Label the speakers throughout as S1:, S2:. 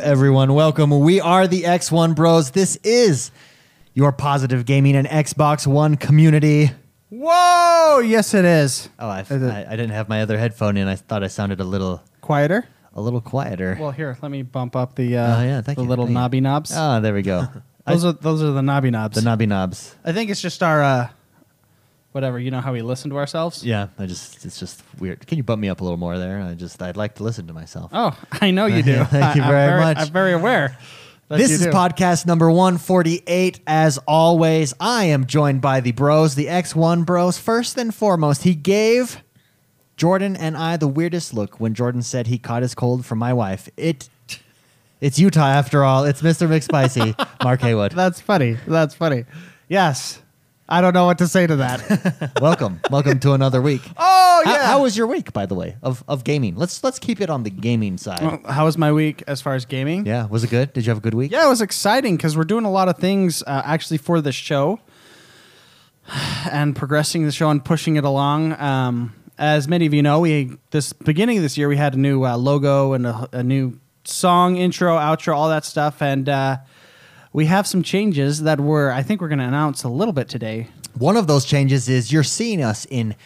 S1: everyone. Welcome. We are the X1 Bros. This is your positive gaming and Xbox One community.
S2: Whoa! Yes, it is.
S1: Oh, I,
S2: Is it-
S1: I, I didn't have my other headphone in. I thought I sounded a little,
S2: Quieter.
S1: a little quieter.
S2: Well, here, let me bump up the uh,
S1: Oh, yeah, thank
S2: the
S1: you,
S2: little
S1: thank you.
S2: knobby knobs.
S1: Ah, there we go. I-
S2: those are those are the knobby knobs.
S1: the knobby knobs.
S2: I think it's just our uh, whatever. You know how we listen to ourselves.
S1: Yeah, I just, it's just weird. Can you bump me up a little more there? I just, I'd like to listen to myself.
S2: Oh, I know you do.
S1: Thank you
S2: I, I'm
S1: very much.
S2: I'm very aware. that
S1: This
S2: you
S1: is
S2: do.
S1: podcast number 148. As always, I am joined by the bros, the X1 bros. First and foremost, he gave Jordan and I the weirdest look when Jordan said he caught his cold from my wife. It it's Utah after all. It's Mr. McSpicy, Mark Haywood.
S2: That's funny. That's funny. Yes. I don't know what to say to that.
S1: Welcome. Welcome to another week.
S2: oh
S1: How, how was your week, by the way, of, of gaming? Let's let's keep it on the gaming side.
S2: Well, how was my week as far as gaming?
S1: Yeah, was it good? Did you have a good week?
S2: Yeah, it was exciting because we're doing a lot of things uh, actually for the show and progressing the show and pushing it along. Um, as many of you know, we this beginning of this year we had a new uh, logo and a, a new song intro, outro, all that stuff, and uh, we have some changes that we're I think we're going to announce a little bit today.
S1: One of those changes is you're seeing us in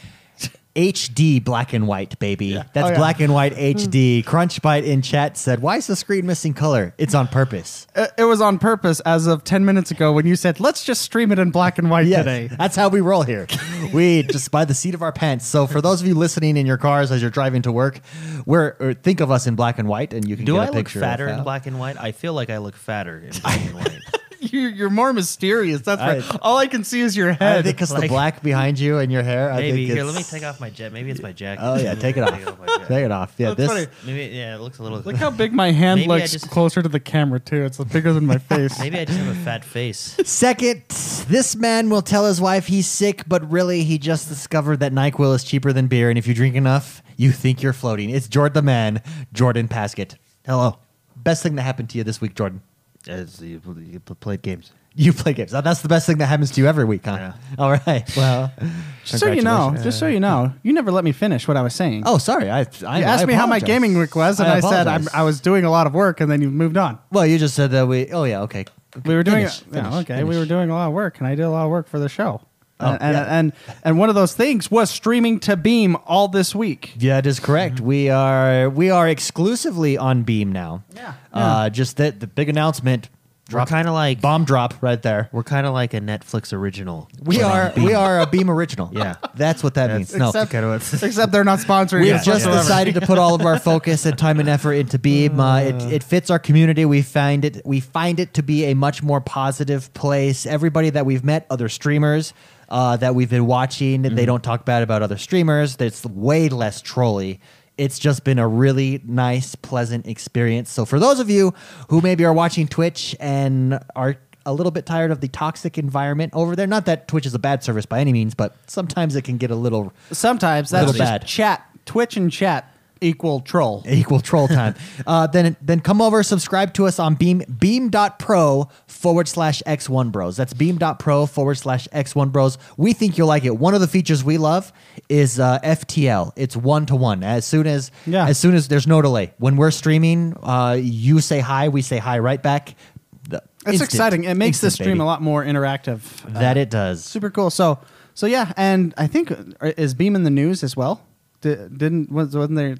S1: HD black and white, baby. That's
S2: Oh, yeah.
S1: black and white
S3: Hmm.
S1: HD. Crunchbite in chat said, Why is the screen missing color? It's on purpose.
S2: Uh, It, it was on purpose as of ten minutes ago when you said, "Let's just stream it in black and white
S1: Yes,
S2: today."
S1: That's how we roll here. we just by the seat of our pants. So for those of you listening in your cars as you're driving to work, we're or think of us in black and white and you can
S3: Do
S1: get a
S3: I look
S1: picture
S3: fatter
S1: of
S3: in
S1: how-
S3: black and white? I feel like I look fatter in black and white.
S2: You're, you're more mysterious. That's
S1: I-
S2: right. All I can see is your
S1: I
S2: head.
S1: think because the
S3: Like-
S1: black behind you and your hair. I
S3: Maybe
S1: think
S3: here,
S1: it's-
S3: let me take off my jet. Maybe it's my jacket.
S1: Oh yeah, take it off.
S3: my jacket.
S1: take it off. Yeah,
S2: That's
S1: this
S2: funny.
S3: Maybe yeah, it looks a little.
S2: Look how big my hand
S3: Maybe I
S2: looks
S3: just-
S2: closer to the camera too. It's bigger than my face.
S3: Maybe I just have a fat face.
S1: Second, this man will tell his wife he's sick, but really he just discovered that NyQuil is cheaper than beer, and if you drink enough, you think you're floating. It's Jordan the man, Jordan Paskett. Hello. Best thing that happened to you this week, Jordan.
S3: As you, you played games.
S1: You play games. Now, That's the best thing that happens to you every week, huh? All right. Well,
S2: just so you know,
S1: congratulations.
S2: just so you know, you never let me finish what I was saying.
S1: Oh, sorry. I, I
S2: you asked
S1: I
S2: me how my
S1: apologize.
S2: gaming week was, and I, said I'm,
S1: apologize.
S2: I was doing a lot of work, and then you moved on.
S1: Well, you just said that we. Oh yeah. Okay.
S2: We were doing
S1: Finish,
S2: yeah,
S1: finish,
S2: okay.
S1: finish.
S2: We were doing a lot of work, and I did a lot of work for the show.
S1: Oh,
S2: and, and,
S1: yeah.
S2: and and one of those things was streaming to Beam all this week.
S1: Yeah, it is correct. We are we are exclusively on Beam now.
S2: Yeah.
S1: Uh, just that the big announcement. Drop
S3: We're kind of like
S1: bomb drop right there.
S3: we're kind of like a Netflix original.
S1: We
S3: But on
S1: are
S3: Beam.
S1: we are a Beam original.
S3: Yeah.
S1: that's what that means. No.
S2: except, except they're not sponsoring.
S1: We've
S2: us
S1: just
S2: whatsoever.
S1: decided to put all of our focus and time and effort into Beam. Uh, it, it fits our community. We find it we find it to be a much more positive place. Everybody that we've met, other streamers uh, that we've been watching, they don't talk bad about other streamers. It's way less trolly. It's just been a really nice, pleasant experience. So for those of you who maybe are watching Twitch and are a little bit tired of the toxic environment over there. Not that Twitch is a bad service by any means, but sometimes it can get a little
S2: Sometimes that's
S1: Little
S2: just
S1: bad.
S2: chat, Twitch, and chat equal troll.
S1: equal troll time. uh, then then come over, subscribe to us on beam beam.pro forward slash x1 bros. That's beam.pro forward slash x1 bros. We think you'll like it. One of the features we love is uh, FTL. It's one to one. As soon as
S2: Yeah.
S1: as soon as there's no delay. When we're streaming, uh, you say hi, we say hi right back. The-
S2: It's
S1: instant-
S2: exciting. It makes the
S1: instant,
S2: stream
S1: baby.
S2: a lot more interactive. Uh,
S1: That it does.
S2: super cool. So so yeah, and I think uh, is Beam in the news as well. Di- didn't was- wasn't there?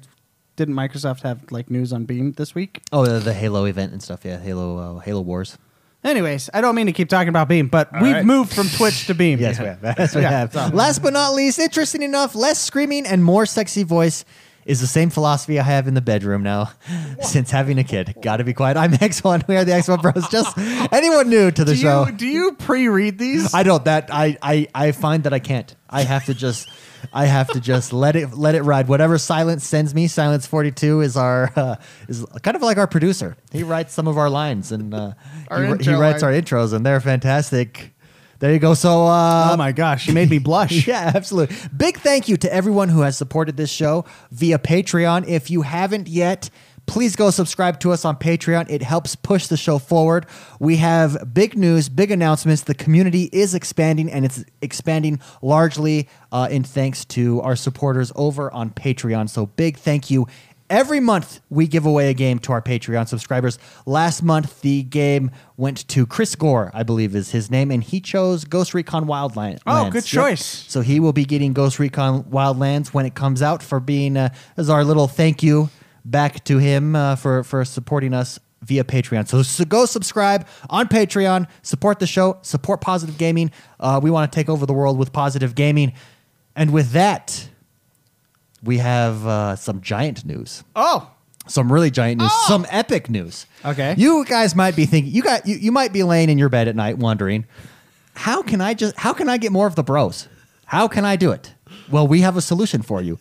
S2: Didn't Microsoft have like news on Beam this week?
S1: Oh, the, the Halo event and stuff. Yeah, Halo uh, Halo Wars.
S2: Anyways, I don't mean to keep talking about Beam, but we've
S3: right.
S2: moved from Twitch to Beam.
S1: Yes, we have. Yes, we
S2: Yeah.
S1: have. Last but not least, interesting enough, less screaming and more sexy voice is the same philosophy I have in the bedroom now since having a kid. Gotta be quiet. I'm X1. We are the X1 Bros. Just anyone new to the
S2: Do
S1: show.
S2: you do you pre-read these?
S1: I don't that I, I I find that I can't. I have to just I have to just let it let it ride. Whatever silence sends me, silence forty two is our uh, is kind of like our producer. He writes some of our lines and uh,
S2: Our
S1: he, he
S2: intro
S1: writes our
S2: line.
S1: intros and they're fantastic. There you go. So uh,
S2: oh my gosh, you made me blush.
S1: yeah, absolutely. Big thank you to everyone who has supported this show via Patreon. If you haven't yet, please go subscribe to us on Patreon. It helps push the show forward. We have big news, big announcements. The community is expanding, and it's expanding largely uh, in thanks to our supporters over on Patreon. So, big thank you. Every month, we give away a game to our Patreon subscribers. Last month, the game went to Chris Gore, I believe is his name, and he chose Ghost Recon Wildlands.
S2: Oh,
S1: Lands.
S2: good choice.
S1: So he will be getting Ghost Recon Wildlands when it comes out for being uh, as our little thank you back to him uh, for for supporting us via Patreon. So, so go subscribe on Patreon, support the show, support positive gaming. Uh, we want to take over the world with positive gaming, and with that, we have uh, some giant news
S2: Oh,
S1: some really giant news, some epic news.
S2: Okay.
S1: You guys might be thinking you got you, you might be laying in your bed at night wondering, how can I just how can I get more of the bros? How can I do it? Well, we have a solution for you.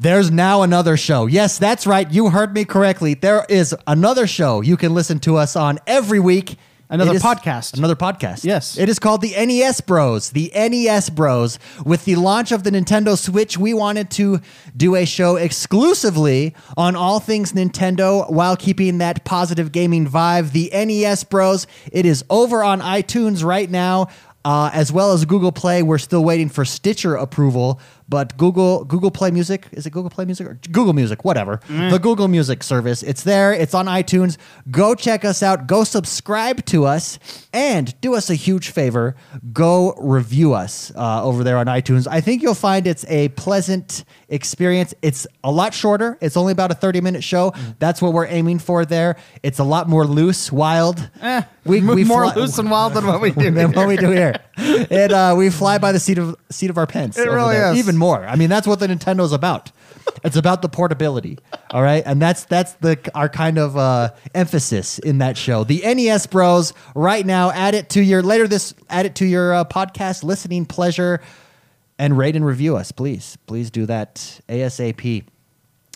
S1: There's now another show. Yes, that's right. You heard me correctly. There is another show you can listen to us on every week.
S2: Another
S1: It is-
S2: podcast.
S1: Another podcast.
S2: Yes.
S1: It is called the NES Bros. The NES Bros. With the launch of the Nintendo Switch, we wanted to do a show exclusively on all things Nintendo while keeping that positive gaming vibe. The NES Bros. It is over on iTunes right now. Uh, as well as Google Play, we're still waiting for Stitcher approval, but Google Google Play Music is it Google Play Music or Google Music, whatever
S2: Mm.
S1: the Google Music service. It's there. It's on iTunes. Go check us out. Go subscribe to us, and do us a huge favor. Go review us uh, over there on iTunes. I think you'll find it's a pleasant experience. It's a lot shorter. It's only about a thirty minute show.
S2: Mm.
S1: That's what we're aiming for there. It's a lot more loose, wild.
S2: eh,
S1: We- we
S2: more
S1: fly-
S2: loose and wild than what we do.
S1: than
S2: here.
S1: what we do here. And uh, we fly by the seat of seat of our pants.
S2: It
S1: over
S2: really
S1: there.
S2: is.
S1: even more. I mean, that's what the Nintendo's about. It's about the portability, all right, and that's that's the our kind of uh, emphasis in that show. The NES Bros. Right now, add it to your later this add it to your uh, podcast listening pleasure, and rate and review us, please. Please do that asap.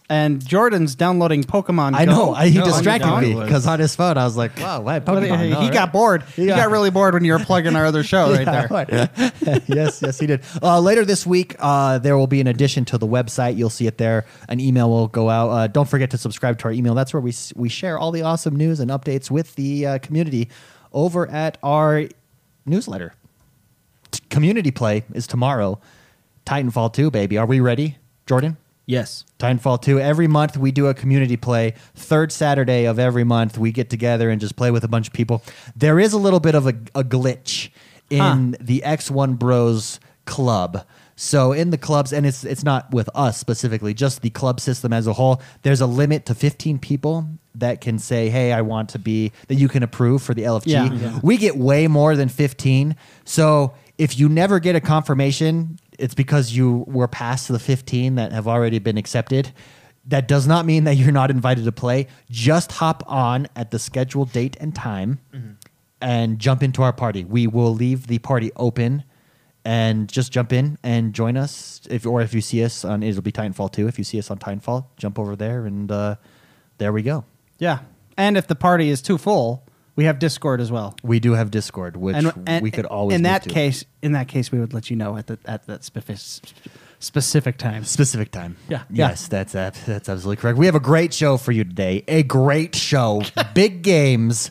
S2: And Jordan's downloading Pokemon.
S1: I
S2: Go.
S1: know I, he
S2: No,
S1: distracted
S2: on
S1: me
S2: your phone.
S1: because on his phone I was like, wow, why
S2: But he,
S1: Pokemon?
S2: he
S1: All right.
S2: got bored. He
S1: Yeah.
S2: got really bored when you were plugging our other show right there.
S1: yes, yes, he did. Uh, later this week, uh, there will be an addition to the website. You'll see it there. An email will go out. Uh, don't forget to subscribe to our email. That's where we s- we share all the awesome news and updates with the uh, community over at our newsletter. T- community play is tomorrow. Titanfall 2, baby. Are we ready, Jordan?
S4: Yes.
S1: Titanfall 2. Every month we do a community play. Third Saturday of every month we get together and just play with a bunch of people. There is a little bit of a, a glitch in the X1 Bros club. So in the clubs and it's it's not with us specifically, just the club system as a whole, there's a limit to 15 people that can say, "Hey, I want to be that you can approve for the LFG."
S2: Yeah. Yeah.
S1: We get way more than 15. So if you never get a confirmation, it's because you were past the 15 that have already been accepted. That does not mean that you're not invited to play. Just hop on at the scheduled date and time
S2: Mm-hmm.
S1: and jump into our party. We will leave the party open and just jump in and join us. If or if you see us on, it'll be Titanfall too. If you see us on Titanfall, jump over there and uh, there we go.
S2: Yeah. And if the party is too full, we have Discord as well.
S1: We do have Discord, which
S2: And, and-
S1: we could always
S2: in
S1: move
S2: that
S1: to.
S2: case, in that case, we would let you know at the, at that specific specific time.
S1: Specific time.
S2: Yeah.
S1: Yes, that's ab- that's absolutely correct. We have a great show for you today. A great show. Big games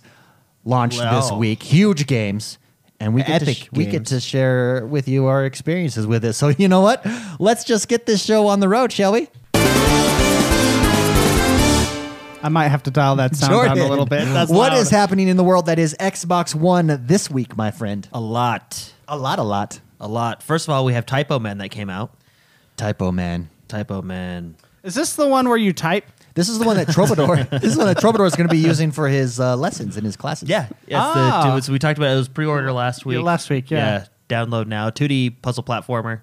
S1: launched this
S3: Wow.
S1: week. Huge games. And we get, to
S4: Epic
S1: sh- we get
S4: games.
S1: to share with you our experiences with it. So you know what? Let's just get this show on the road, shall we?
S2: I might have to dial that sound down a little bit. That's
S1: What
S2: loud.
S1: is happening in the world that is Xbox One this week, my friend?
S3: A lot.
S1: A lot, a lot.
S3: A lot. First of all, we have Typo Man that came out.
S1: Typo man.
S3: Typo Man.
S2: Is this the one where you type?
S1: This is the one that Troubadour. this is the one that Troubadour is going to be using for his uh, lessons in his classes.
S3: Yeah. Yes,
S2: Ah.
S3: the, it was- we talked about it. It was pre order last
S2: Yeah,
S3: week.
S2: last week, yeah.
S3: Download now. 2D puzzle platformer.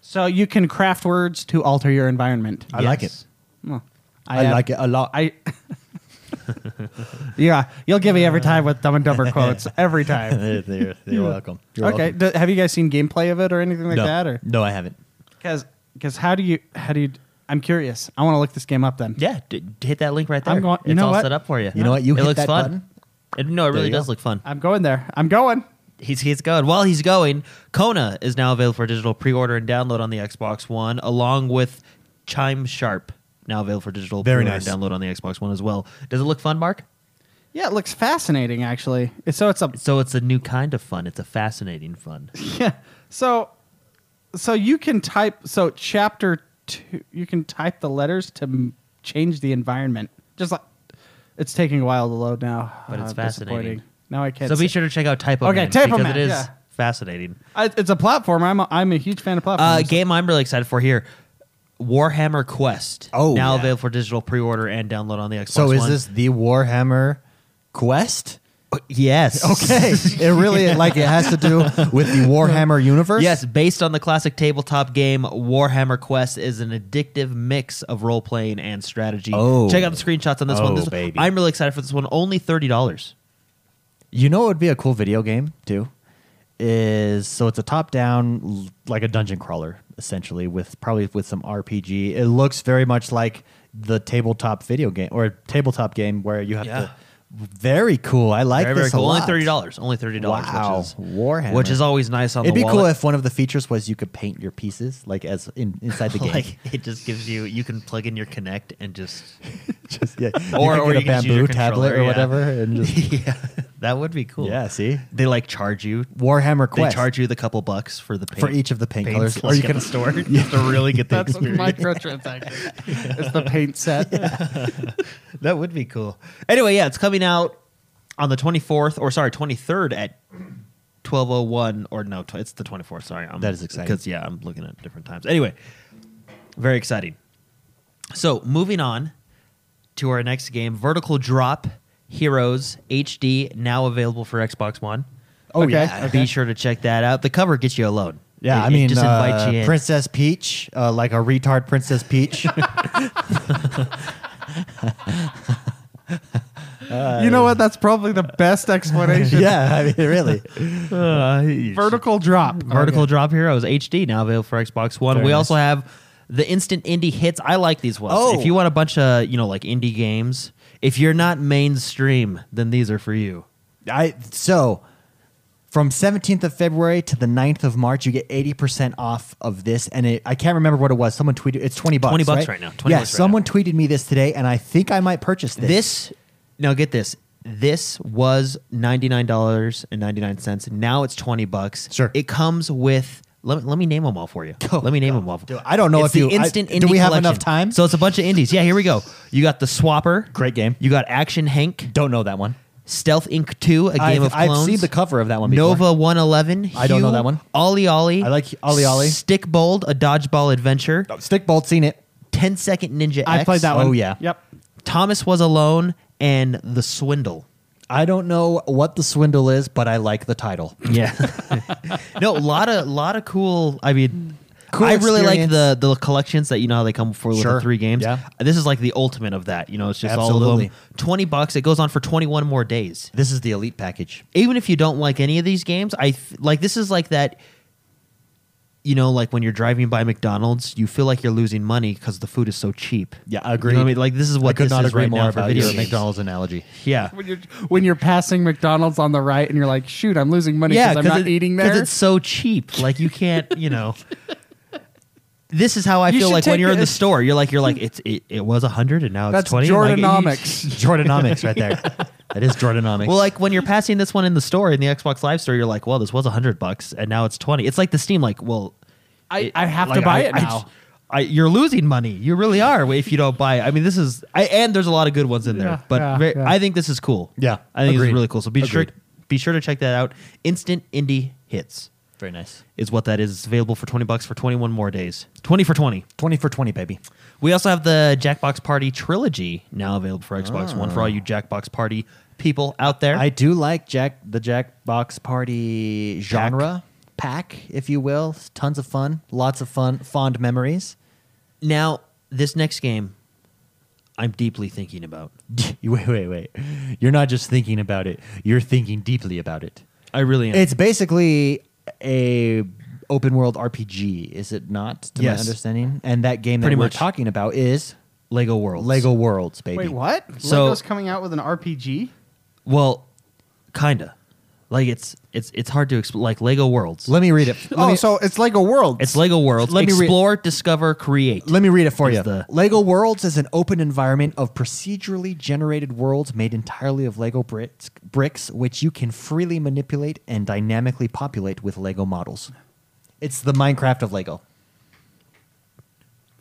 S2: So you can craft words to alter your environment.
S1: I like it.
S2: Well,
S1: I,
S2: have-
S1: like it a lot.
S2: I. yeah, you'll give me every time with Dumb and Dumber quotes every time.
S1: They're, they're, they're welcome. You're
S2: okay,
S1: welcome.
S2: d- have you guys seen gameplay of it or anything like
S1: no,
S2: that? Or
S1: no, I haven't.
S2: because because how do you how do you? I'm curious. I want to look this game up then.
S3: Yeah. D- d- hit that link right there.
S2: I'm going- you
S3: it's
S2: know
S3: all
S2: what?
S3: set up for you.
S1: You know what? You
S3: it
S1: hit
S3: looks
S1: that
S3: fun.
S1: button.
S3: It- no, it
S1: There
S3: really
S1: you
S3: does
S1: go.
S3: look fun.
S2: I'm going there. I'm going.
S3: He's he's going. While he's going, Kona is now available for digital pre-order and download on the Xbox One, along with Chime Sharp, now available for digital
S1: Very
S3: pre-order
S1: nice.
S3: and download on the Xbox One as well. Does it look fun, Mark?
S2: Yeah, it looks fascinating actually. It's- So it's a
S3: So it's a new kind of fun. It's a fascinating fun.
S2: yeah. So so you can type so chapter two. You can type the letters to m- change the environment. Just like it's taking a while to load now, Uh,
S3: But it's
S2: disappointing.
S3: fascinating.
S2: Now I can't.
S3: So be
S2: say-
S3: sure to check out Typo
S2: Okay,
S3: Man
S2: Typo
S3: because
S2: Man,
S3: it is
S2: yeah.
S3: fascinating.
S2: I, it's a platformer. I'm a, I'm a huge fan of platformers.
S3: Uh, game I'm really excited for here. Warhammer Quest.
S1: Oh,
S3: now
S1: yeah.
S3: available for digital pre-order and download on the Xbox.
S1: So is
S3: One.
S1: this the Warhammer Quest?
S3: Yes.
S1: Okay, Uh, it really like it has to do with the Warhammer universe.
S3: Yes, based on the classic tabletop game, Warhammer Quest is an addictive mix of role playing and strategy.
S1: Oh.
S3: Check out the screenshots on this one.
S1: Oh,
S3: This-
S1: baby.
S3: I'm really excited for this one. Only thirty dollars.
S1: you know it would be a cool video game too. Is so it's a top down l- like a dungeon crawler essentially with probably with some RPG. It looks very much like the tabletop video game or tabletop game where you have
S3: Yeah.
S1: to. Very cool. I like
S3: very, very
S1: this a
S3: cool. Only
S1: lot.
S3: thirty dollars. Only thirty dollars.
S1: Wow.
S3: Which is,
S1: Warhammer.
S3: Which is always nice on
S1: It'd
S3: the
S1: be cool
S3: wallet.
S1: if one of the features was you could paint your pieces like as in, inside the game.
S3: like it just gives you you can plug in your Kinect and just
S1: just yeah,
S3: Or-
S1: you
S3: or
S1: could get
S3: you
S1: a
S3: could just use your
S1: bamboo tablet
S3: controller,
S1: or
S3: yeah.
S1: whatever, and just
S3: yeah that would be cool.
S1: yeah. See,
S3: they like charge you.
S1: Warhammer
S3: They
S1: Quest.
S3: charge you the couple bucks for the paint,
S1: For each of the paint colors, or
S3: or
S1: you
S3: you can
S1: can-
S3: store you have to really get the
S2: That's
S3: experience.
S2: microtransaction. It's the paint set.
S3: That would be cool. Anyway, yeah, it's coming out on the 24th, or sorry, 23rd at 12:01, or no, tw- it's the 24th. Sorry, I'm,
S1: That is exciting.
S3: Because yeah, I'm looking at different times. Anyway, very exciting. So moving on to our next game, Vertical Drop Heroes HD, now available for Xbox One.
S2: Oh,
S1: Okay.
S2: yeah.
S3: Be sure to check that out. The cover gets you alone.
S1: Yeah,
S3: It-
S1: I
S3: it
S1: mean,
S3: just invites
S1: uh,
S3: you in.
S1: Princess Peach, uh, like a retard Princess Peach.
S2: you know what? That's probably the best explanation.
S1: yeah, I mean, really.
S3: Uh,
S2: Vertical drop.
S1: Oh,
S3: Vertical Drop Heroes HD now available for Xbox One.
S1: Very
S3: we
S1: nice.
S3: also have the instant indie hits. I like these ones.
S1: Oh.
S3: If you want a bunch of you know like indie games, if you're not mainstream, then these are for you.
S1: I so from 17th of February to the 9th of March, you get 80% off of this. And it, I can't remember what it was. Someone tweeted, it's 20 bucks.
S3: 20 bucks
S1: right,
S3: right now, 20
S1: yeah,
S3: bucks right
S1: someone tweeted me this today, and I think I might purchase this.
S3: This now get this. This was ninety nine dollars and ninety nine cents. Now it's twenty bucks.
S1: Sure.
S3: It comes with. Let me, let me name them all for you.
S1: Oh,
S3: let me name
S1: God.
S3: them all.
S1: Do- I don't know
S3: It's
S1: if
S3: the
S1: you- I-
S3: instant indie
S1: do we have
S3: collection.
S1: enough time?
S3: So it's a bunch of indies. Yeah, here we go. You got the Swapper.
S1: Great game.
S3: You got Action Hank.
S1: Don't know that one.
S3: Stealth Inc. Two, a game
S1: I've,
S3: of
S1: I've
S3: clones.
S1: seen the cover of that one before.
S3: Nova One Eleven.
S1: I don't know that one.
S3: Ollie Ollie.
S1: I like Ollie Ollie.
S3: Stick Bold, a dodgeball adventure.
S1: Stickbolt, seen it.
S3: 10 Second Ninja
S2: I
S3: X,
S2: played that one.
S1: Oh, yeah.
S2: Yep.
S3: Thomas was alone, and the swindle.
S1: I don't know what the swindle is, but I like the title.
S3: Yeah. no, a lot of lot of cool. I mean.
S1: Cool
S3: I really like
S1: experience.
S3: the the collections that you know how they come for with the
S1: Sure.
S3: three games.
S1: Yeah.
S3: This is like the ultimate of that. You know, it's just all of
S1: Absolutely.
S3: them. Twenty bucks. It goes on for twenty one more days.
S1: This is the elite package.
S3: even if you don't like any of these games, I f- like this is like that. You know, like when you're driving by McDonald's, you feel like you're losing money because the food is so cheap.
S1: Yeah, I
S3: You know
S1: agree.
S3: what I mean, like this is what
S1: I could
S3: this
S1: not
S3: is
S1: agree
S3: right
S1: more
S3: now for
S1: about
S3: video
S1: your
S3: games.
S1: McDonald's analogy.
S3: Yeah,
S2: When you're when you're passing McDonald's on the right and you're like, shoot, I'm losing money because I'm not
S3: it-
S2: eating there.
S3: it's so cheap. Like you can't, you know. This is how I
S2: You
S3: feel
S2: should
S3: like when
S2: take
S3: you're in the
S2: it-
S3: store. You're like, you're like, it's it, it was a hundred and now it's
S2: That's
S3: twenty.
S2: Jordanomics.
S1: Jordanomics, right there. That is Jordanomics.
S3: Well, like when you're passing this one in the store in the Xbox Live store, you're like, well, this was hundred bucks and now it's twenty. It's like the Steam, like, well,
S2: I-
S3: it-
S2: I have to
S3: like,
S2: buy
S3: I-
S2: it
S3: I
S2: now.
S3: just- I- you're losing money. You really are if you don't buy. it. I mean, this is I, and there's a lot of good ones in there,
S2: Yeah,
S3: but
S2: yeah,
S3: very,
S2: yeah.
S3: I think this is cool.
S1: Yeah,
S3: I think it's
S1: agreed.
S3: really cool. So be sure
S1: Agreed.
S3: be sure to check that out. Instant indie hits
S1: very nice.
S3: is what that is. It's available for twenty bucks for twenty one more days. Twenty for twenty.
S1: Twenty for twenty, baby.
S3: We also have the Jackbox Party trilogy now available for Xbox One for all you Jackbox Party people out there.
S1: Ah. I do like Jack the Jackbox Party genre pack, if you will. It's tons of fun, lots of fun, fond memories.
S3: Now, this next game, I'm deeply thinking about.
S1: wait, wait, wait. You're not just thinking about it; you're thinking deeply about it.
S3: I really am.
S1: It's basically a open world RPG, is it not? To
S3: Yes.
S1: my understanding, and that game
S3: Pretty
S1: that we're
S3: much.
S1: talking about is
S3: Lego Worlds.
S1: Lego Worlds, baby.
S2: Wait, what?
S3: So-
S2: Lego's coming out with an RPG?
S3: Well, kinda. Like it's it's it's hard to explain. Like Lego Worlds.
S1: Let me read it. Let
S2: oh,
S1: me-
S2: so it's Lego World.
S3: it's Lego Worlds.
S1: Let me re-
S3: Explore, discover, create.
S1: Let me read it for
S3: Is
S1: you.
S3: the-
S1: Lego Worlds is an open environment of procedurally generated worlds made entirely of Lego bricks, bricks which you can freely manipulate and dynamically populate with Lego models. It's the Minecraft of Lego.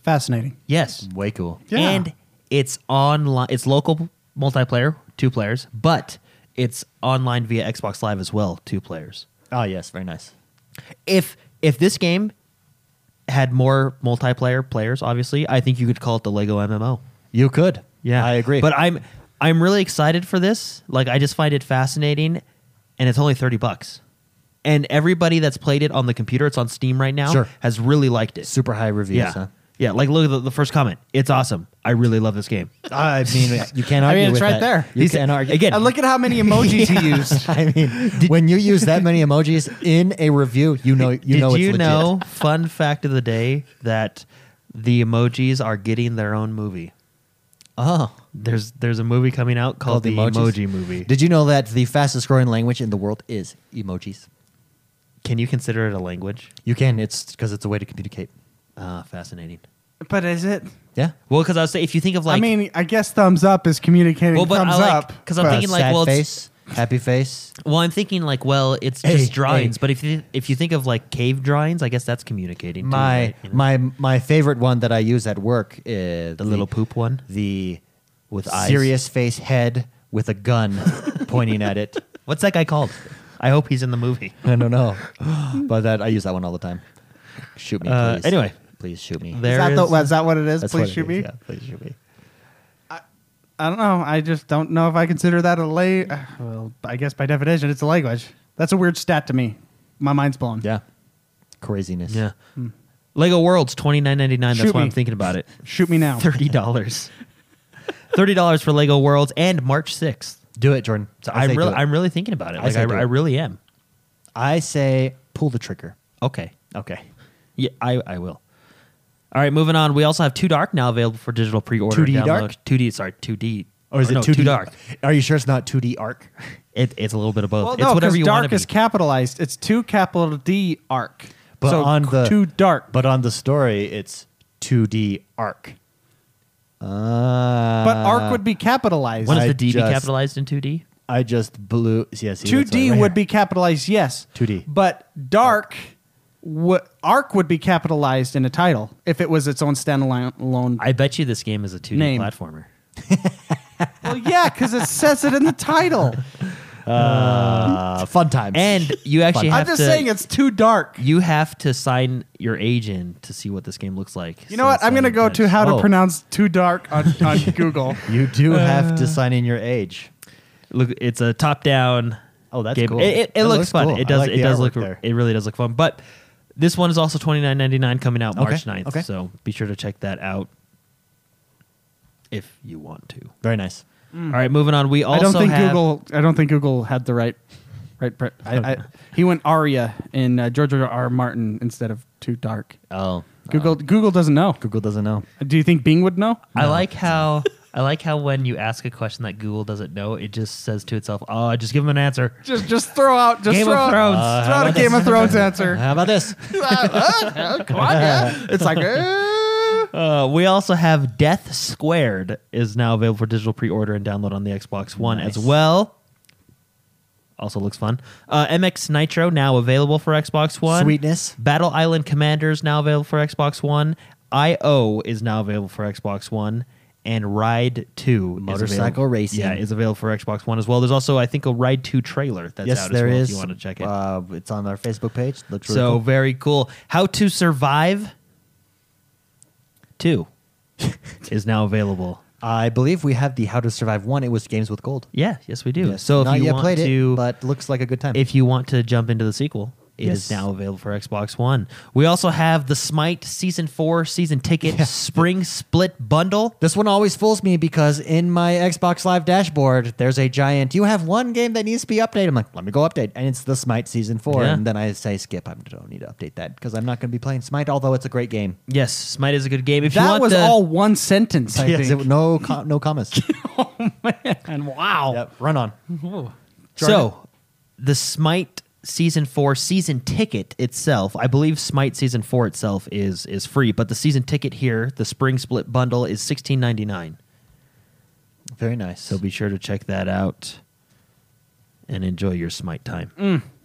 S2: fascinating.
S3: yes.
S1: Way cool.
S2: Yeah.
S3: And It's online. It's local multiplayer, two players, but it's online via Xbox Live as well, two players.
S1: Oh yes, very nice.
S3: If if this game had more multiplayer players, obviously, I think you could call it the Lego MMO.
S1: You could.
S3: Yeah,
S1: I agree.
S3: But I'm I'm really excited for this. Like I just find it fascinating, and it's only thirty bucks. And everybody that's played it on the computer, it's on Steam right now,
S1: Sure.
S3: has really liked it.
S1: super high reviews.
S3: yeah,
S1: Huh?
S3: yeah. Like look at the, the first comment. It's awesome. I really love this game.
S1: I mean, you can't argue.
S2: I mean, it's
S1: with
S2: right
S1: that.
S2: there.
S1: You
S3: These-
S1: can't argue
S3: again,
S2: And Uh, look at how many emojis he used.
S1: I mean, when you use that many emojis in a review, you know, you
S3: Did
S1: know, it's
S3: you
S1: legit.
S3: know? fun fact of the day that the emojis are getting their own movie.
S1: Oh,
S3: There's there's a movie coming out
S1: Called
S3: called, the
S1: Emojis?
S3: Emoji Movie.
S1: did you know that the fastest growing language in the world is emojis?
S3: Can you consider it a language?
S1: You can. It's because it's a way to communicate.
S3: Ah, fascinating.
S2: but is it?
S1: Yeah.
S3: Well, because I was saying, if you think of like,
S2: I mean, I guess thumbs up is communicating
S3: Well, but I
S2: thumbs
S3: like-
S2: up.
S3: 'cause I'm
S2: but-
S3: thinking, like,
S1: Sad
S3: well, it's-
S1: face, happy face.
S3: well, I'm thinking like, well, it's
S1: Hey,
S3: just drawings.
S1: hey.
S3: But if you if you think of like cave drawings, I guess that's communicating. too,
S1: My
S3: right? You know?
S1: my my favorite one that I use at work is
S3: the little poop one.
S1: the with
S3: eyes.
S1: serious face head with a gun pointing at it.
S3: What's that guy called? I hope he's in the movie.
S1: I don't know, but that I use that one all the time. Shoot me, please.
S3: Uh, anyway.
S1: please shoot me.
S3: There-
S2: is that, the,
S3: there is-
S2: is that what it is?
S1: That's what
S2: Please
S1: it
S2: shoot
S1: is,
S2: me.
S1: yeah, please shoot me.
S2: I don't know. I just don't know if I consider that a lay. uh, Well, I guess by definition, it's a language. That's a weird stat to me. My mind's blown.
S1: Yeah, craziness.
S3: Yeah. Hmm. Lego Worlds twenty nine ninety nine. That's
S2: Shoot
S3: why
S2: me.
S3: I'm thinking about it.
S2: Shoot me now.
S3: Thirty dollars. Thirty dollars for Lego Worlds and March sixth.
S1: do it, Jordan.
S3: So
S1: I
S3: I'm
S1: say do
S3: really
S1: it.
S3: I'm really thinking about it.
S1: I
S3: Like
S1: say
S3: I,
S1: do
S3: I
S1: it.
S3: really am.
S1: I say pull the trigger.
S3: Okay.
S1: Okay.
S3: Yeah, I, I will. All right, moving on. We also have Two Dark now available for digital pre-order.
S1: 2D
S3: download.
S1: Dark?
S3: Two D. Sorry, Two D.
S2: Oh,
S1: Or is it
S3: no,
S1: too,
S3: Two Dark?
S1: Are you sure it's not 2D arc?
S3: It, it's a little bit of both.
S2: Well,
S3: it's
S2: no,
S3: whatever
S2: because
S3: you want
S2: dark
S3: to
S2: is
S3: be.
S2: capitalized. It's two capital D arc.
S1: But
S2: so
S1: on the-
S2: two dark. But,
S1: But on the story, it's 2D arc. Uh,
S2: arc would be capitalized.
S3: When is
S1: I
S3: the D be
S1: just-
S3: capitalized in 2D?
S1: I just blew. Yes,
S2: Two D would be capitalized. Yes.
S1: 2D.
S2: But dark. W- arc would be capitalized in a title if it was its own standalone. Alone.
S3: I bet you this game is a 2D
S2: Name.
S3: platformer.
S2: well, yeah, because it says it in the title.
S1: uh, fun times.
S3: And you actually
S2: I'm
S3: have
S2: just
S3: to
S2: saying it's too dark.
S3: you have to sign your age in to see what this game looks like.
S2: You know what? I'm going to go to how to
S1: Oh.
S2: pronounce too dark on, on Google.
S1: you do have to sign in your age.
S3: Look, it's a top-down
S1: Oh, that's
S3: game.
S1: cool.
S3: It, it, it
S1: That
S3: looks,
S1: looks
S3: fun.
S1: cool.
S3: It
S1: I
S3: does
S1: like
S3: it
S1: the
S3: does
S1: artwork
S3: look
S1: there.
S3: it really does look fun. But this one is also 29.99 coming out
S1: Okay,
S3: March 9th.
S1: okay.
S3: So be sure to check that out if you want to.
S1: Very nice.
S3: All right, moving on. We also
S2: I don't think
S3: have
S2: Google. I don't think Google had the right, right. pre- I, I, he went Aria in uh, George R. R. Martin instead of too dark.
S1: Oh,
S2: Google. Google doesn't know.
S1: Google doesn't know.
S2: Do you think Bing would know?
S3: I like how I like how when you ask a question that Google doesn't know, it just says to itself, "Oh, just give them an answer."
S2: Just, just throw out. Just
S3: Game
S2: throw
S3: of
S2: out,
S3: Thrones. Uh,
S2: throw out a Game of Thrones answer. Uh,
S1: How about this?
S2: Come on, yeah. It's like. uh,
S3: Uh, we also have Death Squared is now available for digital pre-order and download on the Xbox One
S1: Nice.
S3: as well. Also looks fun. Uh, MX Nitro now available for Xbox One.
S1: Sweetness.
S3: Battle Island Commanders now available for Xbox One. IO is now available for Xbox One. And Ride 2 is
S1: Motorcycle
S3: available-
S1: racing.
S3: Yeah, is available for Xbox One as well. There's also, I think, a Ride 2 trailer that's
S1: yes,
S3: out
S1: there
S3: as well
S1: is.
S3: if you want to check it.
S1: Uh, it's on our Facebook page. Looks really
S3: so
S1: cool.
S3: very cool. How to Survive 2 is now available.
S1: I believe we have the How to Survive one. It was Games with Gold.
S3: Yeah, yes we do.
S1: Yes.
S3: So if
S1: Not
S3: you
S1: yet
S3: want
S1: played
S3: to
S1: it, but looks like a good time.
S3: if you want to jump into the sequel, it is
S1: Yes.
S3: now available for Xbox One. We also have the Smite Season 4 season ticket
S1: Yeah.
S3: spring split bundle.
S1: This one always fools me because in my Xbox Live dashboard, there's a giant, you have one game that needs to be updated. I'm like, let me go update. And it's the Smite Season 4.
S3: Yeah.
S1: And then I say, skip, I don't need to update that because I'm not going to be playing Smite, although it's a great game.
S3: Yes, Smite is a good game. If you
S2: that
S3: want
S2: was
S3: the-
S2: all one sentence. I
S1: Yes,
S2: think.
S1: it- no, com- no commas.
S2: And wow.
S1: Yep, run on.
S3: So, the Smite season 4 season ticket itself, I believe Smite season 4 itself is is free, but the season ticket here, the spring split bundle is 16.99.
S1: Very nice.
S3: So be sure to check that out and enjoy your Smite time.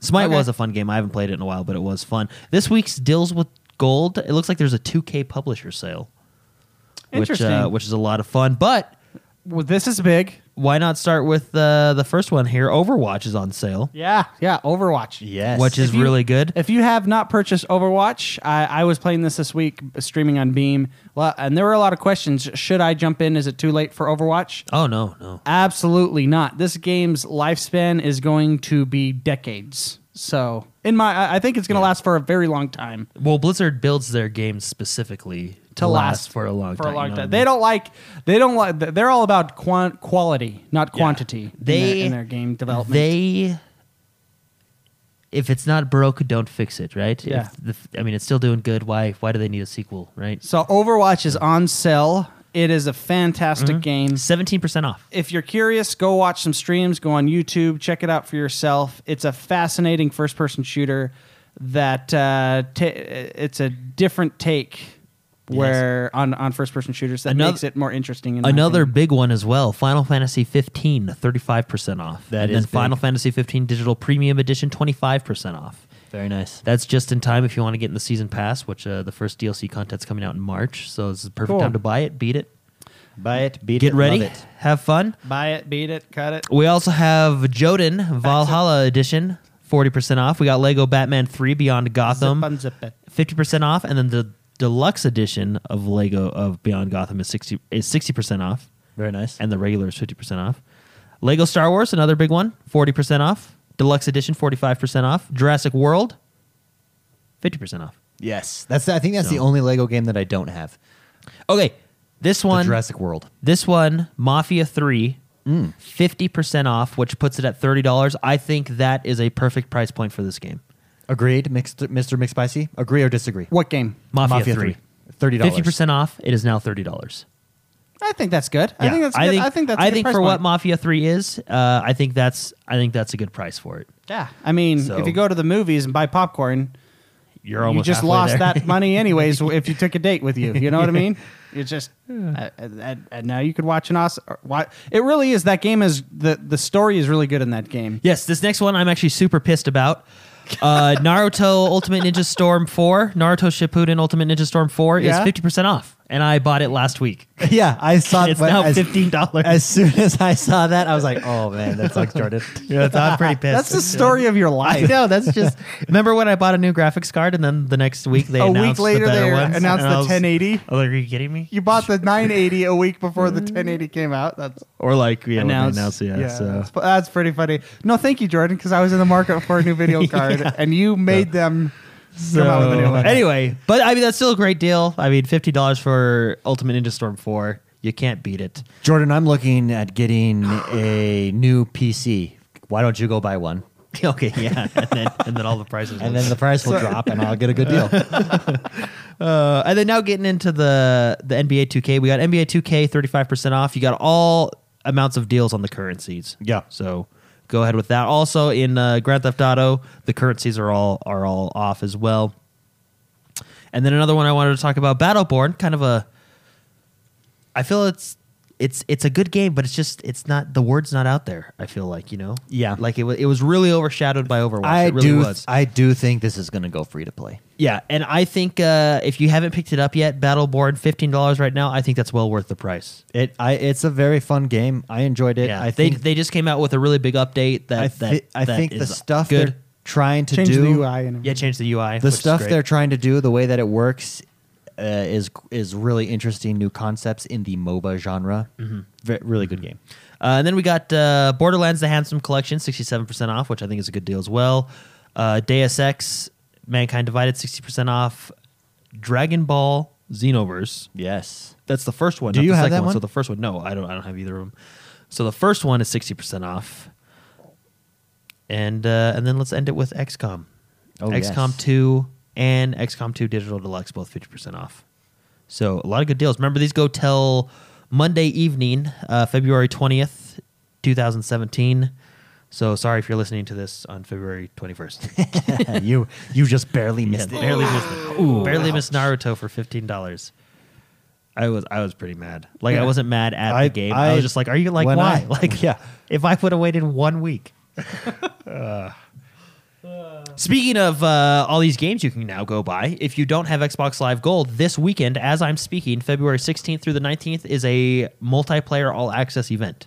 S3: Smite
S2: Mm, Okay.
S3: was a fun game. I haven't played it in a while, but it was fun. This week's Deals with Gold, it looks like there's a 2K publisher sale. which uh,
S2: Interesting.
S3: which is a lot of fun. But
S2: Well, this is big.
S3: why not start with uh, the first one here? Overwatch is on sale,
S2: Yeah, yeah. Overwatch.
S1: Yes.
S3: which is
S2: If you-
S3: really good.
S2: If you have not purchased Overwatch, I, I was playing this this week, streaming on Beam, Well, and there were a lot of questions. Should I jump in? Is it too late for Overwatch?
S3: oh no, no.
S2: Absolutely not. This game's lifespan is going to be decades. So, in my, I- I think it's going to last for a very long time.
S3: Well, Blizzard builds their games specifically
S2: To last
S3: for a long
S2: For
S3: time.
S2: a
S3: you
S2: long
S3: know
S2: time,
S3: what I
S2: they don't like. They don't like. They're all about quant- quality, not quantity. in their- in
S3: They-
S2: their, game development.
S3: mean? They- if it's not broke, don't fix it. Right?
S2: Yeah.
S3: If the, I mean, it's still doing good. Why? Why do they need a sequel? Right?
S2: so Overwatch is on sale. It is a fantastic
S3: Mm-hmm.
S2: game.
S3: Seventeen percent off.
S2: if you're curious, go watch some streams, go on YouTube, check it out for yourself. It's a fascinating first person shooter that uh, ta it's a different take where on, on first person shooters that
S3: Another-
S2: makes it more interesting. in my
S3: Another
S2: opinion.
S3: big one as well. Final Fantasy 15, 35% off.
S1: That
S3: and
S1: is
S3: then
S1: big.
S3: Final Fantasy 15 Digital Premium Edition, 25% off.
S1: very nice.
S3: That's just in time if you want to get in the season pass, which uh, the first DLC content's coming out in March. So it's the perfect
S2: Cool.
S3: time to buy it, beat it,
S1: Buy it, beat
S3: get
S1: it,
S3: ready,
S1: love it.
S3: have fun.
S2: buy it, beat it, cut it.
S3: We also have Joden Valhalla Edition, 40% off. We got Lego Batman 3 Beyond Gotham,
S2: Zip, unzip it.
S3: 50% off. And then the deluxe edition of Lego of Beyond Gotham is 60, is 60% off.
S1: Very nice.
S3: and the regular is 50% off. Lego Star Wars, another big one, 40% off. Deluxe Edition, 45% off. Jurassic World, 50% off.
S1: yes, that's. I think that's the
S3: So-
S1: only Lego game that I don't have.
S3: Okay, this
S1: The
S3: one,
S1: Jurassic World.
S3: this one, Mafia 3,
S2: Hmm.
S3: 50% off, which puts it at $30. I think that is a perfect price point for this game.
S1: Agreed, Mr. Mr. McSpicy. Agree or disagree?
S2: What game?
S3: Mafia, 3.
S1: Thirty dollars.
S3: 50% off, it is now $30.
S2: I think that's good. I
S1: Yeah,
S2: think that's. Good. I think, that's. a
S3: I
S2: good
S3: think
S2: price
S3: for what
S2: point.
S3: Mafia 3 is, uh, I think that's I think that's a good price for it.
S2: yeah, I mean,
S3: So-
S2: if you go to the movies and buy popcorn,
S3: You're
S2: you
S3: almost
S2: just
S3: halfway
S2: lost
S3: there.
S2: that money anyways if you took a date with you. You know what I mean? It's just uh, and, and now you could watch an awesome. Watch, it really is that game is the the story is really good in that game.
S3: Yes, this next one I'm actually super pissed about. Uh, Naruto Ultimate Ninja Storm 4, Naruto Shippuden Ultimate Ninja Storm 4
S2: Yeah?
S3: is 50% off, and I bought it last week.
S1: yeah, I saw
S3: It's
S1: when-
S3: now
S1: as,
S3: $15.
S1: As soon as I saw that, I was like, "Oh man, that sucks, Jordan."
S3: Yeah, so I'm pretty pissed.
S2: That's the story of your
S3: I
S2: life.
S3: know. That's just. Remember when I bought a new graphics card, and then the next week they
S2: A week
S3: announced
S2: later,
S3: the better
S2: they
S3: ones,
S2: announced
S3: and I
S2: the
S3: was-
S2: 1080.
S3: I was like, are you kidding me?
S2: You bought the 980 a week before the 1080 came out. That's
S3: Or like, yeah, when they
S2: announced.
S3: announced, yeah. so.
S2: that's, that's pretty funny. No, thank you, Jordan, because I was in the market for a new video card, and you made them come out with a new
S3: So, uh,
S2: one.
S3: anyway, but I mean that's still a great deal. I mean, fifty dollars for Ultimate Ninja Storm Four, you can't beat it.
S1: Jordan, I'm looking at getting a new PC. Why don't you go buy one?
S3: okay, yeah, and then, and then all the prices.
S1: And
S3: will-
S1: then the price will drop, and I'll get a good deal.
S3: Uh, and then now getting into the the NBA 2K, we got NBA 2K 35% off. You got all amounts of deals on the currencies.
S1: Yeah.
S3: So go ahead with that. Also in uh, Grand Theft Auto, the currencies are all are all off as well. And then another one I wanted to talk about, Battleborn, kind of a I feel it's it's it's a good game, but it's just it's not the word's not out there. I feel like you know,
S1: Yeah.
S3: like it was it was really overshadowed by Overwatch.
S1: I
S3: it really
S1: do.
S3: was.
S1: I do think this is going to go free to play.
S3: Yeah, and I think uh, if you haven't picked it up yet, Battleborn, fifteen dollars right now. I think that's well worth the price.
S1: It. I. It's a very fun game. I enjoyed it.
S3: yeah,
S1: I
S3: they
S1: think.
S3: they just came out with a really big update that
S1: I,
S3: that,
S1: thi- I
S3: that
S1: think the
S3: is
S1: stuff
S3: good.
S1: they're trying to
S2: Change
S1: do.
S2: the UI and
S3: Yeah, change the UI.
S1: the
S3: which is
S1: stuff
S3: great.
S1: they're trying to do, the way that it works, uh, is is really interesting. New concepts in the MOBA genre. Ve- really good game.
S3: Uh, and then we got uh, Borderlands: The Handsome Collection, sixty-seven percent off, which I think is a good deal as well. Uh, Deus Ex: Mankind Divided, sixty percent off. Dragon Ball Xenoverse.
S1: Yes.
S3: That's the first one.
S1: Do
S3: not
S1: you
S3: the
S1: have
S3: second
S1: that one?
S3: So the first one, no, I don't. I don't have either of them. So the first one is sixty percent off, and uh, and then let's end it with XCOM,
S1: Oh,
S3: XCOM
S1: yes.
S3: two and XCOM two Digital Deluxe, both fifty percent off. So a lot of good deals. Remember these go till Monday evening, uh, February twentieth, two thousand seventeen. So sorry if you're listening to this on February twenty first.
S1: you you just barely missed it.
S3: barely missed it. barely missed Naruto for fifteen dollars. I was I was pretty mad. Like
S2: Yeah.
S3: I wasn't mad at
S1: I-
S3: the game. I,
S1: I-
S3: was just like, are you like
S1: when
S3: why?
S1: I-
S3: like
S1: yeah.
S3: if I would have waited one week. Uh. Speaking of uh, all these games you can now go buy, if you don't have Xbox Live Gold, this weekend, as I'm speaking, February 16th through the 19th, is a multiplayer all access event.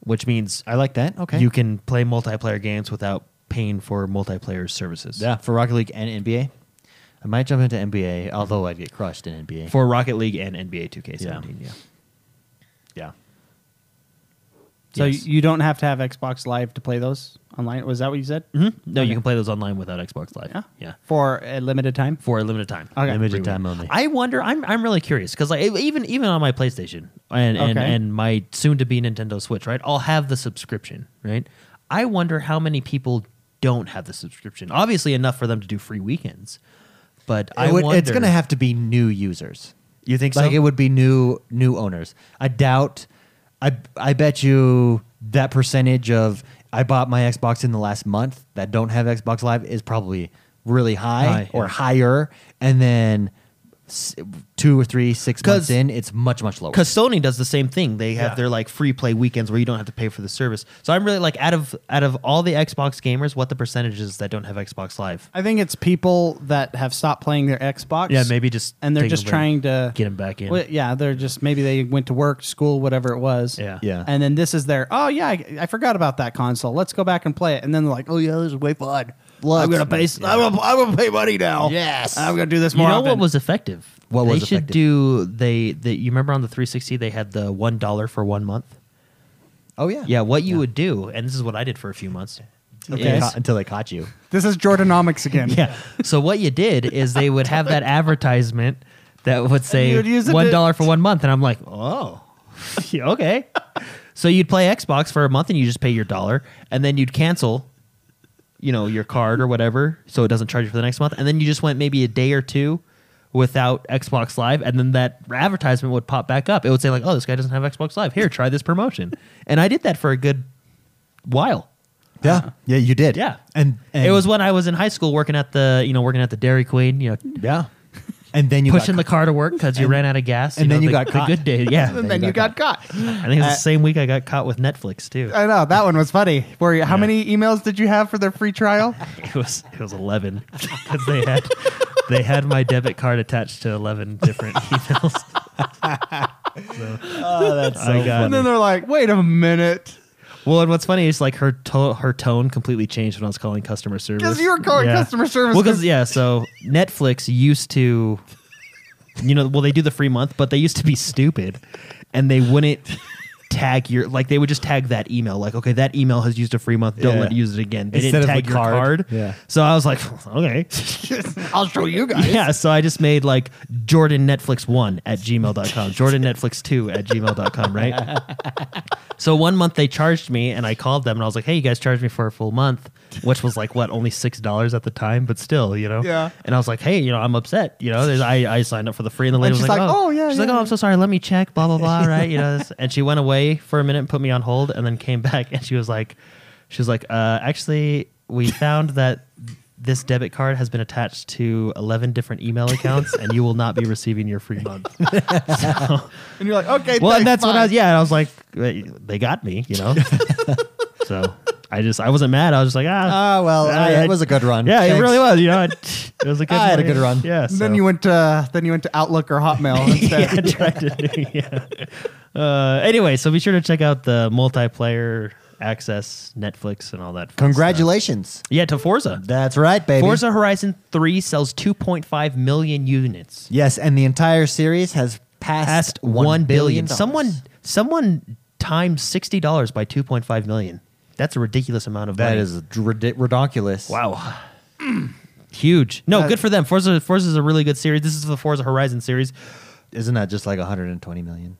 S3: Which means
S1: I like that. Okay.
S3: you can play multiplayer games without paying for multiplayer services.
S1: yeah, for Rocket League and NBA. I might jump into NBA, although I'd get crushed in NBA.
S3: For Rocket League and NBA 2K17. Yeah.
S1: yeah.
S2: So
S3: Yes.
S2: you you don't have to have Xbox Live to play those online. Was that what you said?
S3: hmm? No,
S2: Okay.
S3: you can play those online without Xbox Live.
S2: Yeah.
S3: Mm-hmm. Yeah.
S2: For a limited time.
S3: For a limited time.
S2: Okay.
S1: Limited time only.
S3: I wonder. I'm I'm really curious because like e-, even even on my PlayStation and and,
S2: Okay.
S3: and my soon to be Nintendo Switch, right? I'll have the subscription, right? I wonder how many people don't have the subscription. Obviously, enough for them to do free weekends, but I
S1: It would-
S3: wonder,
S1: it's going to have to be new users.
S3: You think
S1: like
S3: so?
S1: it would be new new owners. I doubt. I I bet you that percentage of I bought my Xbox in the last month that don't have Xbox Live is probably really high,
S3: High,
S1: or
S3: yeah.
S1: higher, and then s- two or three six
S3: 'Cause-
S1: months in, it's much much lower.
S3: because Sony does the same thing. They have
S1: Yeah.
S3: their like free play weekends where you don't have to pay for the service. So I'm really like out of out of all the Xbox gamers, what the percentage is that don't have Xbox Live?
S2: I think it's people that have stopped playing their Xbox.
S3: Yeah, maybe just
S2: And they're
S3: taking
S2: just
S3: away-
S2: trying to
S3: get 'em back in.
S2: Well, yeah, they're just maybe they went to work, school, whatever it was.
S3: Yeah.
S1: Yeah.
S2: And then this is their oh yeah, I, I forgot about that console. Let's go back and play it. And then they're like, oh yeah, this is way fun.
S1: Let's-
S2: I'm gonna pay. I'm, gonna, I'm gonna pay money now.
S1: Yes.
S2: I'm gonna do this
S3: You
S2: more.
S3: know
S2: often.
S3: what was effective?
S1: What
S3: they
S1: was
S3: should
S1: effective?
S3: do they the you remember on the 360 they had the one dollar for one month.
S1: oh yeah,
S3: Yeah, what you would do, and this is what I did for a few months.
S1: Until they
S2: Okay.
S3: is-
S1: ca- until they caught you.
S2: This is Jordanomics again.
S3: yeah. So what you did is they would have that advertisement that would say
S2: you'd use it
S3: one
S2: to-
S3: dollar for one month, and I'm like, oh, Yeah, okay. so you'd play Xbox for a month, and you just pay your dollar, and then you'd cancel, you know, your card or whatever, so it doesn't charge you for the next month, and then you just went maybe a day or two without Xbox Live, and then that advertisement would pop back up. It would say like, oh, this guy doesn't have Xbox Live. Here, try this promotion, and I did that for a good while.
S1: Yeah, yeah, you did.
S3: Yeah,
S1: and, and
S3: it was when I was in high school working at the you know working at the Dairy Queen, you know,
S1: yeah, and then you
S3: pushing
S1: got
S3: the car to work because you ran out of gas,
S1: and
S3: you
S1: then
S3: know,
S1: you
S3: the-
S1: got caught.
S3: the good day. Yeah,
S2: And then you got caught.
S3: I think it was the same week I got caught with Netflix too.
S2: I know that one was funny. Where you- how many emails did you have for their free trial?
S3: It was it was eleven because they had they had my debit card attached to eleven different emails.
S1: Oh, that's
S3: I got
S2: And then they're like, wait a minute.
S3: well, and what's funny is like her to- her tone completely changed when I was calling customer service
S2: 'Cause you were calling customer service
S3: Well, because
S2: 'cause-
S3: yeah, so Netflix used to, you know, well they do the free month, but they used to be stupid, and they wouldn't tag your like they would just tag that email like okay that email has used a free month don't
S1: Yeah.
S3: let it use it again they
S1: Instead
S3: didn't
S1: of
S3: tag
S1: the
S3: your card.
S1: card. Yeah.
S3: so I was like okay
S2: I'll show you guys.
S3: yeah, so I just made like Jordan Netflix1 at gmail.com, Jordan Netflix2 at gmail.com, right? so one month they charged me and I called them and I was like, hey, you guys charged me for a full month, which was like, what, only $6 at the time, but still, you know?
S2: Yeah.
S3: And I was like, hey, you know, I'm upset. You know, there's- I, I signed up for the free and the lady
S2: And
S3: was
S2: she's
S3: like,
S2: like,
S3: oh,
S2: "Oh, yeah,
S3: She's like,
S2: yeah,
S3: oh,
S2: yeah."
S3: I'm so sorry. Let me check, blah, blah, blah, right? You know, this- and she went away for a minute and put me on hold and then came back and she was like, she was like, uh, actually, we found that this debit card has been attached to 11 different email accounts and you will not be receiving your free month.
S2: And you're like, okay.
S3: well,
S2: thanks,
S3: and that's what
S2: bye."
S3: I was, yeah. And I was like, "Wait, they got me, you know? so I just, I wasn't mad. I was just like, ah.
S1: Ah, well,
S3: I-
S1: I-
S3: I-
S1: it was a good run.
S3: yeah, it
S1: Thanks.
S3: really was. You know, it, it was a good.
S1: I had a
S3: morning.
S1: good run.
S3: Yeah.
S2: And then
S3: so-
S2: you went to then you went to Outlook or Hotmail
S3: yeah,
S2: instead.
S3: tried to do, yeah. Uh, anyway, so be sure to check out the multiplayer access, Netflix, and all that. fun
S1: Congratulations.
S3: stuff. Yeah, to Forza.
S1: That's right, baby.
S3: Forza Horizon 3 sells 2.5 million units.
S1: Yes, and the entire series has passed,
S3: Past 1 billion. Someone someone times $60 by 2.5 million. That's a ridiculous amount of
S1: that
S3: money.
S1: is rid- ridiculous.
S3: Wow. Huge. No,
S2: That-
S3: good for them. Forza Forza is a really good series. This is the Forza Horizon series.
S1: Isn't that just like 120 million?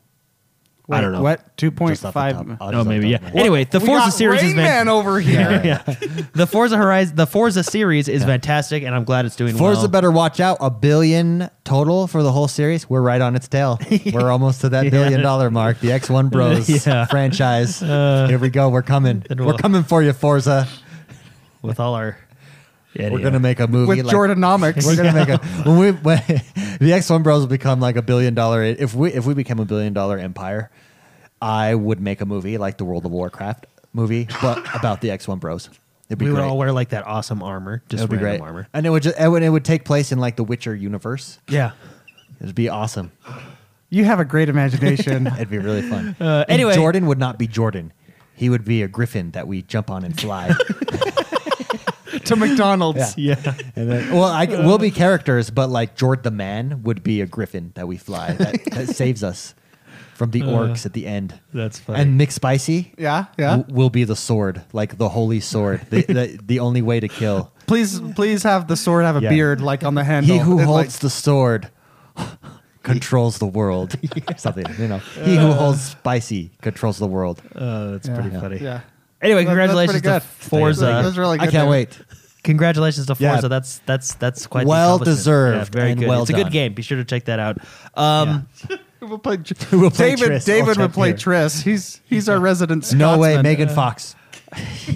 S3: I don't know.
S2: What? Two point
S1: Just off the top.
S2: five.
S1: I'll
S3: Oh,
S1: just
S3: maybe
S1: off the top
S3: yeah.
S1: of my head.
S3: Anyway, the
S2: We
S3: Forza
S2: got
S3: series has
S2: Rain
S3: been
S2: Man over here.
S1: Yeah.
S3: yeah. The Forza Horizon, the Forza series is fantastic, and I'm glad it's doing
S1: Forza
S3: well.
S1: better watch out. A billion total for the whole series. We're right on its tail. We're almost to that
S3: Yeah.
S1: billion dollar mark. The X1 Bros
S3: Yeah.
S1: franchise. Here we go. We're coming.
S3: Then
S1: We're
S3: we'll-
S1: coming for you, Forza.
S3: with all our. Yeah,
S1: We're
S3: yeah.
S1: gonna make a movie
S2: With
S1: like-
S2: Jordanomics.
S1: We're gonna make a when we when, the X1 Bros will become like a billion dollar. If we if we become a billion dollar empire, I would make a movie like the World of Warcraft movie, but about the X1 Bros. It'd be
S3: We would
S1: great.
S3: all wear like that awesome armor,
S1: It
S3: just
S1: would be
S3: random
S1: great.
S3: armor.
S1: And it would just, and it would take place in like the Witcher universe.
S3: Yeah.
S1: It'd be awesome.
S2: You have a great imagination.
S1: It'd be really fun.
S3: Uh,
S1: And
S3: anyway-
S1: Jordan would not be Jordan. He would be a griffin that we jump on and fly.
S2: to McDonald's.
S3: Yeah.
S1: and then, well, I, we'll be characters, but like Jord the man would be a griffin that we fly that, that saves us from the orcs at the end.
S3: Uh, that's funny.
S1: And McSpicy,
S2: Yeah, yeah.
S1: w- will be the sword, like the holy sword, the, the, the only way to kill.
S2: Please, please have the sword have a
S1: Yeah.
S2: beard like on the handle.
S1: He who
S2: It, like,
S1: holds the sword controls the world. Something, you know. He who holds spicy controls the world.
S3: Uh, that's
S2: Uh, Yeah.
S3: pretty
S1: Yeah.
S3: funny.
S2: yeah.
S3: Anyway,
S2: That- that's
S3: congratulations
S2: pretty good.
S3: to
S2: That was
S3: Forza.
S2: really
S1: I
S2: good
S1: can't
S2: there.
S1: wait.
S3: Congratulations to
S1: Yeah.
S3: Forza. That's that's that's quite the
S1: Well
S3: accomplishment.
S1: deserved
S3: Yeah, very
S1: and
S3: good.
S1: well
S3: it's a
S1: done.
S3: good game. Be sure to check that out. Um,
S2: We'll play,
S1: We'll play
S2: David.
S1: Triss
S2: David
S1: all
S2: would play
S1: time
S2: Triss. He's he's our resident.
S1: No way,
S2: Scotsman.
S3: Uh,
S1: Megan Fox.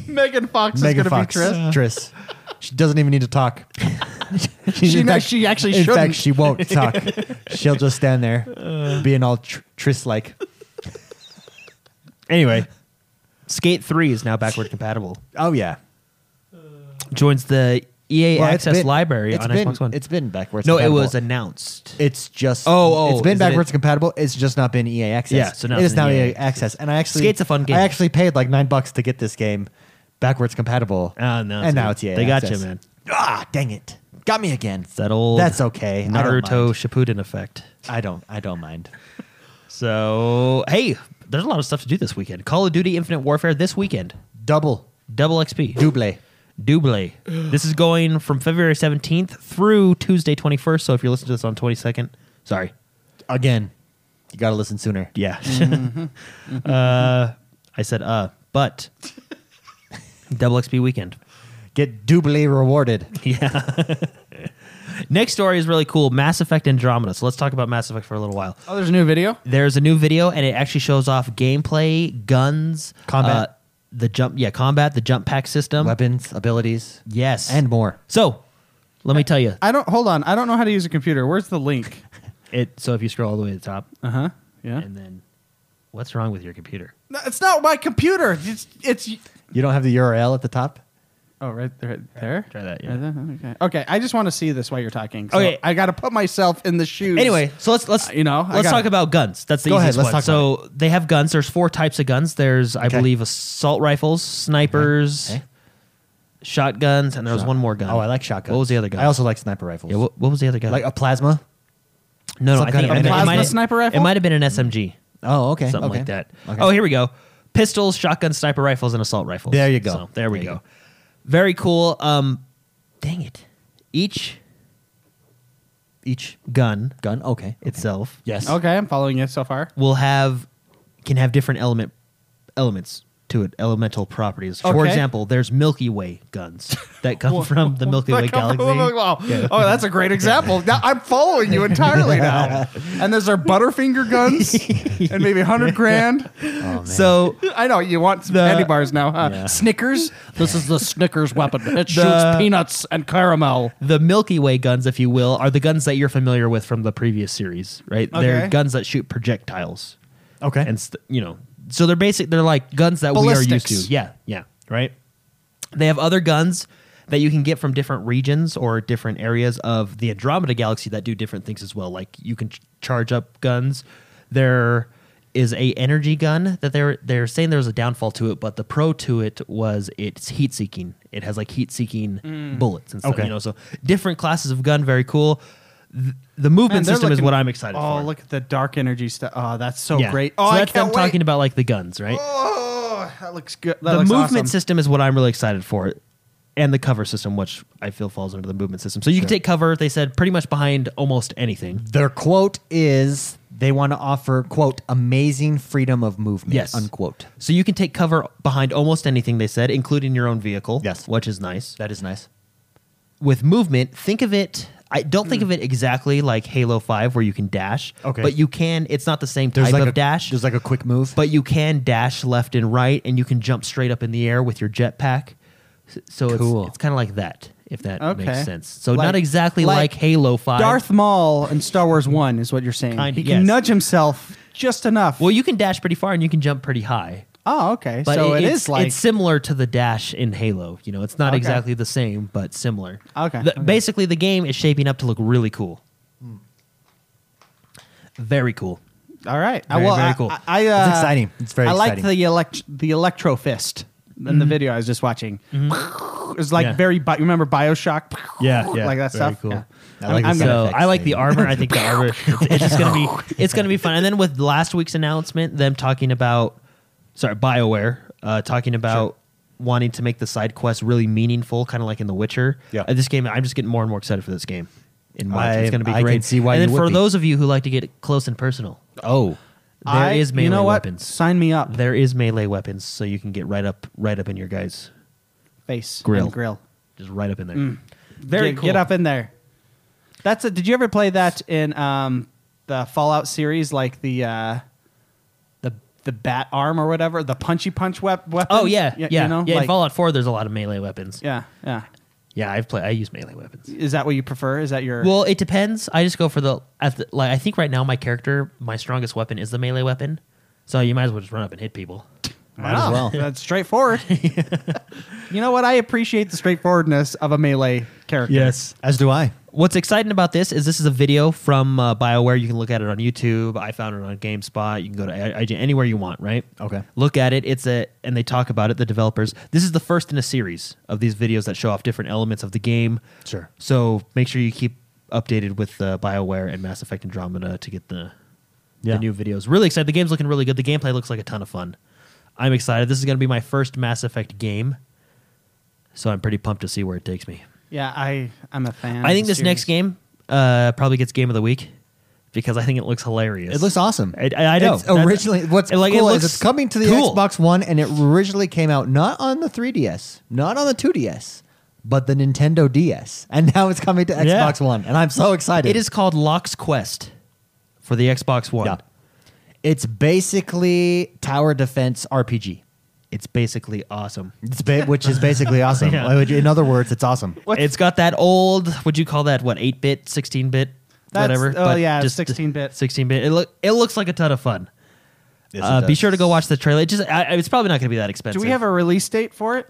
S2: Megan Fox
S1: Megan
S2: is going
S1: Fox.
S2: to be Triss.
S1: Triss. She doesn't even need to talk.
S2: She
S1: in
S2: kno- she actually
S1: In
S2: shouldn't. Uh.
S1: fact, she won't talk. She'll just stand there, being all tr- Triss like.
S3: anyway, Skate Three is now backward compatible.
S1: Oh yeah,
S3: Joins the EA
S1: Well, it's
S3: Access
S1: been-
S3: library
S1: it's
S3: on
S1: been-
S3: Xbox One.
S1: It's been backwards.
S3: no, it
S1: compatible.
S3: was announced.
S1: It's just
S3: Oh, oh,
S1: it's been
S3: is it-
S1: backwards compatible. It's just not been EA access.
S3: Yeah, so now
S1: it
S3: it's
S1: is
S3: in
S1: now
S3: EA
S1: EA access. And I actually
S3: Skate's a fun game.
S1: I actually paid like nine bucks to get this game backwards compatible.
S3: Oh, no, it's
S1: and now
S3: good.
S1: it's EA.
S3: They got
S1: access.
S3: you, man.
S1: Ah, dang it, got me again.
S3: It's that old.
S1: That's okay. I don't
S3: Naruto
S1: mind.
S3: Shippuden effect.
S1: I don't. I don't mind.
S3: So hey, there's a lot of stuff to do this weekend. Call of Duty Infinite Warfare this weekend.
S1: Double
S3: Double XP.
S1: double.
S3: Double. this is going from February 17th through Tuesday 21st. So if you're listening to this on 22nd, sorry.
S1: again. You got to listen sooner.
S3: Yeah. uh, I said uh, but double XP weekend.
S1: Get doubly rewarded.
S3: Next story is really cool Mass Effect Andromeda. So let's talk about Mass Effect for a little while.
S2: Oh, there's a new video.
S3: There's a new video and it actually shows off gameplay, guns,
S1: Combat.
S3: uh, the jump, yeah, combat, the jump pack system.
S1: Weapons, abilities,
S3: Yes.
S1: and more.
S3: so let me tell you.
S2: I don't hold on. I don't know how to use a computer. Where's the link?
S3: It, so if you scroll all the way to the top
S2: Uh huh. Yeah.
S3: and then what's wrong with your computer?
S2: No, it's not my computer. It's it's.
S1: You don't have the URL at the top.
S2: Oh, right there. Right there.
S3: Try that, yeah.
S2: Right there? Okay. Okay. I just want to see this while you're talking. So
S3: Okay.
S2: I got to put myself in the shoes.
S3: Anyway, so let's let's
S2: Uh, you know, I
S3: let's
S2: gotta-
S3: talk about guns. That's the
S1: Go ahead,
S3: easiest
S1: let's
S3: one.
S1: talk
S3: so they have guns. There's four types of guns. There's I
S1: Okay.
S3: believe assault rifles, snipers,
S1: Okay.
S3: shotguns, and there was
S1: Shot-
S3: one more gun.
S1: Oh, I like shotguns.
S3: What was the other gun?
S1: I also like sniper rifles.
S3: yeah, what, what was the other gun?
S1: like a plasma.
S3: no, no,
S1: some
S3: I
S1: kind
S3: think
S1: of A
S3: it, might- it
S1: plasma
S3: might-
S2: sniper rifle?
S3: It might have been an SMG,
S1: Oh, okay.
S3: something
S1: okay.
S3: like that.
S1: Okay.
S3: Oh, here we go. Pistols, shotguns, sniper rifles, and assault rifles.
S1: There you go.
S3: So, there we
S1: There you
S3: go.
S1: go.
S3: Very cool. Um, dang it. Each
S1: Each
S3: gun
S1: gun. Okay.
S3: itself
S1: yes.
S2: Okay, I'm following you so far.
S3: will have can have different element elements to it, elemental properties. For
S2: Okay.
S3: example, there's Milky Way guns that come from the Milky Way galaxy.
S2: Wow. Oh, that's a great example. Now I'm following you entirely now. And there's our Butterfinger guns and maybe 100 grand.
S1: Oh,
S3: So
S2: I know you want some
S3: The-
S2: candy bars now, huh?
S1: Yeah.
S2: Snickers. This is the Snickers weapon. It
S3: The-
S2: peanuts and caramel.
S3: the Milky Way guns, if you will, are the guns that you're familiar with from the previous series, right? They're
S2: Okay.
S3: guns that shoot projectiles,
S1: Okay.
S3: and st- you know, so they're basic. They're like guns that we are used
S2: Ballistics.
S3: to. Yeah, yeah, right. They have other guns that you can get from different regions or different areas of the Andromeda galaxy that do different things as well. Like you can ch- charge up guns. There is a energy gun that they're they're saying there was a downfall to it, but the pro to it was it's heat seeking. It has like heat seeking
S2: Mm.
S3: bullets and stuff.
S1: Okay.
S3: You know, so different classes of gun, very cool. Th- The movement
S2: they're
S3: system is
S2: looking-
S3: what I'm excited
S2: Oh,
S3: for.
S2: look at the dark energy stuff. Oh, that's so
S3: yeah.
S2: great. Oh,
S3: so
S2: I
S3: that's them
S2: can't wait.
S3: talking about like the guns, right?
S2: Oh, that looks good. That
S3: the
S2: looks
S3: movement
S2: awesome.
S3: system is what I'm really excited for, and the cover system, which I feel falls under the movement system. So you can take cover. They said pretty much behind almost anything.
S1: Their quote is they want to offer quote amazing freedom of movement.
S3: Yes.
S1: Unquote.
S3: So you can take cover behind almost anything. They said, including your own vehicle.
S1: Yes.
S3: which is nice.
S1: That is nice.
S3: With movement, think of it. I don't think of it exactly like Halo Five, where you can dash.
S1: Hmm. Okay.
S3: but you can. It's not the same type
S1: like
S3: of
S1: a
S3: dash.
S1: There's like a quick move.
S3: but you can dash left and right, and you can jump straight up in the air with your jetpack. S- So
S1: Cool.
S3: it's, it's kind of like that, if that
S2: Okay.
S3: makes sense. So
S2: Like-
S3: not exactly
S2: like
S3: like, Halo Five.
S2: Darth Maul in Star Wars One is what you're saying.
S3: Kinda,
S2: he can
S3: yes.
S2: nudge himself just enough.
S3: Well, you can dash pretty far and you can jump pretty high.
S2: Oh, okay.
S3: But
S2: so
S3: it-
S2: it
S3: it's,
S2: is like
S3: it's similar to the dash in Halo. You know, it's not
S2: Okay.
S3: exactly the same, but similar.
S2: Okay,
S3: The-
S2: okay. Hmm.
S3: Basically, the game is shaping up to look really cool. Very cool.
S2: all right. Uh,
S3: Very,
S2: well,
S3: very
S2: I-
S3: cool.
S2: I, I, uh,
S1: It's exciting. It's very
S2: I liked
S1: exciting.
S2: the elect the electro fist in the video I was just watching. It was like
S3: Mm-hmm. Yeah.
S2: very. Bi- remember Bioshock?
S1: Yeah, yeah.
S2: like that
S1: Very
S2: stuff.
S1: cool.
S2: Yeah.
S1: I
S2: I'm-
S1: like the
S2: I'm
S1: sound
S2: gonna-
S3: so
S1: effects
S3: I like the
S1: thing.
S3: armor. I think the armor it's, it's gonna be it's gonna be fun. And then with last week's announcement, them talking about sorry Bioware uh, talking about wanting to make the side quests really meaningful, kind of like in The Witcher.
S1: Yeah.
S3: Uh, this game, I'm just getting more and more excited for this game. In March,
S1: I-
S3: it's gonna be
S1: I
S3: great.
S1: can see why
S3: And
S1: you
S3: then
S1: would
S3: for
S1: be.
S3: those of you who like to get close and personal,
S1: Oh,
S3: there is
S2: I-
S3: melee
S2: you know what?
S3: weapons.
S2: Sign me up.
S3: There is melee weapons, so you can get right up, right up in your guys,
S2: Face
S3: Grill.
S2: and grill.
S3: just right up in there.
S1: Mm.
S3: Very
S2: get,
S3: cool.
S2: Get up in there. That's a, did you ever play that in um, the Fallout series, like the uh, the the bat arm or whatever, the punchy punch wep- weapon?
S3: Oh yeah, yeah, yeah.
S2: You know,
S3: in
S2: like-
S3: Fallout Four, there's a lot of melee weapons.
S2: yeah, yeah.
S3: Yeah, I've played. I use melee weapons.
S2: Is that what you prefer? Is that your
S3: Well, it depends. I just go for the at the, like. I think right now my character, my strongest weapon is the melee weapon, so you might as well just run up and hit people.
S1: might as well.
S2: That's straightforward. you know what? I appreciate the straightforwardness of a melee character.
S1: as do I.
S3: What's exciting about this is this is a video from uh, BioWare. You can look at it on YouTube. I found it on GameSpot. You can go to I- IGN anywhere you want, right?
S1: Okay.
S3: Look at it. It's a and they talk about it. The developers. This is the first in a series of these videos that show off different elements of the game.
S1: Sure.
S3: So make sure you keep updated with uh, BioWare and Mass Effect Andromeda to get the
S1: Yeah.
S3: the new videos. Really excited. The game's looking really good. The gameplay looks like a ton of fun. I'm excited. This is going to be my first Mass Effect game, so I'm pretty pumped to see where it takes me.
S2: Yeah, I I'm a fan.
S3: I
S2: of
S3: think
S2: the
S3: this next
S2: series.
S3: game uh, probably gets Game of the Week because I think it looks hilarious.
S1: It looks awesome.
S3: I- I- I know.
S1: It's
S3: That's-
S1: originally, what's
S3: and, like, it
S1: cool
S3: looks
S1: is it's coming to the
S3: cool.
S1: Xbox One, and it originally came out not on the 3DS, not on the 2DS, but the Nintendo DS, and now it's coming to
S3: Yeah.
S1: Xbox One, and I'm so excited.
S3: It is called Locke's Quest for the Xbox One.
S1: Yeah. It's basically tower defense RPG.
S3: It's basically awesome.
S1: It's ba- which is basically awesome.
S3: Yeah.
S1: Like, In other words, it's awesome.
S2: What's-
S3: It's got that old. Would you call that what? Eight bit, sixteen bit,
S2: That's-
S3: whatever.
S2: oh, yeah,
S3: just
S2: 16-bit.
S3: sixteen bit. It look. It looks like a ton of fun. Uh, be sure to go watch the trailer. It just, I, I- it's probably not going to be that expensive.
S2: Do we have a release date for it,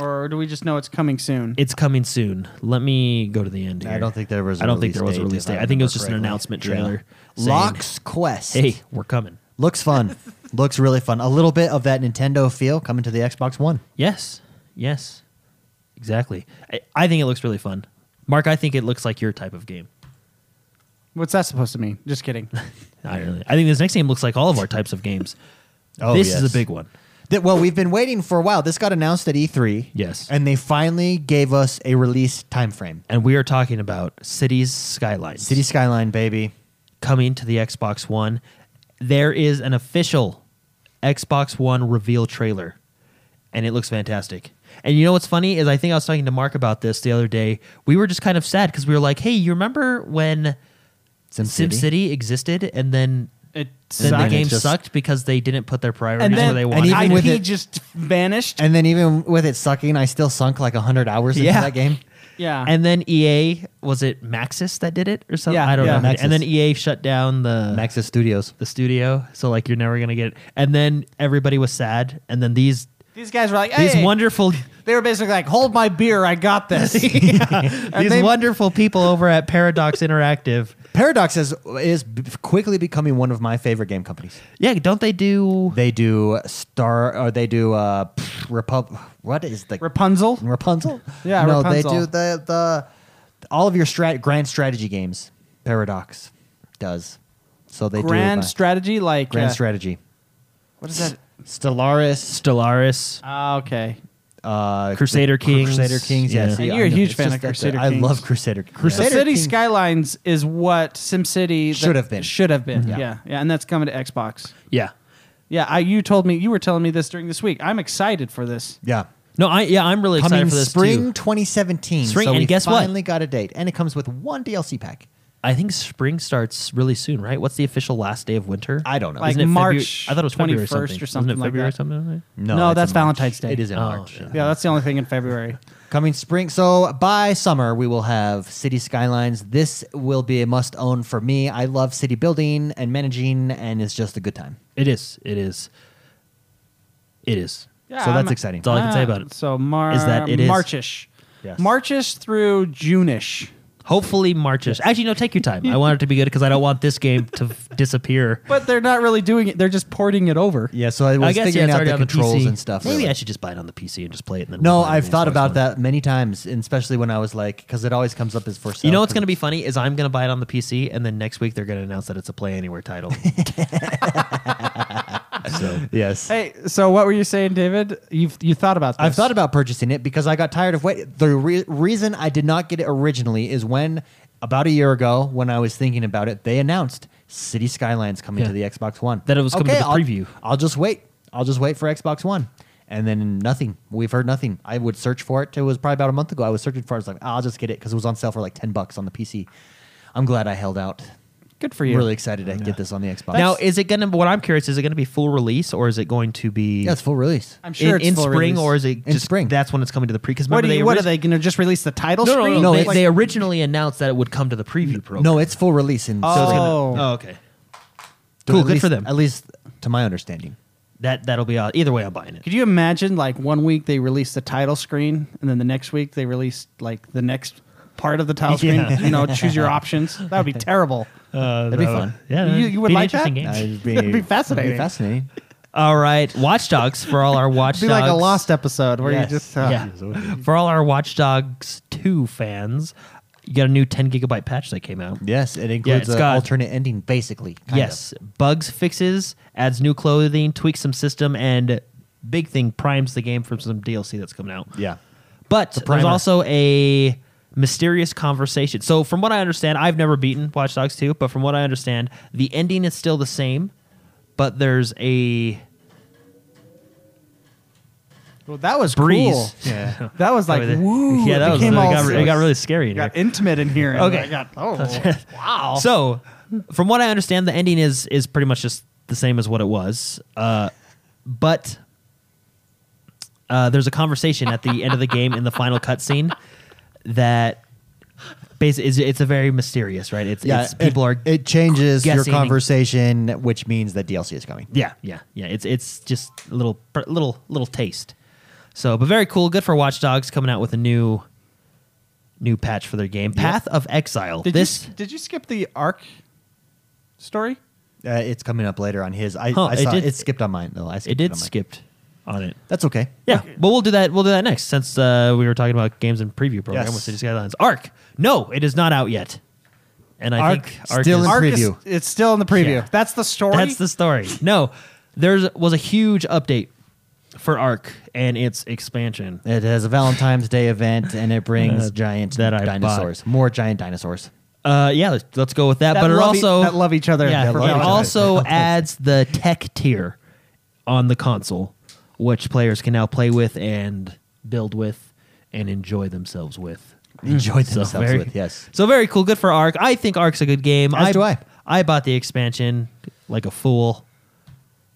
S2: or do we just know it's coming soon?
S3: It's coming soon. Let me go to the end. Here.
S1: I don't think there was. I
S3: I don't think there was a release date. I think it was just an announcement trailer. saying,
S1: Locks Quest.
S3: Hey, we're coming.
S1: looks fun. looks really fun. A little bit of that Nintendo feel coming to the Xbox One.
S3: Yes. Yes. Exactly. I, I think it looks really fun. Mark, I think it looks like your type of game.
S2: What's that supposed to mean? Just kidding.
S3: I really. I think this next game looks like all of our types of games.
S1: Oh,
S3: this is
S1: yes.
S3: a big one.
S1: That well, we've been waiting for a while. This got announced at E3.
S3: Yes.
S1: and they finally gave us a release time frame.
S3: And we are talking about Cities Skylines.
S1: City Skyline, baby.
S3: coming to the Xbox One. There is an official Xbox One reveal trailer, and it looks fantastic. And you know what's funny is I think I was talking to Mark about this the other day. We were just kind of sad because we were like, "Hey, you remember when
S1: Sim
S3: SimCity
S1: City.
S3: existed, and then
S2: It
S3: then the
S1: Sucked.
S3: game
S1: It just- sucked
S3: sucked because they didn't put their priorities
S2: and
S3: where
S2: then
S3: they
S1: and
S3: wanted."
S1: even
S2: IP
S1: with it-
S2: just vanished.
S1: And then even with it sucking, I still sunk like hundred hours into
S3: Yeah.
S1: that game.
S2: yeah,
S3: And then EA was it Maxis that did it or something?
S2: Yeah,
S3: I don't
S2: yeah.
S3: know.
S1: Maxis.
S3: And then EA shut down the
S1: Maxis Studios.
S3: the studio, so like you're never gonna get it. And then everybody was sad, and then these
S2: these guys were like, hey,
S3: these wonderful
S2: they were basically like, hold my beer, I got this.
S3: these
S2: they-
S3: wonderful people over at Paradox Interactive.
S1: Paradox is is b- quickly becoming one of my favorite game companies.
S3: Yeah, don't they do?
S1: They do Star or they do uh pff, Repub what is the
S2: Rapunzel.
S1: Rapunzel?
S2: Yeah,
S1: no,
S2: Rapunzel.
S1: they do the the all of your strat grand strategy games. Paradox does. So they
S2: grand
S1: do uh,
S2: strategy, like
S1: grand
S2: uh,
S1: strategy.
S2: What is that?
S1: Stellaris,
S3: Stellaris,
S2: Ah, okay.
S1: uh,
S3: Crusader
S1: Cru-
S3: Kings.
S1: Crusader Kings,
S3: Yeah.
S1: yes.
S2: And you're a huge fan of Crusader
S1: I
S2: Kings.
S1: love Crusader Kings.
S2: The
S1: Crusader
S2: City
S1: Kings-
S2: Skylines is what SimCity that-
S1: Should have been. Mm-hmm.
S2: Should have been.
S1: Yeah.
S2: Yeah. yeah, and that's coming to Xbox.
S3: yeah.
S2: Yeah, I, you told me you were telling me this during this week. I'm excited for this.
S1: Yeah.
S3: No, I yeah, I'm really
S1: Coming
S3: excited for this
S1: spring
S3: too.
S1: 2017.
S3: Spring,
S1: so
S3: and
S1: we
S3: guess what?
S1: finally got a date. And it comes with one DLC pack.
S3: I think spring starts really soon, right? What's the official last day of winter?
S1: I don't know.
S2: Like
S3: it
S2: March
S3: February? I thought it was February
S2: 21st or
S3: Wasn't
S2: something
S3: it
S2: like
S3: February
S2: that.
S3: or something.
S2: No, No, it's that's in March. Valentine's Day.
S1: It is in
S3: Oh,
S1: March.
S3: yeah.
S2: Yeah, that's the only thing in February.
S1: Coming spring. So by summer, we will have City Skylines. This will be a must own for me. I love city building and managing, and it's just a good time.
S3: It is. It is. It is.
S2: Yeah,
S1: So that's
S2: I'm- Ah,
S1: exciting.
S3: That's all I can say about it.
S2: So Mar-
S3: Is that it is-
S2: Marchish,
S1: Yes.
S2: Marchish through Juneish.
S3: Hopefully Marchish. Actually, no, take your time. I want it to be good because I don't want this game to f- disappear.
S2: But they're not really doing it; they're just porting it over.
S1: Yeah, so I was
S3: I guess yeah,
S1: figuring
S3: it's
S1: out
S3: already
S1: the
S3: on the
S1: controls
S3: PC.
S1: and stuff.
S3: Maybe
S1: really.
S3: I should just buy it on the PC and just play it. And then
S1: No,
S3: we'll play it
S1: I've
S3: when
S1: thought
S3: it's
S1: about
S3: on.
S1: that many times, and especially when I was like, because it always comes up as for sale.
S3: You know what's going to be funny is I'm going to buy it on the PC, and then next week they're going to announce that it's a Play Anywhere title. so
S1: Yes,
S2: Hey, so what were you saying, David? You've you thought about this?
S1: I've thought about purchasing it because I got tired of wait. The re- reason I did not get it originally is when about a year ago, when I was thinking about it, they announced City Skylines coming
S3: Yeah.
S1: to the Xbox One.
S3: That it was coming to the
S1: I'll-
S3: preview.
S1: I'll, just wait. I'll just wait for Xbox One. And then nothing. We've heard nothing. I would search for it. It was probably about a month ago. I was searching for it. I was like, I'll just get it because it was on sale for like ten bucks on the PC. I'm glad I held out.
S2: Good for you.
S1: Really excited to get this on the Xbox.
S3: now, is it going to? What I'm curious is it going to be full release or is it going to be?
S1: yeah, it's full release.
S2: I'm sure
S3: in,
S2: it's
S3: in
S2: full
S3: spring
S2: release.
S3: or is it
S1: In
S3: just
S1: spring.
S3: That's when it's coming to the pre. Because
S2: What, do
S3: remember they
S2: you, what
S3: orig-
S2: are they going to just release the title
S3: No, no,
S2: screen?
S3: no, no,
S1: No,
S3: they,
S1: it's-
S3: they originally announced that it would come to the preview program.
S1: No, it's full release in.
S2: Oh.
S1: spring.
S2: Oh.
S3: oh, okay.
S1: To
S3: Cool,
S1: at
S3: good
S1: least-
S3: for them.
S1: At least to my understanding.
S3: That that'll be odd. Either way, I'm buying it.
S2: Could you imagine like one week they release the title screen and then the next week they release like the next part of the title screen?
S3: Yeah.
S2: You know, choose your options. That would be terrible.
S1: That'd be fun.
S3: Yeah,
S2: You- you would
S3: be an
S2: like
S3: interesting
S2: that?
S3: game.
S1: That'd be,
S2: That'd be fascinating.
S1: that'd be fascinating.
S3: All right, Watch Dogs for all our Watch
S2: It'd be like a lost episode where
S1: Yes.
S2: you just uh,
S3: Yeah, for all our Watch Dogs two fans, you got a new 10 gigabyte patch that came out.
S1: Yes, it includes
S3: it's
S1: an
S3: got-
S1: alternate ending, basically. kind
S3: yes, bugs fixes, adds new clothing, tweaks some system, and big thing primes the game for some DLC that's coming out.
S1: of. Yeah.
S3: But there's
S1: primer.
S3: also a mysterious conversation. So from what I understand, I've never beaten Watch Dogs 2, but from what I understand, the ending is still the same, but there's a
S2: well, that was
S3: breeze.
S2: cool.
S1: Yeah.
S2: That was like
S3: Oh, the-
S2: woo.
S3: yeah, that was it
S2: became all
S3: got, it got really scary.
S2: it
S3: in
S2: got
S3: here.
S2: intimate in here. and
S3: Okay.
S2: I got, oh wow.
S3: So, from what I understand, the ending is is pretty much just the same as what it was. Uh, but uh, there's a conversation at the end of the game in the final cutscene that basically is it's a very mysterious, right? It's,
S1: Yeah.
S3: it's people
S1: it,
S3: are
S1: It changes your
S3: guessing.
S1: conversation, which means that DLC is coming.
S3: Yeah, yeah, yeah. It's it's just a little pr- little little taste. So, but very cool. Good for Watch Dogs coming out with a new new patch for their game, Path of Exile.
S2: did
S3: this
S2: you, did you skip the arc story?
S1: Uh, it's coming up later on his. I,
S3: Huh,
S1: I
S3: it
S1: saw, it,
S3: did-
S1: skipped on mine, though. I skipped
S3: it did
S1: on mine.
S3: skipped on it.
S1: That's okay.
S3: Yeah, but we'll do that. We'll do that next since uh, we were talking about games and preview program
S1: Yes.
S3: with Cities Skylines. Arc. No, it is not out yet. And I
S1: Arc
S3: think Arc
S1: still
S3: is-
S1: in
S2: Arc is-
S1: preview.
S2: it's still in the preview.
S3: Yeah.
S2: That's the story.
S3: That's the story. No, there was a huge update for Arc and its expansion.
S1: It has a Valentine's Day event, and it brings
S3: Uh,
S1: giant
S3: that I bought.
S1: dinosaurs. More giant dinosaurs.
S3: Uh, yeah, let's, let's go with that.
S2: That
S3: but it
S2: love e-
S3: also
S2: that love each other.
S3: Yeah,
S2: That love
S3: it
S2: each other.
S3: also adds the tech tier on the console, which players can now play with and build with and enjoy themselves with.
S1: Enjoy themselves
S3: very,
S1: with, yes.
S3: So very cool. Good for Arc. I think Arc's a good game.
S1: As
S3: I,
S1: do I.
S3: I bought the expansion like a fool,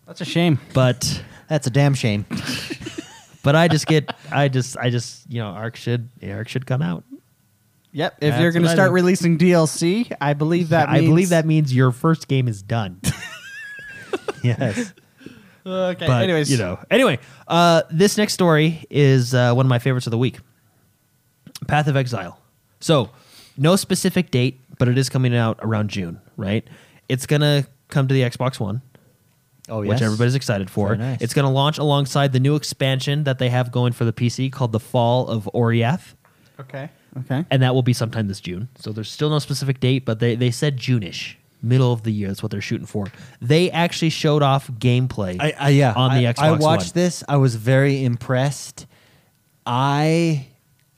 S2: That's a shame.
S3: but
S1: That's a damn shame.
S3: but I just get I just I just you know Arc should Arc should come out.
S2: Yep. If
S3: That's
S2: you're going to
S3: what I
S2: start
S3: think.
S2: releasing DLC, I believe that.
S3: I believe
S2: means-
S3: that means your first game is done.
S1: yes.
S2: Okay.
S3: but
S2: anyways,
S3: you know. Anyway, uh, this next story is uh, one of my favorites of the week. Path of Exile. So, no specific date, but it is coming out around June, right? It's gonna come to the Xbox One,
S1: Oh, yes.
S3: which everybody's excited for.
S1: Very nice.
S3: It's gonna launch alongside the new expansion that they have going for the PC called The Fall of Oriath,
S2: Okay. Okay.
S3: and that will be sometime this June. So there's still no specific date, but they they said June-ish. Middle of the year, that's what they're shooting for. They actually showed off gameplay
S1: I, I yeah.
S3: on the
S1: I,
S3: Xbox
S1: I
S3: One.
S1: watched this. I was very impressed. I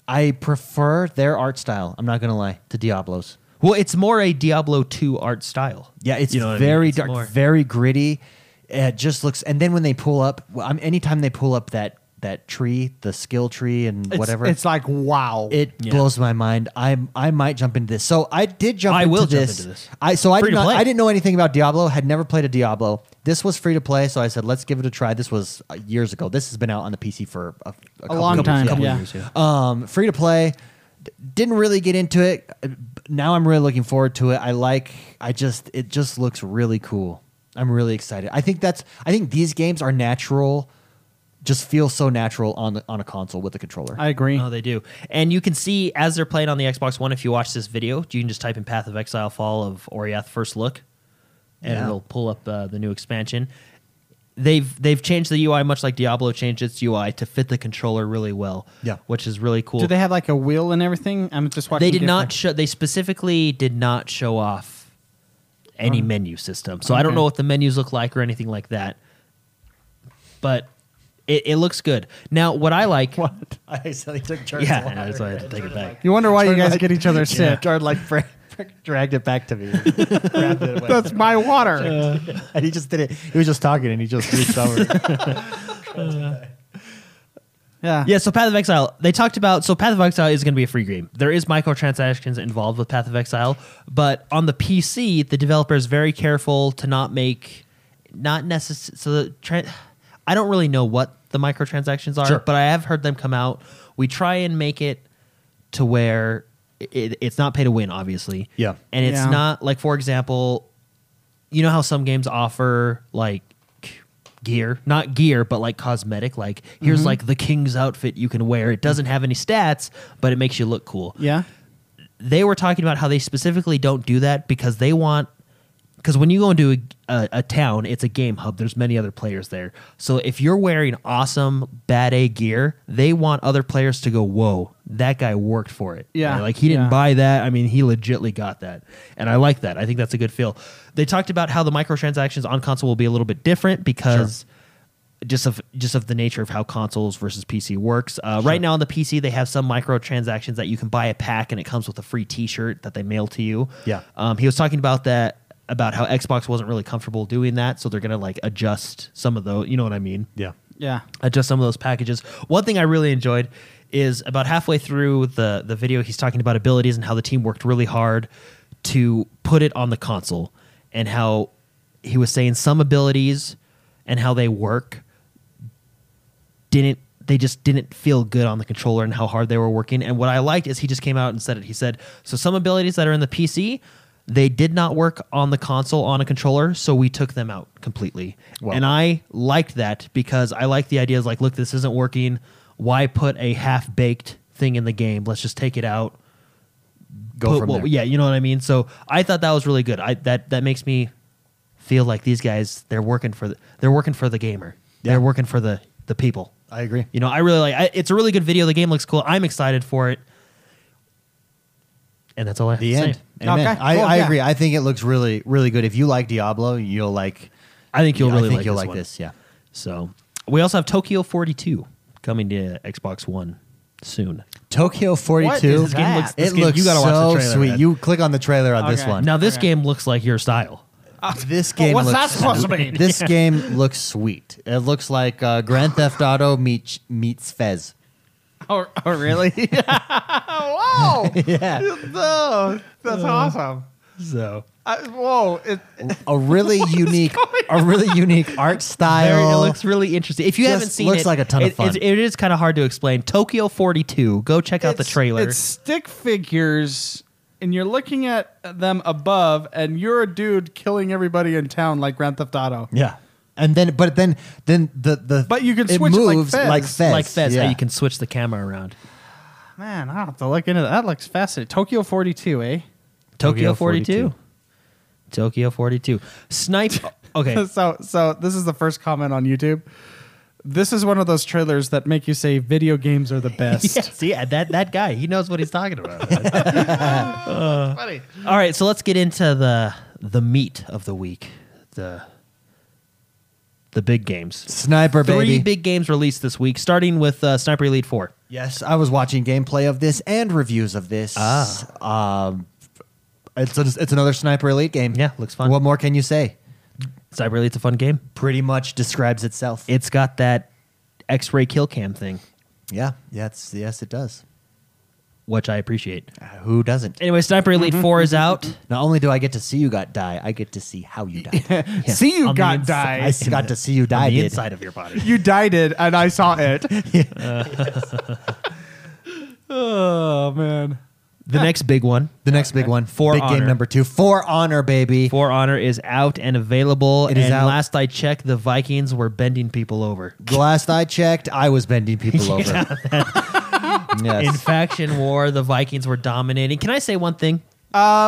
S1: I prefer their art style. I'm not gonna lie to Diablo's.
S3: Well, it's more a Diablo 2 art style.
S1: Yeah, it's
S3: You know what I mean?
S1: very
S3: It's
S1: dark,
S3: more-
S1: very gritty. It just looks. And then when they pull up, well, I'm, anytime they pull up that that tree, the skill tree, and
S2: It's,
S1: whatever,
S2: It's like wow.
S1: it
S3: Yeah.
S1: blows my mind. I I might jump into this. So I did jump.
S3: I
S1: into
S3: will jump
S1: this.
S3: into this.
S1: I so I
S3: Free
S1: did
S3: to
S1: not,
S3: play.
S1: I didn't know anything about Diablo. Had never played a Diablo. This was free to play, so I said let's give it a try. This was uh, years ago. This has been out on the PC for a, a
S2: a
S1: couple
S2: long
S1: years.
S2: time.
S3: couple
S2: yeah.
S3: years, yeah.
S1: Um, free to play. D- Didn't really get into it. Uh, Now I'm really looking forward to it. I like. I just. It just looks really cool. I'm really excited. I think that's. I think these games are natural just feel so natural on the, on a console with a controller.
S2: I agree.
S3: Oh, they do. And you can see as they're playing on the Xbox One, if you watch this video, you can just type in Path of Exile Fall of Oriath First Look, and
S1: Yeah.
S3: it'll pull up uh, the new expansion. They've they've changed the UI much like Diablo changed its UI to fit the controller really well.
S1: Yeah.
S3: which is really cool.
S2: Do they have like a wheel and everything? I'm just watching.
S3: They did not
S2: different-
S3: show. They specifically did not show off any menu system. So I don't
S2: Okay.
S3: know what the menus look like or anything like that. But it, it looks good. Now, what I like.
S1: what? I accidentally took Jared's
S3: Yeah, I
S1: line.
S3: know, that's why I had to take it back.
S2: you wonder why you
S1: Jared,
S2: guys
S1: like-
S2: get each other sick.
S1: Jared like fra- dragged it back to me. Grabbed it away.
S2: That's my water.
S1: and he just did it. He was just talking and he just reached over.
S2: yeah.
S3: Yeah, so Path of Exile. They talked about so Path of Exile is going to be a free game. There is microtransactions involved with Path of Exile, but on the PC, the developer is very careful to not make not necessary. So the tran I don't really know what the microtransactions are,
S1: Sure.
S3: but I have heard them come out. We try and make it to where it, it's not pay to win, obviously.
S1: Yeah.
S3: and it's
S2: Yeah.
S3: not like for example, you know how some games offer like gear not gear but like cosmetic like here's like the king's outfit you can wear it doesn't have any stats but it makes you look cool
S2: Yeah.
S3: they were talking about how they specifically don't do that because they want because when you go into a, a, a town it's a game hub there's many other players there so if you're wearing awesome bad a gear they want other players to go whoa that guy worked for it
S2: Yeah,
S3: like he didn't
S2: yeah.
S3: buy that i mean he legitly got that and i like that i think that's a good feel they talked about how the microtransactions on console will be a little bit different because just of just of the nature of how consoles versus PC works. Uh, Right now on the PC, they have some microtransactions that you can buy a pack and it comes with a free T-shirt that they mail to you.
S1: Yeah.
S3: um, he was talking about that about how Xbox wasn't really comfortable doing that, so they're gonna like adjust some of those. You know what I mean?
S1: yeah.
S2: Yeah.
S3: adjust some of those packages. One thing I really enjoyed is about halfway through the the video, he's talking about abilities and how the team worked really hard to put it on the console, and how he was saying some abilities and how they work didn't they just didn't feel good on the controller and how hard they were working. And what I liked is he just came out and said it. He said, "So some abilities that are in the PC, they did not work on the console on a controller, so we took them out completely."
S1: Wow.
S3: And I liked that because I like the ideas like, "Look, this isn't working. Why put a half-baked thing in the game? Let's just take it out."
S1: Go
S3: put
S1: from
S3: what-
S1: there.
S3: Yeah, you know what I mean. So I thought that was really good. I that that makes me feel like these guys they're working for the, they're working for the gamer.
S1: Yeah.
S3: They're working for the the people.
S1: I agree.
S3: You know, I really like. I, it's a really good video. The game looks cool. I'm excited for it. And that's all I have
S1: The
S3: to
S1: end.
S3: say.
S1: Amen.
S2: Okay,
S1: I,
S2: cool,
S1: I
S2: yeah.
S1: agree. I think it looks really, really good. If you like Diablo, you'll like.
S3: I think you'll
S1: I
S3: really
S1: think
S3: like,
S1: you'll
S3: this
S1: like
S3: one.
S1: this. Yeah.
S3: So we also have Tokyo 42 coming to Xbox One soon.
S1: Tokyo 42.
S2: is This game that? looks-
S1: it
S3: this game-
S1: looks
S3: you gotta
S1: so
S3: watch the trailer,
S1: sweet.
S3: man.
S1: You click on the trailer on this
S2: Okay.
S1: one.
S3: Now this
S2: Okay.
S3: game looks like your style.
S1: This game
S2: what's
S1: looks
S2: that supposed to mean?
S1: This game looks sweet. It looks like uh, Grand Theft Auto meets meets Fez.
S2: Oh, oh really? Whoa.
S1: Yeah. Uh.
S2: No, that's awesome.
S3: So
S2: I, whoa. It,
S1: A really unique a really unique art
S3: Very-
S1: style.
S3: it looks really interesting. If you
S1: Just
S3: haven't seen
S1: looks
S3: it,
S1: like a ton of
S3: it- it's-
S1: fun.
S3: it is kind of hard to explain. Tokyo 42. Go check out the
S2: it's-
S3: trailer.
S2: It's stick figures, and you're looking at them above, and you're a dude killing everybody in town like Grand Theft Auto.
S1: yeah. And then but then then the the
S2: But you can
S1: it
S2: switch it like
S1: moves
S2: Fez.
S1: like Fez.
S3: like Fez,
S1: yeah.
S3: how you can switch the camera around.
S2: Man, I have to look into that. That looks fascinating. Tokyo 42, eh?
S3: Tokyo
S1: Tokyo
S3: 42.
S1: 42.
S3: Tokyo 42. Snipe. Okay.
S2: so, so this is the first comment on YouTube. This is one of those trailers that make you say video games are the best.
S3: Yeah, see, uh, that, that guy, he knows what he's talking about.
S2: Funny.
S3: All right, so let's get into the the meat of the week. The the big games.
S1: Sniper
S3: Three
S1: baby.
S3: big games released this week, starting with uh, Sniper Elite 4.
S1: Yes, I was watching gameplay of this and reviews of this. Ah. Um, it's, it's another Sniper Elite game.
S3: Yeah, looks fun.
S1: What more can you say?
S3: Sniper Elite's a fun game.
S1: Pretty much describes itself.
S3: It's got that X-ray kill cam thing,
S1: yeah, yeah, it's, yes, it does.
S3: which I appreciate.
S1: Uh, who doesn't?
S3: Anyway, Sniper Elite
S1: Mm-hmm.
S3: 4 is out.
S1: Not only do I get to see you got die, I get to see how you died.
S3: Yeah,
S2: See you
S3: on the
S2: got
S3: insi-
S1: I
S2: died.
S1: s- got to see you die.
S3: on the
S1: dude.
S3: inside of your body.
S2: You died it, and I saw it. oh man.
S3: The next big one,
S1: The next big one,
S3: For
S1: big
S3: Honor.
S1: game number two, for honor, baby.
S3: For Honor, is out and available.
S1: It is
S3: and
S1: out.
S3: last I checked, the Vikings were bending people over.
S1: The last I checked, I was bending people over.
S3: In
S1: yes.
S3: faction war, the Vikings were dominating. Can I say one thing?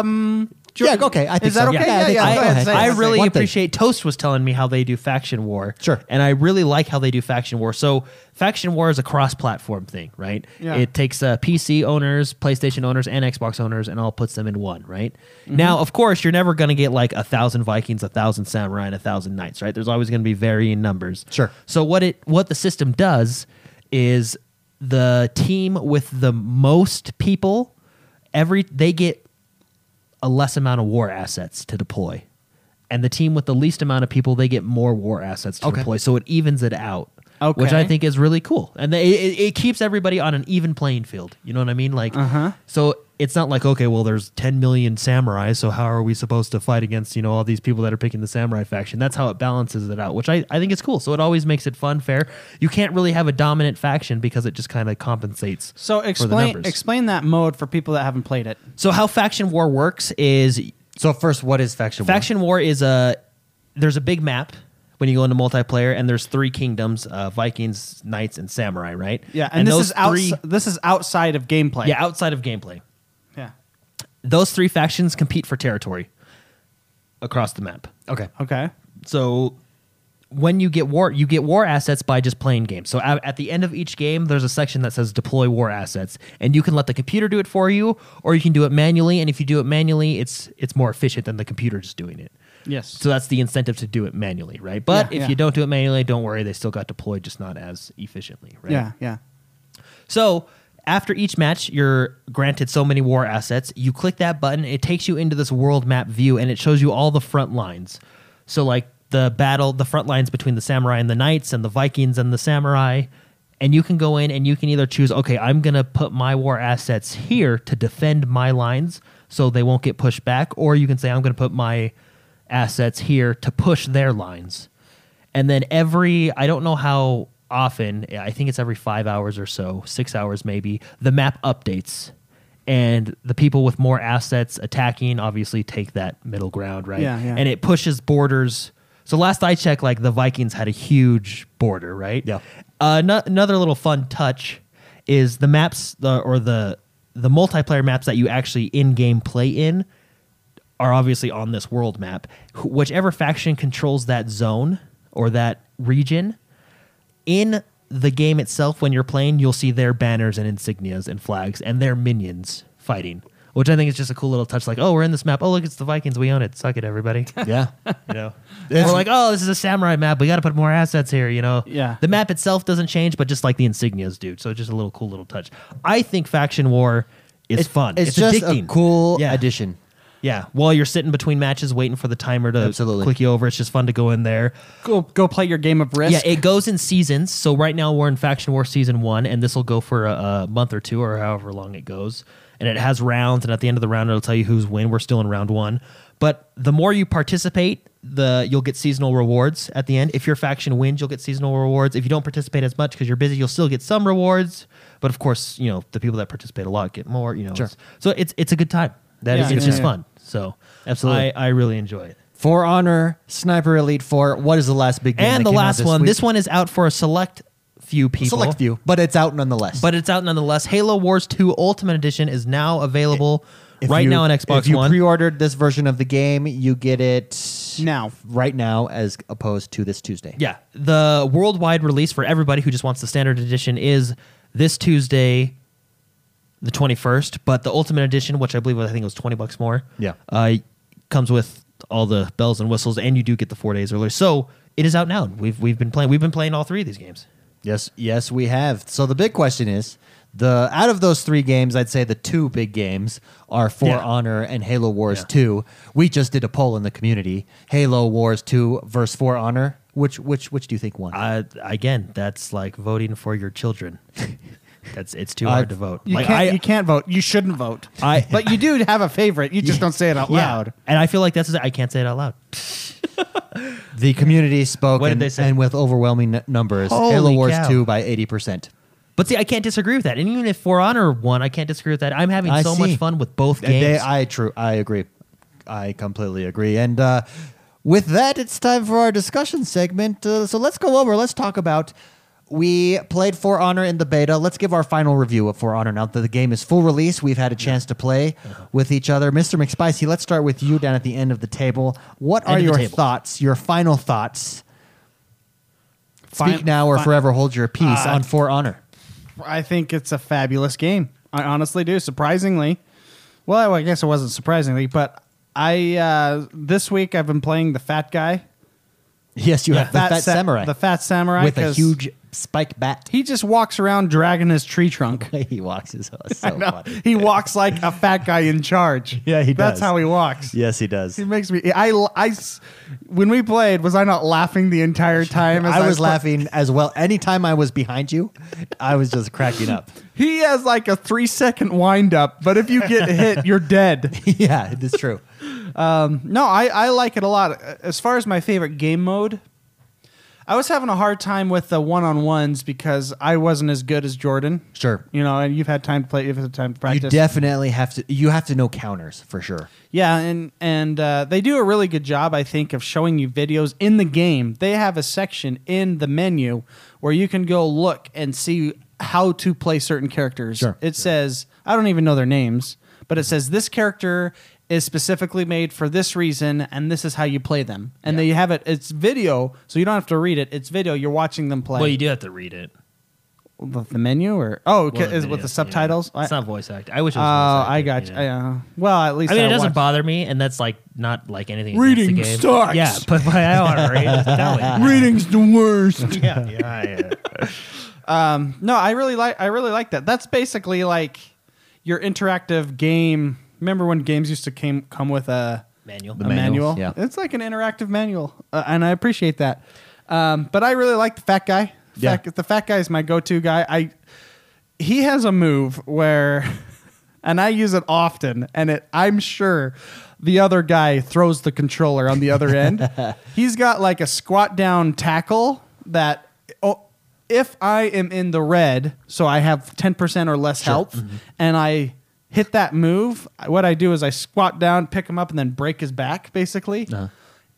S1: yeah. Okay. I think
S2: that
S1: so.
S2: okay?
S1: I
S2: Yeah,
S1: think
S2: yeah,
S1: so.
S2: go
S1: Go
S2: ahead,
S1: ahead.
S2: say it.
S3: I really
S1: One thing.
S3: appreciate Toast was telling me how they do faction war.
S1: Sure.
S3: And I really like how they do faction war. So faction war is a cross-platform thing, right?
S2: Yeah.
S3: It takes uh, PC owners, PlayStation owners, and Xbox owners, and all puts them in one, right?
S2: Mm-hmm.
S3: Now, of course, you're never going to get like a thousand Vikings, a thousand Samurai, and a thousand Knights, right? There's always going to be varying numbers.
S1: Sure.
S3: So what it what the system does is the team with the most people every they get a less amount of war assets to deploy. And the team with the least amount of people, they get more war assets to
S1: Okay.
S3: deploy. So it evens it out. Which
S2: Okay.
S3: I think is really cool. And they, it, it keeps everybody on an even playing field. You know what I mean? Like,
S2: Uh-huh.
S3: so it's not like, okay, well, there's 10 million samurai. So how are we supposed to fight against, you know, all these people that are picking the samurai faction? That's how it balances it out, which I, I think is cool. So it always makes it fun, fair. You can't really have a dominant faction because it just kind of compensates.
S2: So
S3: for the
S2: explain
S3: numbers.
S2: explain that mode for people that haven't played it.
S3: so how faction war works is
S1: So first, what is faction? war?
S3: Faction War is a there's a big map when you go into multiplayer, and there's three kingdoms: uh, Vikings, Knights, and Samurai. Right?
S2: Yeah, and, this is outs-
S3: three,
S2: this is outside of gameplay.
S3: yeah, outside of gameplay.
S2: Yeah.
S3: Those three factions compete for territory across the map.
S1: Okay.
S2: Okay.
S3: So when you get war, you get war assets by just playing games. So at, at the end of each game, there's a section that says deploy war assets, and you can let the computer do it for you, or you can do it manually. And if you do it manually, it's it's more efficient than the computer just doing it.
S2: Yes.
S3: So that's the incentive to do it manually, right? But
S2: Yeah,
S3: if
S2: yeah.
S3: you don't do it manually, don't worry, they still got deployed, just not as efficiently, right?
S2: Yeah. Yeah.
S3: So after each match, you're granted so many war assets. You click that button, it takes you into this world map view, and it shows you all the front lines. So like the battle, the front lines between the samurai and the knights, and the Vikings and the samurai. And you can go in and you can either choose, okay, I'm gonna put my war assets here to defend my lines so they won't get pushed back, or you can say I'm gonna put my assets here to push their lines. And then every, I don't know how often, I think it's every five hours or so, six hours maybe, the map updates. And the people with more assets attacking obviously take that middle ground, right?
S2: Yeah, yeah.
S3: And it pushes borders. So last I checked, like the Vikings had a huge border, right?
S1: Yeah.
S3: Uh, no- another little fun touch is the maps the, or the the multiplayer maps that you actually in game play in are obviously on this world map. Wh- Whichever faction controls that zone or that region in the game itself, when you're playing, you'll see their banners and insignias and flags and their minions fighting, which I think is just a cool little touch. Like, oh, we're in this map. Oh, look, it's the Vikings. We own it. Suck it, everybody.
S1: Yeah.
S3: You know, we're like, oh, this is a samurai map. We got to put more assets here. You know,
S2: Yeah.
S3: The map itself doesn't change, but just like the insignias do. So just a little cool little touch. I think faction war is fun.
S1: It's,
S3: It's,
S1: just
S3: addicting.
S1: a cool
S3: Yeah.
S1: addition.
S3: Yeah, while you're sitting between matches waiting for the timer to
S1: Absolutely.
S3: click you over, it's just fun to go in there.
S2: Go go play your game of risk.
S3: Yeah, it goes in seasons. So right now we're in Faction War season one, and this will go for a, a month or two or however long it goes. And it has rounds, and at the end of the round, it'll tell you who's win. We're still in round one, but the more you participate, the you'll get seasonal rewards at the end. If your faction wins, you'll get seasonal rewards. If you don't participate as much because you're busy, you'll still get some rewards. But of course, you know the people that participate a lot get more. You know,
S1: Sure.
S3: it's- so it's it's a good time. That
S2: Yeah,
S3: is-
S2: yeah,
S3: it's just
S2: yeah.
S3: fun. So
S1: Absolutely.
S3: I, I really enjoy it.
S1: For honor, Sniper Elite Four. What is the last big game?
S3: And
S1: that
S3: the
S1: came out
S3: last
S1: this
S3: one,
S1: week?
S3: this one is out for a select few people.
S1: select few, but it's out nonetheless.
S3: But it's out nonetheless. Halo Wars 2 Ultimate Edition is now available
S1: If
S3: right
S1: you-
S3: now on Xbox
S1: If you
S3: One.
S1: pre-ordered this version of the game, you get it
S2: Now.
S1: right now, as opposed to this Tuesday.
S3: yeah. The worldwide release for everybody who just wants the standard edition is this Tuesday, the 21st. But the Ultimate Edition, which I believe was, I think it was 20 bucks more,
S1: Yeah.
S3: uh, comes with all the bells and whistles, and you do get the four days earlier. So it is out now. We've, we've been playing. We've been playing all three of these games.
S1: Yes, yes, we have. So the big question is, the out of those three games, I'd say the two big games are For
S3: Yeah.
S1: Honor and Halo Wars
S3: Yeah.
S1: Two. We just did a poll in the community: Halo Wars Two versus For Honor. Which which which do you think won?
S3: I, again, that's like voting for your children. that's it's too
S1: Uh,
S3: hard to vote.
S2: You
S3: Like,
S2: can't.
S3: I-
S2: you can't vote. You shouldn't vote.
S3: I-
S2: but you do have a favorite. You just
S3: Yeah.
S2: don't say it out
S3: Yeah.
S2: loud.
S3: And I feel like that's I can't say it out loud.
S1: the community spoke
S3: What did
S1: and,
S3: they say?
S1: and with overwhelming n- numbers,
S3: Holy
S1: Halo Wars
S3: cow.
S1: Two by eighty percent.
S3: But see, I can't disagree with that. And even if For Honor won, I can't disagree with that. I'm having
S1: I
S3: so
S1: see.
S3: much fun with both
S1: And They,
S3: games.
S1: I true. I agree. I completely agree. And uh, with that, it's time for our discussion segment. Uh, so let's go over. Let's talk about. We played For Honor in the beta. Let's give our final review of For Honor now that the game is full release. We've had a chance to play with each other. Mr. McSpicy, let's start with you down at the end of the table. What
S3: End
S1: are
S3: of the
S1: your
S3: table.
S1: thoughts, your final thoughts? Speak
S2: Fin-
S1: now or
S2: fin-
S1: forever hold your peace
S2: Uh,
S1: on For Honor.
S2: I think it's a fabulous game. I honestly do. Surprisingly, well, I guess it wasn't surprisingly, but I uh, this week I've been playing the fat guy,
S1: Yes, you
S2: the
S1: have the Fat
S2: sa-
S1: Samurai
S2: the fat samurai
S1: with a
S2: 'cause
S1: huge spike bat.
S2: He just walks around dragging his tree trunk.
S1: he walks his so
S2: No,
S1: funny.
S2: he walks like a fat guy in charge.
S1: Yeah, he
S2: That's
S1: does.
S2: how he walks.
S1: Yes, he does.
S2: He makes me. I, I s- When we played, was I not laughing the entire time? as
S1: I was
S2: play-
S1: laughing as well. Anytime I was behind you, I was just cracking up.
S2: He has like a three second wind up, but if you get hit, you're dead.
S1: yeah, it is true.
S2: No, I, I like it a lot. As far as my favorite game mode, I was having a hard time with the one on ones because I wasn't as good as Jordan.
S1: Sure.
S2: You know, and you've had time to play, you've had time to practice.
S1: You definitely have to. You have to know counters for sure.
S2: Yeah, and and uh, they do a really good job, I think, of showing you videos in the game. They have a section in the menu where you can go look and see how to play certain characters.
S1: Sure.
S2: It says I don't even know their names, but it says this character is specifically made for this reason, and this is how you play them. And they have it. It's video, so you don't have to read it. It's video. You're watching them play.
S3: well, you do have to read it.
S2: the, the menu or oh,
S3: Well,
S2: okay, is with
S3: videos,
S2: the subtitles.
S3: Yeah. It's not voice acting. I wish it
S2: Oh,
S3: was voice acting.
S2: I got you.
S3: yeah.
S2: Uh, well, at least
S3: I mean, it doesn't
S2: watched-
S3: bother me, and that's like not like anything. against
S2: Reading
S3: the game.
S2: sucks.
S3: Yeah, but but I don't want to read. it. That way.
S2: Reading's the worst.
S3: Yeah, yeah, yeah.
S2: Um, no, I really like I really like that. That's basically like your interactive game. Remember when games used to came come with a,
S3: Manual.
S2: a
S1: The manuals,
S2: manual?
S1: yeah.
S2: It's like an interactive manual, uh, and I appreciate that. Um, but I really like the fat guy.
S1: Yeah.
S2: Fat, the fat guy is my go-to guy. I he has a move where, and I use it often, and it I'm sure the other guy throws the controller on the other end. He's got like a squat down tackle that oh, if I am in the red, so I have 10% or less health,
S1: Mm-hmm.
S2: and I hit that move, what I do is I squat down, pick him up, and then break his back, basically.
S1: Uh-huh.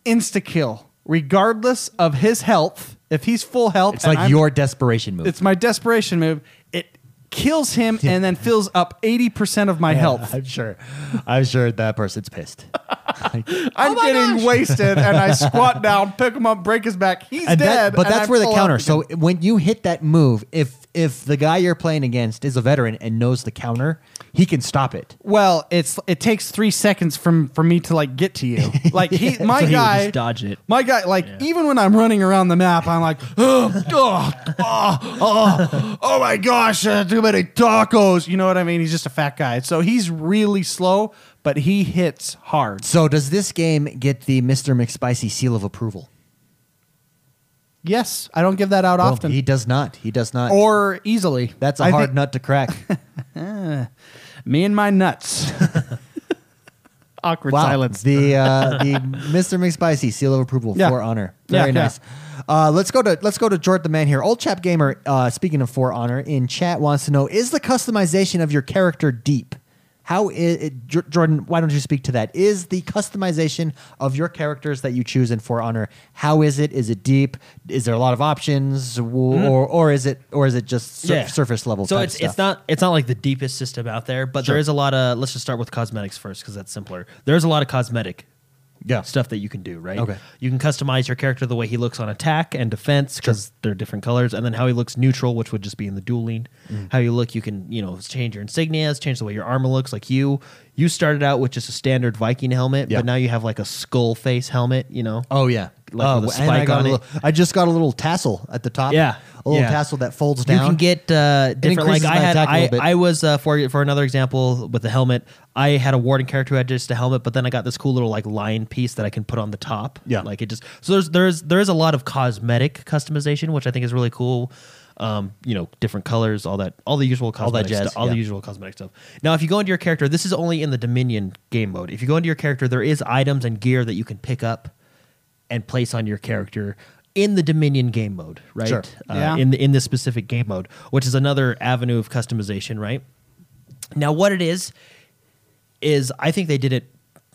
S2: Insta kill, regardless of his health. If he's full health,
S1: It's
S2: and
S1: like
S2: I'm-
S1: your desperation move.
S2: it's my desperation move. It kills him and then fills up 80% of my health.
S1: I'm sure. I'm sure that person's pissed.
S2: I'm
S3: Oh my
S2: getting
S3: gosh.
S2: wasted and I squat down, pick him up, break his back. He's
S1: and
S2: dead.
S1: that, but
S2: and
S1: that's
S2: I'm
S1: where the
S2: full
S1: counter.
S2: health
S1: So
S2: again.
S1: when you hit that move, if if the guy you're playing against is a veteran and knows the counter, he can stop it.
S2: well, it's it takes 3 seconds from for me to like get to you. Like he my
S3: So he would
S2: guy
S3: just dodge it.
S2: My guy like even when I'm running around the map, I'm like, "Oh, oh, oh, oh, oh my gosh, uh, too many tacos." You know what I mean? He's just a fat guy. So he's really slow, but he hits hard.
S1: So does this game get the Mr. McSpicy seal of approval?
S2: Yes, I don't give that out
S1: No,
S2: often
S1: he does not. He does not.
S2: or easily.
S1: That's a
S2: I
S1: hard
S2: think-
S1: nut to crack.
S2: Me and my nuts. Awkward silence.
S1: The uh, the Mr. McSpicy seal of approval
S2: Yeah.
S1: for honor.
S2: Yeah,
S1: Very
S2: yeah.
S1: nice. Uh, let's go to let's go to Jort the man here. Old chap gamer. Uh, speaking of for honor, in chat wants to know: Is the customization of your character deep? How is it, Jor- Jordan? Why don't you speak to that? Is the customization of your characters that you choose in For Honor? How is it? Is it deep? Is there a lot of options,
S2: Mm-hmm.
S1: W- or or is it or is it just sur- surface level?
S3: So
S1: type
S3: it's
S1: stuff?
S3: it's not it's not like the deepest system out there, but
S1: Sure.
S3: there is a lot of. Let's just start with cosmetics first because that's simpler. There is a lot of cosmetic
S1: yeah.
S3: stuff that you can do, right?
S1: Okay.
S3: You can customize your character the way he looks on attack and defense because they're different colors, and then how he looks neutral, which would just be in the dueling.
S1: Mm.
S3: How you look, you can you know change your insignias, change the way your armor looks. Like you, you started out with just a standard Viking helmet,
S1: Yeah.
S3: but now you have like a skull face helmet. You know.
S1: Oh yeah.
S3: Like
S1: oh,
S3: with a
S1: and I
S3: spike
S1: got
S3: on
S1: a
S3: it.
S1: little, I just got a little tassel at the top.
S3: Yeah.
S1: A little
S3: Yeah.
S1: tassel that folds
S3: You
S1: down.
S3: can get uh, different. Like
S1: increases
S3: I
S1: my
S3: had,
S1: attack a
S3: I,
S1: little bit.
S3: I was uh, for for another example with the helmet. I had a warden character who had just a helmet, but then I got this cool little like lion piece that I can put on the top.
S1: Yeah.
S3: like it just so there's there's there is a lot of cosmetic customization, which I think is really cool. Um, you know, different colors, all that, all the usual
S1: All that
S3: cosmetic
S1: jazz,
S3: stuff, all the
S1: yeah.
S3: usual cosmetic stuff. Now, if you go into your character, this is only in the Dominion game mode. If you go into your character, there is items and gear that you can pick up and place on your character in the Dominion game mode, right?
S1: Sure.
S3: Uh,
S2: Yeah.
S3: In the, in this specific game mode, which is another avenue of customization, right? Now, what it is is I think they did it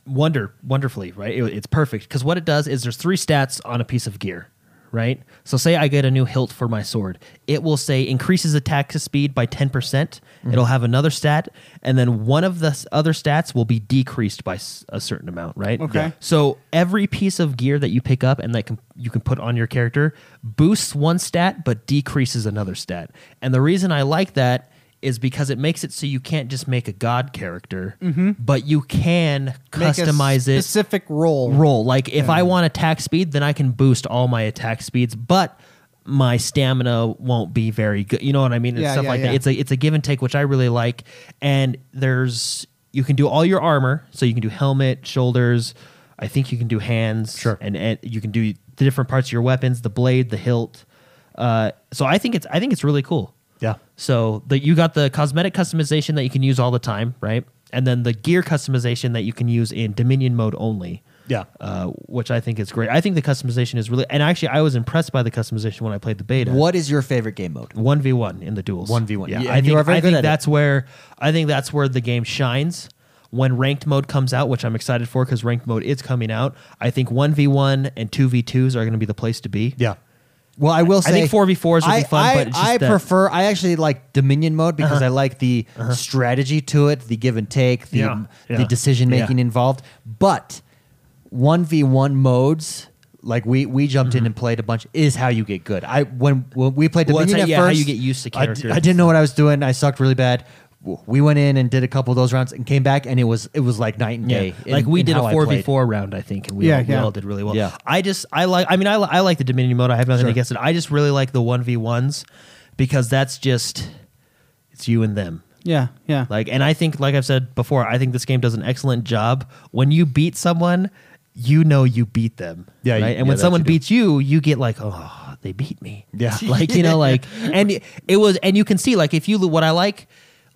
S3: wonder wonderfully, right? It- it's perfect because what it does is there's three stats on a piece of gear, right? So say I get a new hilt for my sword, it will say increases attack speed by ten percent. It'll have another stat, and then one of the s- other stats will be decreased by s- a certain amount, right?
S2: Okay. Yeah.
S3: So every piece of gear that you pick up and that can, you can put on your character boosts one stat but decreases another stat. And the reason I like that is because it makes it so you can't just make a god character, but you can
S2: Mm-hmm. Make a
S3: customize it
S2: specific role.
S3: roll. Like if I want attack speed, then I can boost all my attack speeds, but my stamina won't be very good. You know what I mean? And
S2: Yeah,
S3: stuff
S2: yeah,
S3: like
S2: yeah.
S3: that. It's a it's a give and take, which I really like. And there's you can do all your armor, so you can do helmet, shoulders. I think you can do hands.
S1: Sure.
S3: And, and you can do the different parts of your weapons, the blade, the hilt. Uh, so I think it's I think it's really cool.
S1: Yeah.
S3: So that you got the cosmetic customization that you can use all the time, right? And then the gear customization that you can use in Dominion mode only.
S1: Yeah.
S3: Uh, which I think is great. I think the customization is really, and actually, I was impressed by the customization when I played the beta.
S1: What is your favorite game mode?
S3: one v one in the duels?
S1: 1v1.
S3: Yeah,
S1: Yeah,
S3: I
S1: and
S3: think,
S1: you are very
S3: I
S1: good
S3: think
S1: at it.
S3: that's where I think that's where the game shines. When ranked mode comes out, which I'm excited for because ranked mode is coming out, I think one v one and two v twos are going to be the place to be.
S1: Yeah. Well, I will say
S3: think 4v4s would be
S1: I-
S3: fun,
S1: I,
S3: but it's just
S1: I
S3: that-
S1: prefer. I actually like Dominion mode because
S3: Uh-huh.
S1: I like the strategy to it, the give and take, the
S3: Yeah, yeah.
S1: the decision making
S3: Yeah.
S1: involved. But one v one modes, like we we jumped
S3: Mm-hmm.
S1: in and played a bunch, is how you get good. I when when we played
S3: Well, it's
S1: Dominion
S3: how-
S1: at
S3: yeah, how
S1: first,
S3: you get used to
S1: I d-
S3: characters
S1: I,
S3: and
S1: didn't know what I was doing. I sucked really bad. W- We went in and did a couple of those rounds and came back, and it was it was like night and day. in-
S3: like we
S1: in
S3: did a
S1: how I
S3: four v
S1: played.
S3: four round, I think, and we,
S2: Yeah,
S3: all, we
S2: yeah.
S3: all did really well.
S1: Yeah.
S3: I just I like. I mean, I, li- I like the Dominion mode. I have nothing
S1: Sure.
S3: against it. I just really like the one v ones because that's just it's you and them.
S2: Yeah, yeah.
S3: Like, and I think, like I've said before, I think this game does an excellent job. When you beat someone, you know you beat them.
S1: Yeah, you-
S3: Right? and
S1: yeah,
S3: when
S1: that
S3: someone
S1: you do.
S3: beats you, you get like, oh, they beat me.
S1: Yeah.
S3: like you know, like, and it- it was, and you can see, like, if you lo- what I like.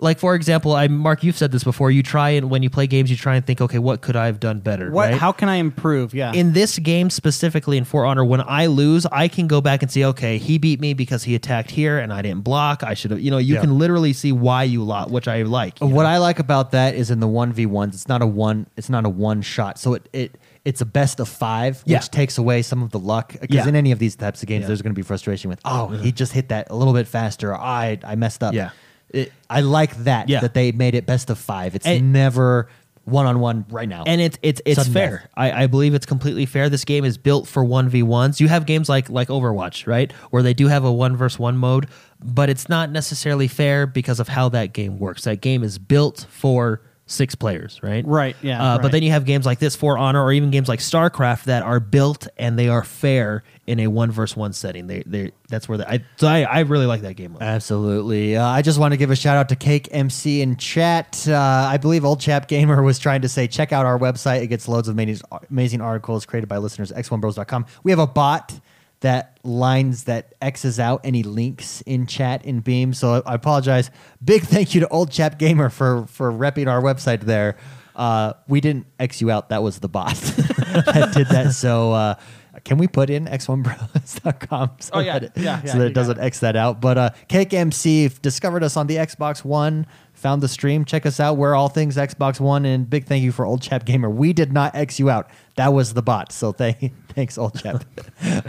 S3: Like for example, I Mark, you've said this before. You try and when you play games, you try and think, okay, what could I have done better?
S2: what?
S3: right?
S2: How can I improve? Yeah.
S3: in this game specifically in For Honor, when I lose, I can go back and see, okay, he beat me because he attacked here and I didn't block. I should have, you know, you
S1: Yeah.
S3: can literally see why you lost, which I like.
S1: What I like about that is in the one v ones, it's not a one, it's not a one shot. So it it it's a best of five,
S3: Yeah.
S1: which takes away some of the luck. Because
S3: Yeah.
S1: in any of these types of games,
S3: Yeah. Mm-hmm.
S1: there's going to be frustration with, oh, he just hit that a little bit faster. or, I I messed up.
S3: Yeah.
S1: It, I like that
S3: Yeah.
S1: that they made it best of five. It's
S3: And-
S1: never one on one right now.
S3: and it's it's it's
S1: Sudden death.
S3: fair. I, I believe it's completely fair. This game is built for one v ones. You have games like like Overwatch, right, where they do have a one versus one mode, but it's not necessarily fair because of how that game works. That game is built for six players, right?
S2: Right, yeah,
S3: Uh, But
S2: right.
S3: then you have games like this, For Honor, or even games like StarCraft that are built and they are fair in a one versus one setting. They they that's where the, I so I I really like that game. mode.
S1: Absolutely. Uh, I just want to give a shout out to Cake MC in chat. Uh, I believe Old Chap Gamer was trying to say, check out our website. It gets loads of amazing, amazing articles created by listeners, x1bros.com. We have a bot that lines that X's out any links in chat in Beam. So I apologize. Big thank you to Old Chap Gamer for, for repping our website there. Uh, we didn't X you out. That was the bot that did that. So uh, can we put in x1bros.com? So
S2: Oh, yeah.
S1: That,
S2: Yeah, yeah,
S1: so that
S2: you
S1: it
S2: got
S1: doesn't
S2: it.
S1: X that out. But uh, Cake MC f- discovered us on the Xbox One, found the stream. Check us out. We're all things Xbox One. And big thank you for Old Chap Gamer. We did not X you out. That was the bot. So thank, thanks, Old Chap,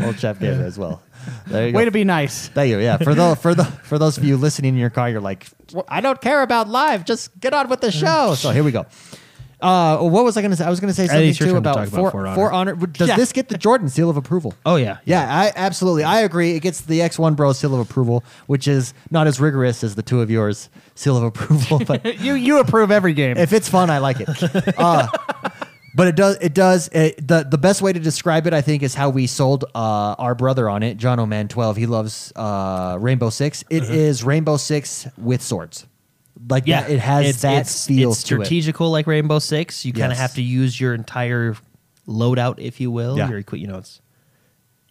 S1: Old Chap Gamer as well. There you go.
S2: Way to be nice.
S1: Thank you. Yeah, for the for the for those of you listening in your car, you're like, "Well, I don't care about live. Just get on with the show. So here we go. Uh, what was I going to say? I was going to say something
S3: least you're
S1: too
S3: trying to
S1: about,
S3: talk
S1: for,
S3: about For
S1: For
S3: Honor.
S1: Honor. Does
S2: Yeah.
S1: this get the Jordan seal of approval?
S3: Oh yeah,
S1: Yeah, I absolutely. I agree. It gets the X1 Bros seal of approval, which is not as rigorous as the two of yours seal of approval, but
S2: You you approve every game.
S1: if it's fun, I like it. Uh, but it does. It does. It, the The best way to describe it, I think, is how we sold uh, our brother on it, John O'Man Twelve. He loves uh, Rainbow Six. It is Rainbow Six with swords. Like
S3: Uh-huh. Yeah,
S1: that, it has
S3: it's,
S1: that
S3: it's,
S1: feel
S3: It's
S1: to it.
S3: strategical, like Rainbow Six. You kind of
S1: Yes.
S3: have to use your entire loadout, if you will.
S1: Yeah.
S3: Your equi- you know, it's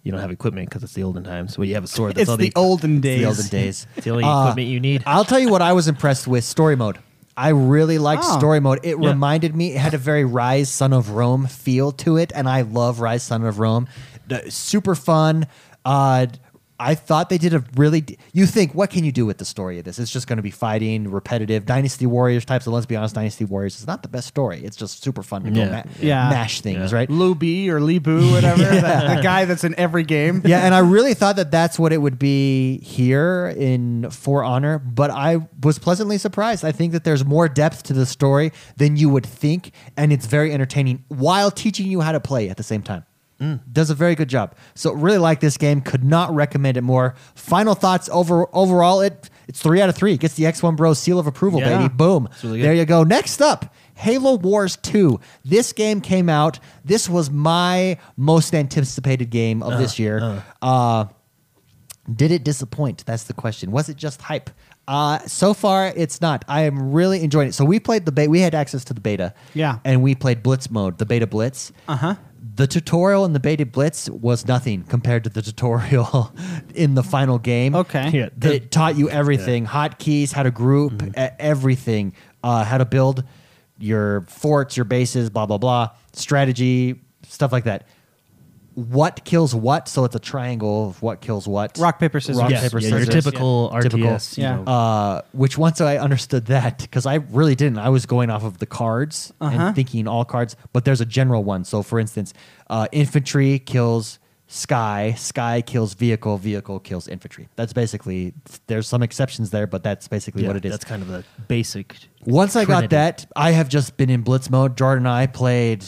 S3: you don't have equipment because it's the olden times. Well, you have a sword. That's
S2: it's
S3: all
S2: the olden days.
S1: the olden days.
S3: It's the only
S1: Uh,
S3: equipment you need.
S1: I'll tell you what I was impressed with story mode. I really liked
S2: Oh.
S1: story mode. It
S3: Yeah.
S1: reminded me, it had a very Rise Son of Rome feel to it, and I love Rise Son of Rome. The- super fun. Uh, I thought they did a really. d- You think what can you do with the story of this? It's just going to be fighting, repetitive Dynasty Warriors types. of let's be honest, Dynasty Warriors is not the best story. It's just super fun to go
S3: Yeah.
S1: ma-
S2: Yeah.
S1: mash things,
S3: Yeah.
S1: right?
S2: Lou B or Lee Boo, whatever. that, the guy that's in every game.
S1: yeah, and I really thought that that's what it would be here in For Honor, but I was pleasantly surprised. I think that there's more depth to the story than you would think, and it's very entertaining while teaching you how to play at the same time. Does a very good job. So really like this game. Could not recommend it more. Final thoughts over overall. It it's three out of three. It gets the X1 Bros seal of approval,
S3: Yeah.
S1: baby. Boom.
S3: It's really good.
S1: there you go. Next up, Halo Wars 2. This game came out. This was my most anticipated game of
S3: Uh-huh,
S1: this year. Uh. did it disappoint? That's the question. Was it just hype? Uh, so far, it's not. I am really enjoying it. So we played the beta. We had access to the beta.
S2: Yeah.
S1: And we played Blitz mode, the beta Blitz.
S2: Uh huh.
S1: The tutorial in the beta Blitz was nothing compared to the tutorial in the final game.
S2: Okay.
S3: Yeah, the-
S1: it taught you everything hotkeys, how to group,
S2: Mm-hmm.
S1: e- everything, uh, how to build your forts, your bases, blah, blah, blah, strategy, stuff like that. What kills what? So it's a triangle of what kills what.
S2: Rock, paper, scissors.
S1: Rock,
S2: Yeah,
S1: paper,
S2: yeah, your
S1: scissors
S3: typical RTS,
S2: you Yeah. know.
S1: uh, which once I understood that, because I really didn't. I was going off of the cards
S2: Uh-huh.
S1: and thinking all cards, but there's a general one. So, for instance, uh, infantry kills sky, sky kills vehicle, vehicle kills infantry. That's basically, there's some exceptions there, but that's basically what it is.
S3: That's kind of the basic.
S1: Once I got
S3: trinity.
S1: that, I have just been in blitz mode. Jordan and I played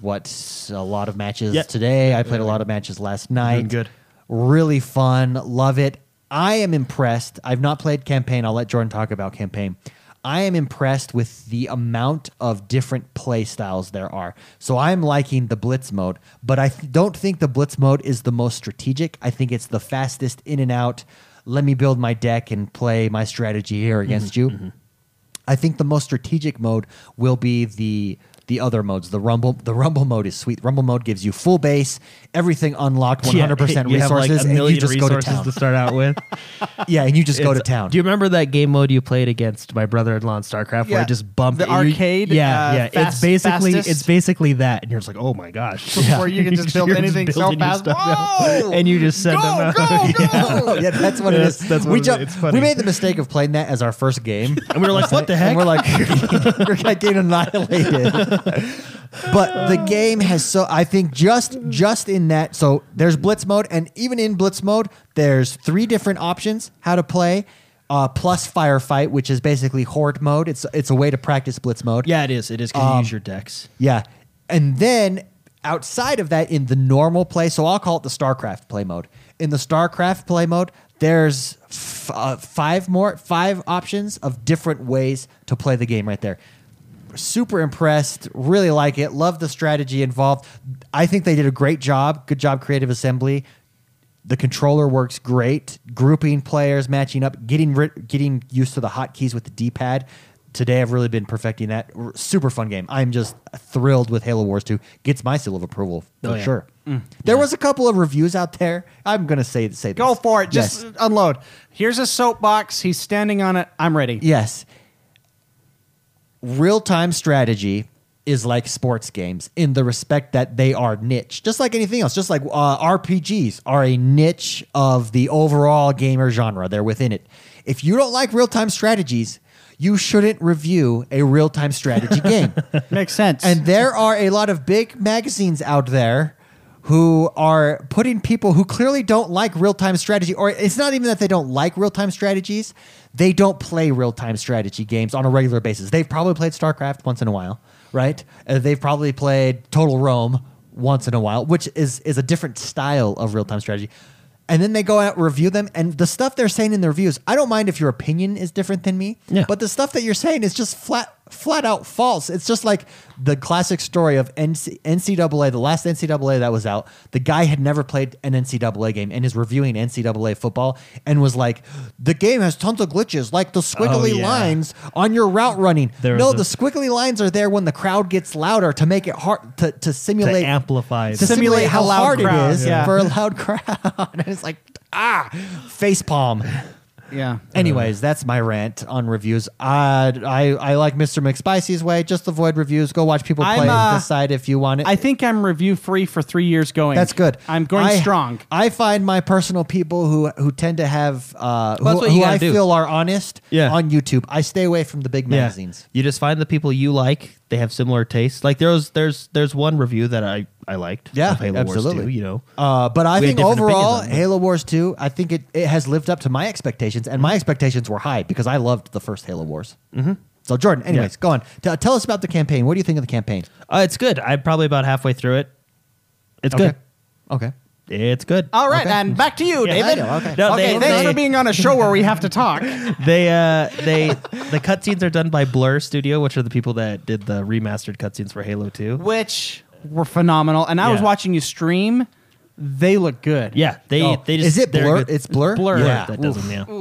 S1: what a lot of matches
S3: Yeah.
S1: today. I played a lot of matches last night.
S3: good.
S1: Really fun. Love it. I am impressed. I've not played campaign. I'll let Jordan talk about campaign. I am impressed with the amount of different play styles there are. So I'm liking the blitz mode, but I th- don't think the blitz mode is the most strategic. I think it's the fastest in and out. Let me build my deck and play my strategy here against
S3: Mm-hmm.
S1: you. I think the most strategic mode will be the the other modes. The rumble the rumble mode is sweet. Rumble mode gives you full base, everything unlocked, one hundred percent
S3: You have, like,
S1: resources,
S3: a
S1: and you
S3: million
S1: just go to
S3: resources
S1: town.
S3: to start out with.
S1: yeah, and you just go to
S3: It's-
S1: town.
S3: Do you remember that game mode you played against my brother-in-law in StarCraft, where
S2: Yeah.
S3: I just bumped
S2: The
S3: you-
S2: arcade,
S3: Yeah,
S2: uh,
S3: yeah.
S2: fast-
S3: it's basically
S2: fastest?
S3: it's basically that, and you're just like, oh my gosh,
S2: Yeah. Where you can just build
S3: You're
S2: anything so
S3: building your
S2: fast.
S3: stuff out.
S2: Whoa!
S3: and you just send them
S2: Go,
S3: out.
S2: go, go!
S1: Oh, yeah, that's what
S3: Yes,
S1: it is.
S3: that's what
S1: we
S3: it is.
S1: ju-
S3: It's funny.
S1: We made the mistake of playing that as our first game,
S3: And we were like, what the heck?
S1: and we're like, we're getting annihilated. but the game has so I think just just in that so there's blitz mode and even in blitz mode there's three different options how to play uh, plus firefight which is basically horde mode it's it's a way to practice blitz mode
S3: yeah, it is. It is because
S1: Um,
S3: you use your decks.
S1: yeah. And then outside of that, in the normal play, so I'll call it the StarCraft play mode. In the StarCraft play mode, there's f- uh, five more, five options of different ways to play the game right there. Super impressed, really like it, love the strategy involved. I think they did a great job. Good job, Creative Assembly. The controller works great. Grouping players, matching up, getting rid- getting used to the hotkeys with the D pad. Today, I've really been perfecting that. R- super fun game. I'm just thrilled with Halo Wars 2. Gets my seal of approval for
S3: Oh, yeah.
S1: sure.
S2: Mm.
S1: There was a couple of reviews out there. I'm gonna say say this.
S2: Go for it. Just
S1: yes.
S2: unload. Here's a soapbox. He's standing on it. I'm ready.
S1: yes. Real time strategy is like sports games in the respect that they are niche, just like anything else. Just like uh, RPGs are a niche of the overall gamer genre. They're within it. If you don't like real time strategies, you shouldn't review a real time strategy game.
S2: Makes sense.
S1: And there are a lot of big magazines out there who are putting people who clearly don't like real time strategy, or it's not even that they don't like real time strategies, they don't play real time strategy games on a regular basis. They've probably played StarCraft once in a while, right? Uh, they've probably played Total Rome once in a while, which is, is a different style of real time strategy. And then they go out review them, and the stuff they're saying in the reviews, I don't mind if your opinion is different than me,
S3: Yeah.
S1: but the stuff that you're saying is just flat flat out false. It's just like the classic story of NC- NCAA, the last NCAA that was out. The guy had never played an NCAA game and is reviewing NCAA football and was like, "The game has tons of glitches, like the squiggly
S3: Oh, yeah.
S1: lines on your route running."
S3: There
S1: no,
S3: was
S1: the squiggly lines are there when the crowd gets louder to make it hard to, to
S3: To
S1: simulate
S3: amplify,
S1: to
S2: Sim-
S3: the
S1: simulate
S2: Simulate
S1: how
S2: a loud
S1: hard
S2: crowd,
S1: it is
S2: yeah.
S1: for a loud crowd. and it's like, ah, face palm.
S2: Yeah.
S3: Uh-huh.
S1: Anyways, that's my rant on reviews. Uh, I I like Mr. McSpicy's way. Just avoid reviews. Go watch people
S2: I'm,
S1: play.
S2: uh,
S1: decide if you want it.
S2: I think I'm review free for three years going.
S1: that's good.
S2: I'm going
S1: I-
S2: strong.
S1: I find my personal people who who tend to have uh,
S3: Well, that's
S1: who,
S3: what you
S1: who
S3: gotta
S1: I
S3: do.
S1: feel are honest
S3: Yeah.
S1: on YouTube. I stay away from the big magazines.
S3: You just find the people you like. They have similar tastes. Like there's there's there's one review that I I liked.
S1: Yeah,
S3: of Halo
S1: absolutely.
S3: Wars 2, you know.
S1: Uh, but I
S3: We
S1: think
S3: had different opinions
S1: overall,
S3: on it.
S1: Halo Wars 2, I think it, it has lived up to my expectations, and my expectations were high because I loved the first Halo Wars. Mm-hmm. So, Jordan, anyways,
S3: Yeah.
S1: go on. T- tell us about the campaign. What do you think of the campaign?
S3: Uh, it's good. I'm probably about halfway through it. It's
S1: Okay.
S3: good. It's good.
S2: All right,
S1: Okay.
S2: and back to you,
S3: Yeah, I
S2: David.
S1: know, okay.
S3: No,
S2: okay,
S3: they-
S2: thanks
S3: they-
S2: for being on a show where we have to talk.
S3: they uh they the cutscenes are done by Blur Studio, which are the people that did the remastered cutscenes for Halo 2.
S2: which were phenomenal. And I was
S3: Yeah.
S2: watching you stream; they look good.
S3: Yeah, they
S1: Oh.
S3: they just
S1: Is it
S3: they're
S1: Blur?
S3: good.
S1: It's Blur?
S3: Blur.
S1: Yeah.
S3: that
S1: Oof.
S3: does them. Yeah.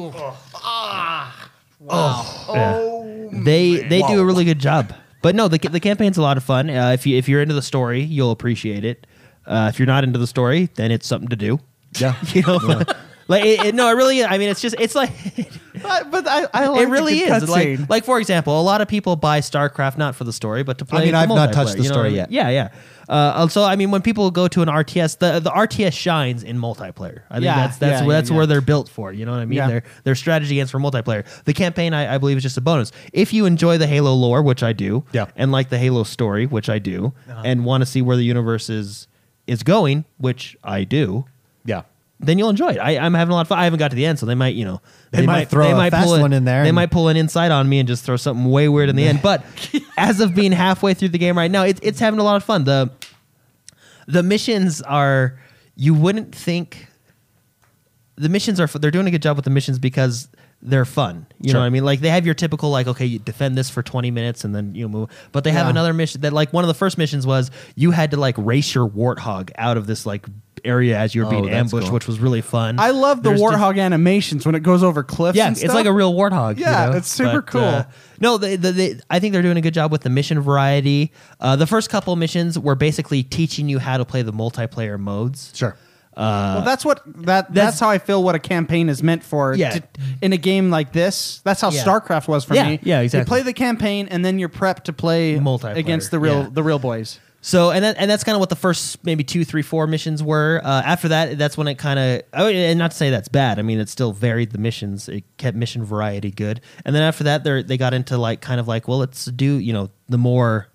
S3: Oh, yeah. they they do a really good job. But no, the ca- the campaign's a lot of fun. Uh, if you if you're into the story, you'll appreciate it. Uh, if you're not into the story, then it's something to do.
S1: Yeah.
S3: You know, like it, it- no, it really. I mean, it's just it's like
S2: but, but I, I like
S3: it really
S2: the good
S3: is. Like,
S2: cutscene.
S3: like for example, a lot of people buy StarCraft not for the story, but to play.
S1: mean,
S3: the
S1: I've not touched
S3: multiplayer,
S1: the
S3: you know
S1: story
S3: what I
S1: yet.
S3: mean? Yeah, yeah. Uh, so I mean, when people go to an RTS, the the RTS shines in multiplayer. I think
S2: Yeah,
S3: that's that's
S2: yeah, yeah,
S3: that's
S2: yeah.
S3: where they're built for. You know what I mean?
S2: Yeah.
S3: Their their strategy games for multiplayer. The campaign, I, I believe, is just a bonus. If you enjoy the Halo lore, which I do,
S1: Yeah.
S3: and like the Halo story, which I do,
S2: Uh-huh.
S3: and want to see where the universe is is going, which I do,
S1: Yeah.
S3: then you'll enjoy it. I, I'm having a lot of fun. I haven't got to the end, so they might, you know,
S1: They might throw a fast
S3: pull it-
S1: one in there
S3: They
S1: and-
S3: might pull an insight on me and just throw something way weird in the end. But as of being halfway through the game right now, it's it's having a lot of fun. The the missions are you wouldn't think the missions are they're doing a good job with the missions because they're fun. You know
S1: Sure.
S3: what I mean? Like they have your typical like okay, you defend this for 20 minutes and then you move. But they have
S2: Yeah.
S3: another mission that like one of the first missions was you had to like race your warthog out of this like area as you were
S1: Oh,
S3: being
S1: that's
S3: ambushed,
S1: cool.
S3: which was really fun.
S2: I love the
S3: There's just-
S2: warthog animations when it goes over cliffs.
S3: yeah,
S2: and
S3: it's
S2: stuff.
S3: like a real warthog. you
S2: Yeah,
S3: know?
S2: it's super
S3: But,
S2: cool.
S3: uh, no, they, they, they, I think they're doing a good job with the mission variety. Uh, the first couple missions were basically teaching you how to play the multiplayer modes.
S1: Sure.
S2: Well, that's what that that's,
S3: that's-
S2: how I feel. What a campaign is meant for.
S3: Yeah.
S2: to- in a game like this, that's how
S3: Yeah.
S2: StarCraft was for
S3: Yeah,
S2: me.
S3: yeah, exactly.
S2: You play the campaign and then you're prepped to play
S3: Multiplayer,
S2: against the real
S3: yeah.
S2: the real boys.
S3: So and that, and that's kind of what the first maybe two, three, four missions were. Uh, after that, that's when it kind of. Oh, and not to say that's bad. I mean, it still varied the missions. It kept mission variety good. And then after that, they they got into like kind of like well, let's do you know the more.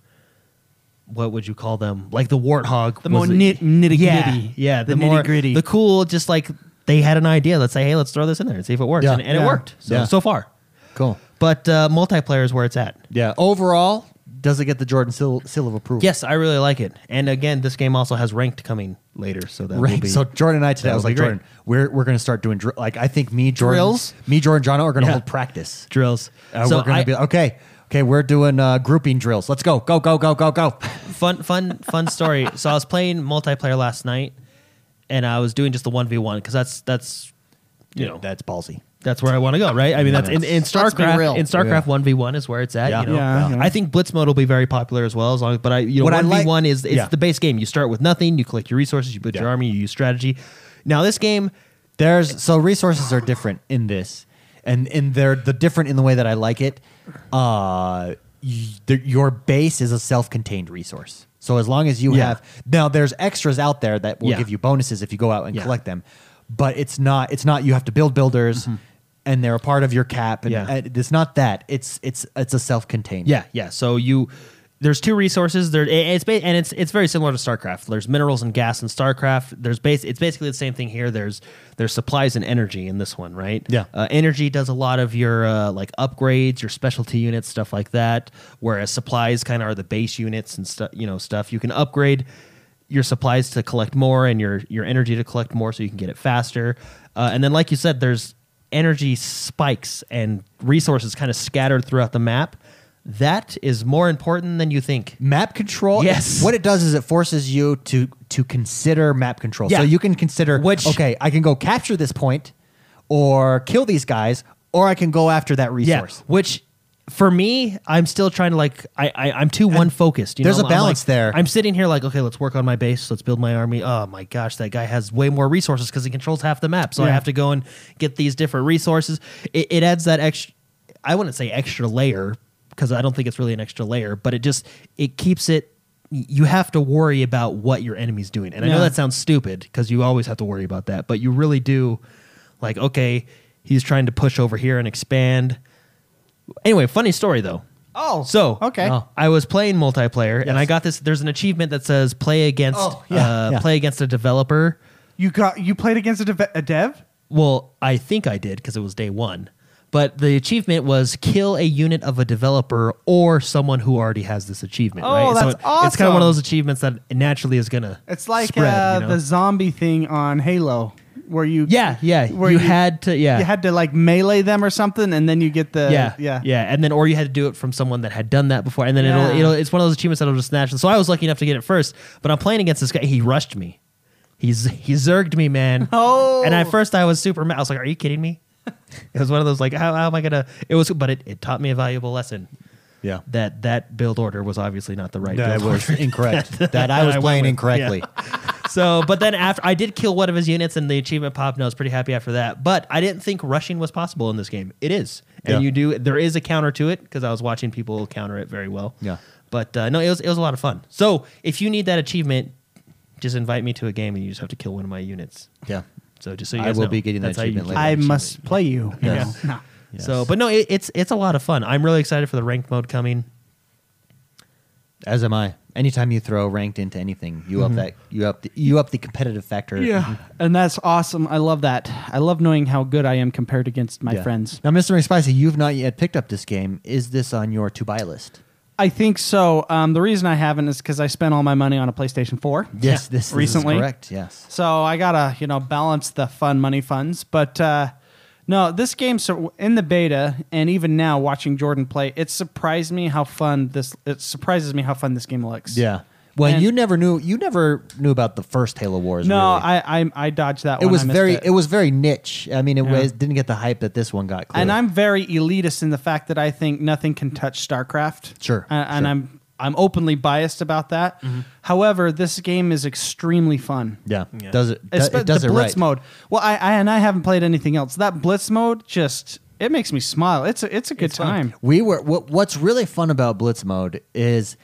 S3: What would you call them? Like the warthog,
S2: The
S3: was
S2: more
S3: a-
S2: nit- nitty-gritty.
S3: Yeah, yeah,
S2: The
S3: the, more
S2: nitty-gritty.
S3: the cool. Just like they had an idea. Let's say, hey, let's throw this in there and see if it works,
S1: Yeah.
S3: and, and
S2: Yeah.
S3: it worked. So
S1: Yeah.
S3: so far,
S1: Cool.
S3: but uh, multiplayer is where it's at.
S1: Yeah. Overall, does it get the Jordan seal, seal of approval?
S3: Yes, I really like it. And again, this game also has ranked coming later, so that will
S1: Right.
S3: be
S1: So Jordan and I today,
S3: that
S1: I was
S3: will be
S1: like,
S3: great.
S1: Jordan, we're we're gonna start doing dr- like I think me Jordan,
S2: Drills?
S1: me Jordan, John are gonna
S3: Yeah.
S1: hold practice.
S3: drills.
S1: Uh,
S3: so
S1: we're gonna
S3: I-
S1: be okay. Okay, we're doing uh, grouping drills. Let's go, go, go, go, go, go.
S3: fun, fun, fun story. so I was playing multiplayer last night, and I was doing just the one v one because that's that's you know
S1: that's ballsy.
S3: that's where I want to go, right? I mean, that's in, in
S2: Let's be real.
S3: StarCraft. In StarCraft,
S1: Yeah.
S3: one v one is where it's at.
S1: Yeah.
S3: You know,
S2: Yeah,
S1: Uh-huh.
S2: yeah.
S3: I think Blitz mode will be very popular as well. As long, as, but I, you
S1: What
S3: know,
S1: I
S3: one v one
S1: like-
S3: is it's
S1: Yeah.
S3: the base game. You start with nothing. You collect your resources. You build
S1: Yeah.
S3: your army. You use strategy. Now this game,
S1: There's so resources are different in this, and and they're the different in the way that I like it. Uh, y- the, your base is a self-contained resource. So as long as you
S3: Yeah.
S1: have now, there's extras out there that will
S3: Yeah.
S1: give you bonuses if you go out and
S3: Yeah.
S1: collect them, but it's not it's not you have to build builders. And they're a part of your cap, and
S3: Mm-hmm. Yeah.
S1: and it's not that. It's it's it's a self-contained.
S3: Yeah, yeah. So you there's two resources. There it- it's ba- and it's it's very similar to StarCraft. There's minerals and gas in StarCraft. There's base. It's basically the same thing here. There's there's supplies and energy in this one, right?
S1: Yeah.
S3: Uh, energy does a lot of your uh, like upgrades, your specialty units, stuff like that. Whereas supplies kind of are the base units and stuff. You know, stuff you can upgrade your supplies to collect more and your your energy to collect more, so you can get it faster. Uh, and then, like you said, there's energy spikes and resources kind of scattered throughout the map. That is more important than you think.
S1: Map control.
S3: Yes.
S1: What it does is it forces you to to consider map control. So
S3: Yeah.
S1: you can consider
S3: Which-
S1: okay, I can go capture this point, or kill these guys, or I can go after that resource.
S3: which for me, I'm still trying to like I, I I'm too one focused. You
S1: there's
S3: know?
S1: a
S3: I'm like-
S1: balance there.
S3: I'm sitting here like, okay, let's work on my base. Let's build my army. Oh my gosh, that guy has way more resources because he controls half the map. So I
S2: Yeah.
S3: have to go and get these different resources. It, it adds that extra. I wouldn't say extra layer because I don't think it's really an extra layer, but it just it keeps it. You have to worry about what your enemy's doing, and I know
S2: Yeah.
S3: that sounds stupid because you always have to worry about that, but you really do. Like, okay, he's trying to push over here and expand. Anyway, funny story though.
S2: Oh,
S3: So
S2: okay.
S3: Oh. I was playing multiplayer and
S1: Yes.
S3: I got this. There's an achievement that says play against
S1: Oh, yeah,
S3: uh,
S1: yeah.
S3: play against a developer.
S2: You got you played against a, deve- a dev?
S3: Well, I think I did because it was day one. But the achievement was kill a unit of a developer or someone who already has this achievement.
S2: Oh,
S3: right?
S2: that's
S3: it- It's kind of
S2: awesome.
S3: one of those achievements that naturally is gonna.
S2: It's like
S3: spread,
S2: uh,
S3: you know?
S2: the zombie thing on Halo, where you
S3: yeah, yeah.
S2: where
S3: you, had to yeah
S2: you had to like melee them or something, and then you get the
S3: yeah,
S2: yeah
S3: yeah, and then or you had to do it from someone that had done that before, and then
S2: Yeah.
S3: it'll, it'll it's one of those achievements that'll just snatch. So I was lucky enough to get it first, but I'm playing against this guy. He rushed me. He's he zerged me, man.
S2: Oh.
S3: and at first I was super mad. I was like, "Are you kidding me?" it was one of those like, "How, how am I gonna?" It was, but it, it taught me a valuable lesson
S1: yeah.
S3: that that build order was obviously not the right
S1: That
S3: build order.
S1: was incorrect. that I was playing incorrectly.
S3: So, but then after I did kill one of his units and the achievement popped, and I was pretty happy after that. But I didn't think rushing was possible in this game. It is, and
S1: Yeah.
S3: you do there is a counter to it because I was watching people counter it very well.
S1: Yeah.
S3: But uh, no, it was it was a lot of fun. So if you need that achievement, just invite me to a game and you just have to kill one of my units.
S1: Yeah.
S3: So just so you
S1: I
S3: guys
S1: will
S3: know,
S1: be getting that
S3: that's how you
S1: achievement
S3: keep-
S1: later.
S2: I must play you. you
S1: Yes.
S2: know? Nah.
S1: Yes.
S3: So, but no, it, it's it's a lot of fun. I'm really excited for the ranked mode coming.
S1: As am I. Anytime you throw ranked into anything, you up that you up the, you up the competitive factor. Mm-hmm.
S2: Yeah, and that's awesome. I love that. I love knowing how good I am compared against my
S1: Yeah.
S2: friends.
S1: Now, Mr. McSpicy, you've not yet picked up this game. Is this on your to buy list?
S2: I think so. Um, the reason I haven't is because I spent all my money on a PlayStation Four.
S1: Yes, this, this
S2: recently.
S1: is correct. Yes.
S2: So I gotta you know balance the fun money funds, but uh, no, this game so in the beta and even now watching Jordan play, it surprised me how fun this. It surprises me how fun this game looks.
S1: Well,
S2: And-
S1: you never knew you never knew about the first Halo Wars.
S2: No,
S1: really.
S2: I, I I dodged that.
S1: it
S2: one.
S1: was
S2: I missed
S1: very
S2: it.
S1: it. was very niche. I mean, it
S2: Yeah.
S1: was didn't get the hype that this one got. Clearly.
S2: and I'm very elitist in the fact that I think nothing can touch StarCraft.
S1: Sure,
S2: and, and
S1: sure. Mm-hmm.
S2: I'm I'm openly biased about that. However, this game is extremely fun.
S1: yeah,
S3: Yeah.
S1: does it does,
S2: Espe-
S1: it does
S2: the
S1: it
S2: blitz
S1: right.
S2: mode. Well, I, I and I haven't played anything else. That blitz mode just it makes me smile. It's a, it's a good
S3: It's fun.
S2: time.
S1: We were what, what's really fun about blitz mode is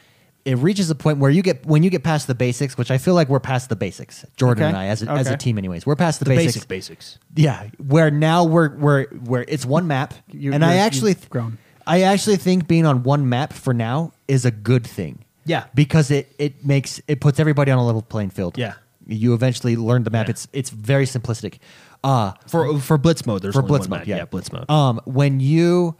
S1: it reaches a point where you get when you get past the basics, which I feel like we're past the basics. Jordan
S2: Okay.
S1: and I as a, as a
S2: Okay.
S1: team anyways. We're past the, basics.
S3: basic basics.
S1: Yeah, where now we're we're where it's one map,
S2: You-
S1: and I
S2: you're-
S1: actually
S2: you've grown.
S1: I actually think being on one map for now is a good thing.
S3: Yeah.
S1: because it it makes it puts everybody on a level playing field.
S3: Yeah.
S1: you eventually learn the map.
S3: Yeah.
S1: It's it's very simplistic. Uh
S3: For for blitz mode, there's
S1: for
S3: only
S1: blitz
S3: one
S1: mode.
S3: map.
S1: Yeah.
S3: blitz mode.
S1: Um, when you,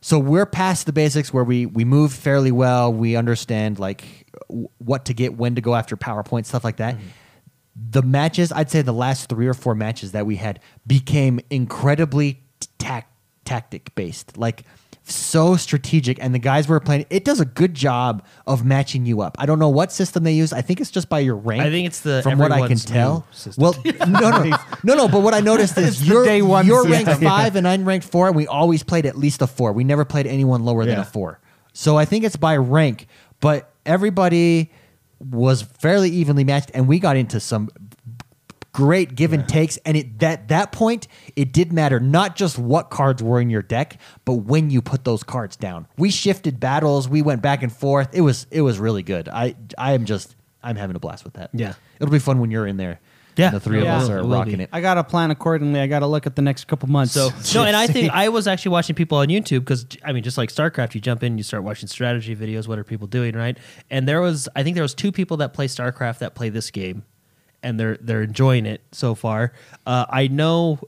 S1: so we're past the basics where we we move fairly well. We understand like w- what to get, when to go after PowerPoint, stuff like that.
S3: Mm-hmm.
S1: The matches, I'd say the last three or four matches that we had became incredibly tac- tactic based, like so strategic. And the guys we were playing, it does a good job of matching you up. I don't know what system they use. I think it's just by your rank.
S3: I think it's the
S1: from what I can
S3: everyone's new
S1: tell.
S3: system.
S1: Well, no, no, no, no. But what I noticed is
S2: the
S1: you're
S2: day one
S1: you're
S2: system.
S1: ranked
S2: Yeah.
S1: five and I'm ranked four, and we always played at least a four. We never played anyone lower than
S3: Yeah.
S1: a four. So I think it's by rank, but everybody was fairly evenly matched, and we got into some great give and takes. And it, that that point, it did matter not just what cards were in your deck, but when you put those cards down. We shifted battles. We went back and forth. It was it was really good. I I am just I'm having a blast with that.
S3: Yeah.
S1: it'll be fun when you're in there.
S3: Yeah.
S1: and the three
S2: Yeah.
S1: of us
S3: It
S1: are
S3: will be.
S1: rocking it.
S2: I gotta plan accordingly. I gotta look at the next couple months.
S3: So no, and I think I was actually watching people on YouTube because I mean, just like StarCraft, you jump in, you start watching strategy videos. What are people doing, right? And there was, I think there was two people that play StarCraft that play this game, and they're they're enjoying it so far. Uh, I know.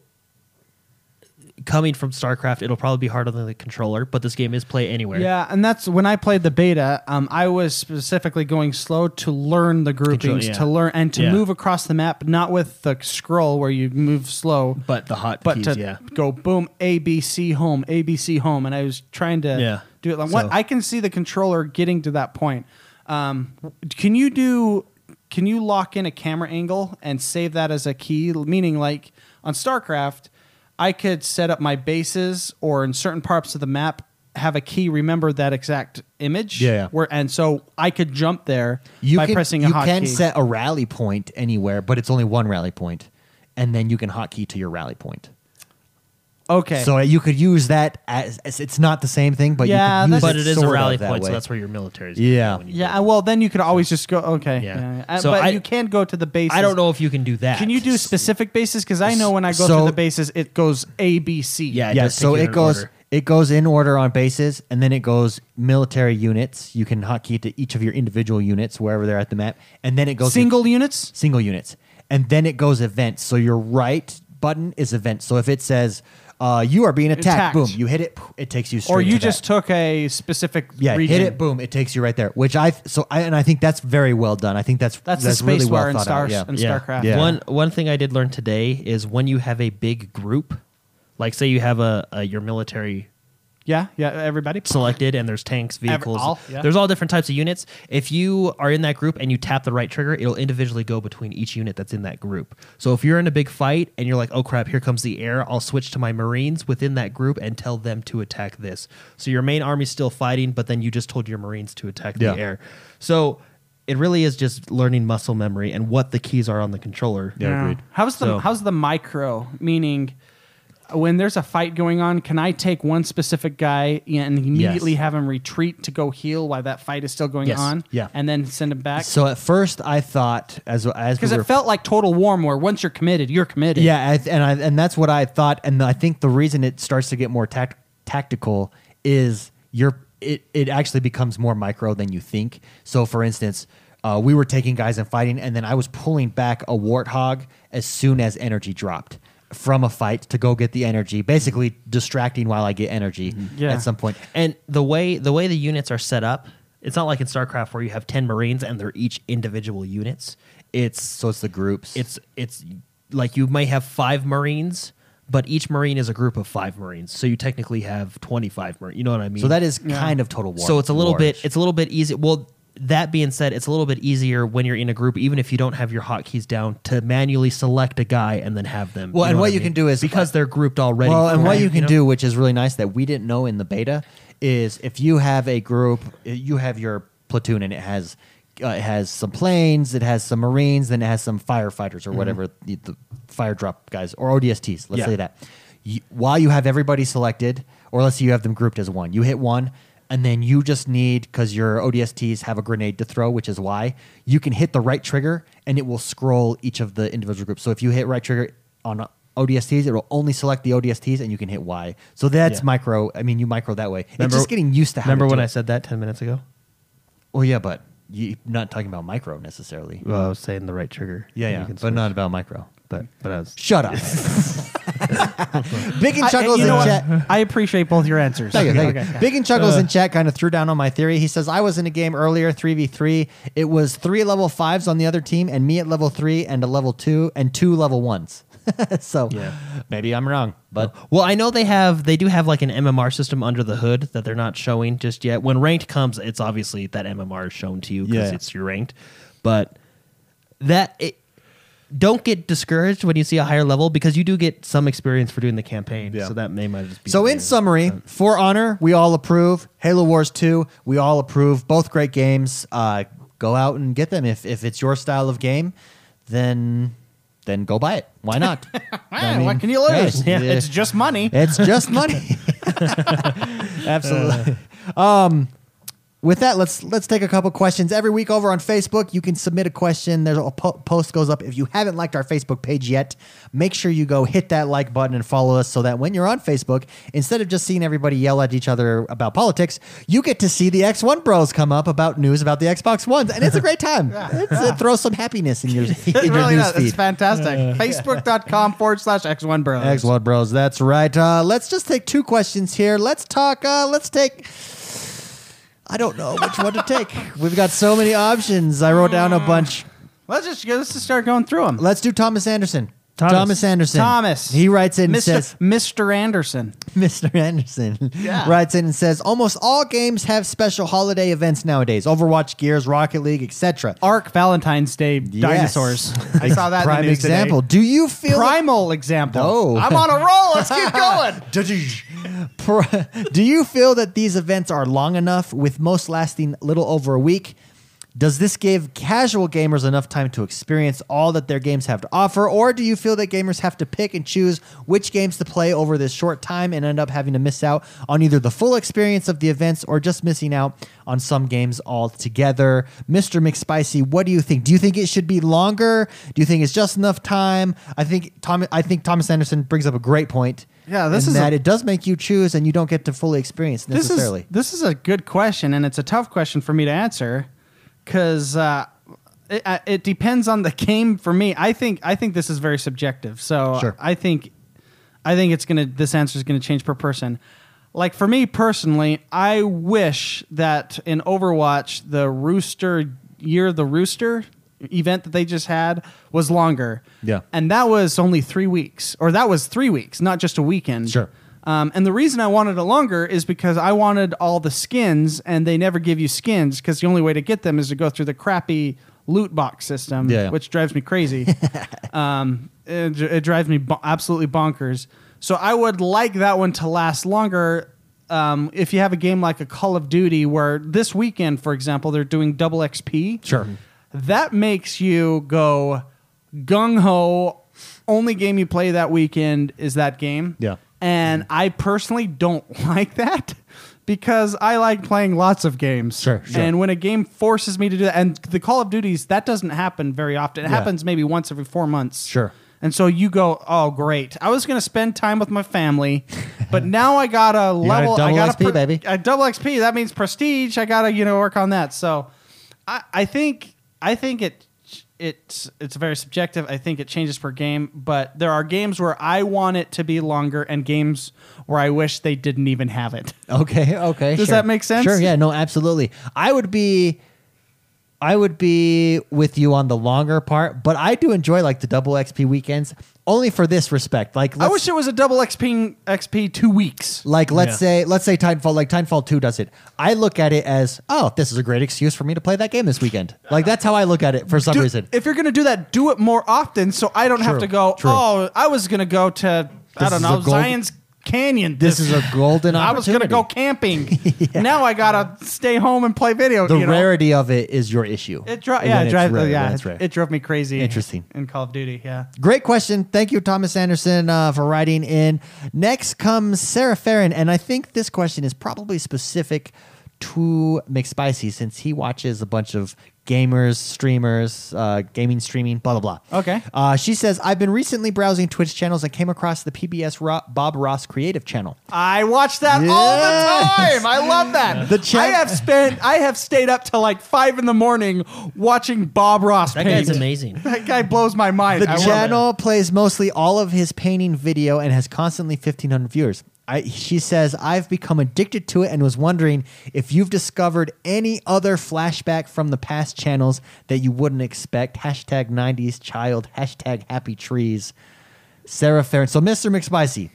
S3: Coming from StarCraft, it'll probably be hard on the controller, but this game is play anywhere.
S2: Yeah, and that's when I played the beta. Um, I was specifically going slow to learn the groupings,
S3: yeah.
S2: to learn and to
S3: Yeah.
S2: move across the map, not with the scroll where you move slow,
S3: but the hot
S2: but
S3: keys,
S2: to
S3: yeah,
S2: go boom A B C home A B C home, and I was trying to
S3: Yeah.
S2: do it. Like,
S3: So-
S2: what I can see the controller getting to that point. Um, can you do? Can you lock in a camera angle and save that as a key? Meaning, like on StarCraft, I could set up my bases, or in certain parts of the map, have a key remember that exact image.
S1: Yeah, yeah.
S2: Where and so I could jump there by pressing a
S1: you
S2: hotkey.
S1: can set a rally point anywhere, but it's only one rally point, and then you can hotkey to your rally point.
S2: okay.
S1: So you could use that as, as- it's not the same thing, but
S2: Yeah,
S1: you could use
S2: that's-
S3: but it is
S1: sort
S3: a
S1: of
S3: rally
S1: that
S3: point, so
S1: way.
S3: that's where your military is.
S1: Yeah.
S3: when you
S2: yeah.
S3: do
S2: uh, Well, then you could always just go. Okay.
S3: Yeah.
S2: Uh,
S3: So
S2: but
S3: I-
S2: you can go to the
S3: it.
S2: base.
S3: I don't know if you can do that.
S2: Can you do specific bases? Because I know when I go
S1: So-
S2: through the bases, it goes A, B, C.
S3: Yeah, it
S1: yeah,
S3: does take
S1: so
S3: you in
S1: it
S3: an
S1: goes
S3: order.
S1: it goes in order on bases, and then it goes military units. You can hotkey to each of your individual units wherever they're at the map, and then it goes
S2: Single units.
S1: single units, and then it goes events. So your right button is events. So if it says uh, you are being attacked,
S2: Attacked.
S1: boom, you hit it, it takes you straight.
S2: or you
S1: to that.
S2: just took a specific
S1: yeah,
S2: region.
S1: hit it, boom, it takes you right there. Which I so I and I think that's very well done. I think that's
S2: That's
S1: that's,
S2: the space
S1: really well
S2: bar in
S1: thought out.
S2: Stars-
S1: Yeah.
S2: in
S1: yeah.
S2: StarCraft.
S1: Yeah.
S3: One one thing I did learn today is when you have a big group, like say you have a, a your military
S2: Yeah, yeah, everybody.
S3: selected and there's tanks, vehicles,
S2: all, yeah.
S3: there's all different types of units. If you are in that group and you tap the right trigger, it'll individually go between each unit that's in that group. So if you're in a big fight and you're like, "Oh crap, here comes the air," I'll switch to my Marines within that group and tell them to attack this. So your main army's still fighting, but then you just told your Marines to attack
S1: Yeah.
S3: the air. So it really is just learning muscle memory and what the keys are on the controller.
S1: Yeah, agreed.
S2: How's the
S3: So-
S2: how's the micro meaning? When there's a fight going on, can I take one specific guy and immediately
S1: Yes.
S2: have him retreat to go heal while that fight is still going
S3: Yes,
S2: on?
S1: yeah.
S2: and then send him back.
S1: So at first I thought as as we
S2: Because
S1: were
S2: it felt like total warm, where once you're committed, you're committed.
S1: Yeah, I, and I, and that's what I thought, and I think the reason it starts to get more tact- tactical is your it it actually becomes more micro than you think. So, for instance, uh, we were taking guys and fighting, and then I was pulling back a warthog as soon as energy dropped from a fight to go get the energy, basically distracting while I get energy
S2: Yeah.
S1: at some point.
S3: And the way the way the units are set up, it's not like in StarCraft where you have ten Marines and they're each individual units. It's
S1: So it's the groups.
S3: it's it's like you may have five Marines, but each Marine is a group of five Marines. So you technically have twenty five Marines. You know what I mean?
S1: so that is
S2: Yeah.
S1: kind of total war.
S3: so it's a little bit
S1: war-ish.
S3: it's a little bit easy. Well, that being said, it's a little bit easier when you're in a group, even if you don't have your hotkeys down, to manually select a guy and then have them.
S1: Well, and
S3: know
S1: what
S3: I
S1: you can
S3: mean?
S1: do is-
S3: because they're grouped already.
S1: Well, and
S3: for
S1: what
S3: you,
S1: you can
S3: know?
S1: do, which is really nice that we didn't know in the beta, is if you have a group, you have your platoon, and it has uh, it has some planes, it has some marines, then it has some firefighters or whatever the, the fire drop guys or ODSTs. Let's
S3: Mm-hmm. Yeah.
S1: say that. You, while you have everybody selected, or let's say you have them grouped as one, you hit one. And then you just need, because your ODSTs have a grenade to throw, which is why you can hit the right trigger and it will scroll each of the individual groups. So if you hit right trigger on ODSTs, it will only select the ODSTs, and you can hit Y. So that's
S3: Yeah.
S1: micro. I mean, you micro that way. it's
S3: Remember-
S1: just getting used to. how
S3: Remember
S1: to do
S3: when I
S1: it.
S3: said that ten minutes ago?
S1: Well, yeah, but you're not talking about micro necessarily.
S3: Well, I was saying the right trigger.
S1: yeah, yeah, but not about micro.
S3: But but I was.
S1: Shut up. Big and
S2: I,
S1: chuckles
S2: you
S1: in
S2: know what?
S1: chat.
S2: I appreciate both your answers.
S1: Thank you, thank you.
S2: Okay. Uh,
S1: Big and Chuckles in chat kind of threw down on my theory. He says, I was in a game earlier, 3v3. It was three level fives on the other team, and me at level three, and a level two, and two level ones. so
S3: Yeah.
S1: maybe I'm wrong, but
S3: Well, I know they have they do have like an MMR system under the hood that they're not showing just yet. When ranked comes, it's obviously that MMR is shown to you because
S1: Yeah.
S3: it's your ranked. But that it, don't get discouraged when you see a higher level because you do get some experience for doing the campaign.
S1: Yeah.
S3: So that may might just be
S1: So,
S3: the
S1: in
S3: reason.
S1: summary, For Honor, we all approve. Halo Wars 2, we all approve. Both great games. Uh, go out and get them. If, if it's your style of game, then then go buy it. Why not?
S2: Ah, what can you lose?
S1: yeah, yeah.
S2: It's just money.
S1: it's just money. Absolutely. Um, with that, let's let's take a couple questions every week over on Facebook. You can submit a question. There's a po- post goes up. If you haven't liked our Facebook page yet, make sure you go hit that like button and follow us so that when you're on Facebook, instead of just seeing everybody yell at each other about politics, you get to see the X1 Bros come up about news about the Xbox Ones, and it's a great time. It's- It throws some happiness in your in
S2: It
S1: your
S2: really
S1: news
S2: does. It's
S1: feed.
S2: fantastic. Facebook.com forward slash X1 Bros.
S1: X1 Bros, that's right. Uh, let's just take two questions here. Let's talk. Uh, let's take. I don't know which one to take. We've got so many options. I wrote down a bunch.
S2: Let's just let's just start going through them.
S1: Let's do Thomas Anderson. Thomas, Anderson.
S2: Thomas.
S1: He writes in and
S2: Mr.
S1: says,
S2: Mr. Anderson.
S1: Mr. Anderson
S2: Yeah.
S1: writes in and says, almost all games have special holiday events nowadays. Overwatch, Gears, Rocket League, etc.
S2: Arc Valentine's Day dinosaurs.
S1: Yes.
S2: I saw that in the
S1: Prime
S2: news today.
S1: example. Do you feel
S2: Primal example.
S1: No.
S2: I'm on a roll. Let's keep going.
S1: Pro- Do you feel that these events are long enough, with most lasting little over a week? Does this give casual gamers enough time to experience all that their games have to offer, or do you feel that gamers have to pick and choose which games to play over this short time and end up having to miss out on either the full experience of the events or just missing out on some games altogether? Mr. McSpicy, what do you think? Do you think it should be longer? Do you think it's just enough time? I think Tom, I think Thomas Anderson brings up a great point.
S2: Yeah, this
S1: in
S2: is a-
S1: that it does make you choose and you don't get to fully experience
S2: This
S1: necessarily.
S2: is this is a good question, and it's a tough question for me to answer because uh, it, uh, it depends on the game. For me, I think I think this is very subjective. So
S1: Sure.
S2: I think I think it's gonna this answer is gonna change per person. Like for me personally, I wish that in Overwatch the Rooster Year of the Rooster event that they just had was longer.
S1: Yeah.
S2: And that was only three weeks, or that was three weeks, not just a weekend.
S1: Sure.
S2: Um, and the reason I wanted it longer is because I wanted all the skins, and they never give you skins because the only way to get them is to go through the crappy loot box system,
S1: Yeah.
S2: which drives me crazy. um, it, it drives me bo- absolutely bonkers. So I would like that one to last longer. Um, if you have a game like a Call of Duty, where this weekend, for example, they're doing double XP,
S1: Sure.
S2: that makes you go gung ho. Only game you play that weekend is that game.
S1: Yeah. Mm-hmm.
S2: And I personally don't like that because I like playing lots of games.
S1: Sure, sure.
S2: And when a game forces me to do that, and the Call of Duties, that doesn't happen very often. It
S1: Yeah.
S2: happens maybe once every four months.
S1: Sure.
S2: And so you go, oh great! I was gonna spend time with my family, but now I gotta level. I
S1: double
S2: gotta
S1: XP, baby.
S2: a double XP. That means prestige. I gotta you know work on that. So, I I think I think it it's it's very subjective. I think it changes per game, but there are games where I want it to be longer and games where I wish they didn't even have it.
S1: Okay. Okay.
S2: Does
S1: sure.
S2: that make sense?
S1: Sure. Yeah. No. Absolutely. I would be, I would be with you on the longer part, but I do enjoy like the double XP weekends only for this respect. Like,
S2: I
S1: let's,
S2: wish it was a double XP XP two weeks.
S1: like let's
S3: Yeah.
S1: say let's say Titanfall like Titanfall two does it. I look at it as oh, this is a great excuse for me to play that game this weekend. Like that's how I look at it for some
S2: Do-
S1: reason.
S2: If you're gonna do that, do it more often, so I don't have
S1: True,
S2: to go.
S1: true.
S2: Oh, I was gonna go to I
S1: This
S2: don't
S1: is a
S2: know
S1: gold-
S2: Zion's Canyon.
S1: this is a golden.
S2: I was gonna
S1: opportunity.
S2: go camping. Now I gotta stay home and play video.
S1: The
S2: you know?
S1: rarity of it is your issue.
S2: It dro-
S1: When
S2: yeah, it
S1: it's
S2: drive,
S1: rare, when
S2: yeah,
S1: it's
S2: it,
S1: rare.
S2: it drove me crazy.
S1: Interesting.
S2: In Call of Duty, yeah.
S1: Great question. Thank you, Thomas Anderson, uh, for writing in. Next comes Sarah Farron, and I think this question is probably specific to McSpicy since he watches a bunch of gamers, streamers, uh, gaming, streaming, blah, blah, blah.
S2: Okay.
S1: Uh, she says, I've been recently browsing Twitch channels and came across the PBS Ro- Bob Ross Creative channel.
S2: I watch that all the
S1: Yes.
S2: time. I love that.
S1: The chat-
S2: I have spent, I have stayed up till like five in the morning watching Bob Ross.
S3: That
S2: paint.
S3: guy's amazing.
S2: That guy blows my mind.
S1: The
S2: I love it.
S1: channel plays mostly all of his painting video and has constantly 1,500 viewers. I, she says, I've become addicted to it and was wondering if you've discovered any other flashback from the past channels that you wouldn't expect. Hashtag 90s child, hashtag happy trees. Sarah Farron. So, Mr. McSpicy,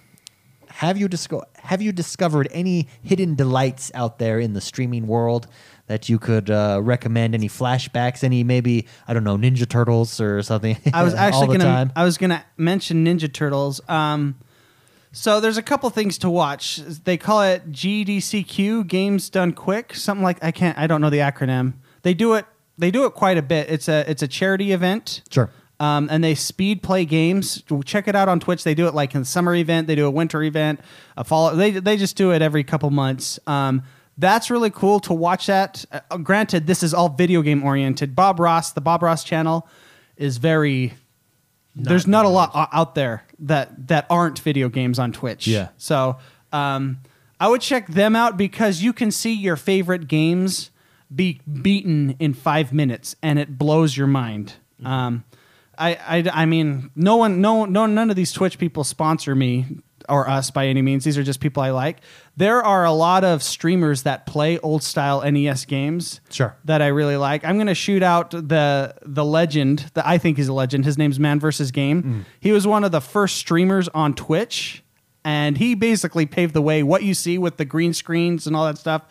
S1: have you, disco- have you discovered any hidden delights out there in the streaming world that you could uh, recommend? Any flashbacks? Any maybe, I don't know, Ninja Turtles or something?
S2: I was
S1: all
S2: actually
S1: the
S2: gonna
S1: time.
S2: I was gonna mention Ninja Turtles. Um, so there's a couple things to watch. They call it GDCQ, Games Done Quick, something like I can't I don't know the acronym. They do it they do it quite a bit. It's a it's a charity event.
S1: Sure.
S2: Um, and they speed play games. Check it out on Twitch. They do it like in summer event. They do a winter event, a fall. They they just do it every couple months. Um, that's really cool to watch. That uh, granted, this is all video game oriented. Bob Ross, the Bob Ross channel, is very. there's not a lot o- out there that that aren't video games on Twitch.
S1: Yeah.
S2: So um, I would check them out because you can see your favorite games be beaten in five minutes, and it blows your mind. Um, I, I, I mean, no one, no, no, none of these Twitch people sponsor me. or us by any means. These are just people I like. There are a lot of streamers that play old style NES games.
S1: Sure.
S2: That I really like. I'm gonna shoot out the the legend that I think is a legend. His name's Man vs. Game. He was one of the first streamers on Twitch, and he basically paved the way. What you see with the green screens and all that stuff.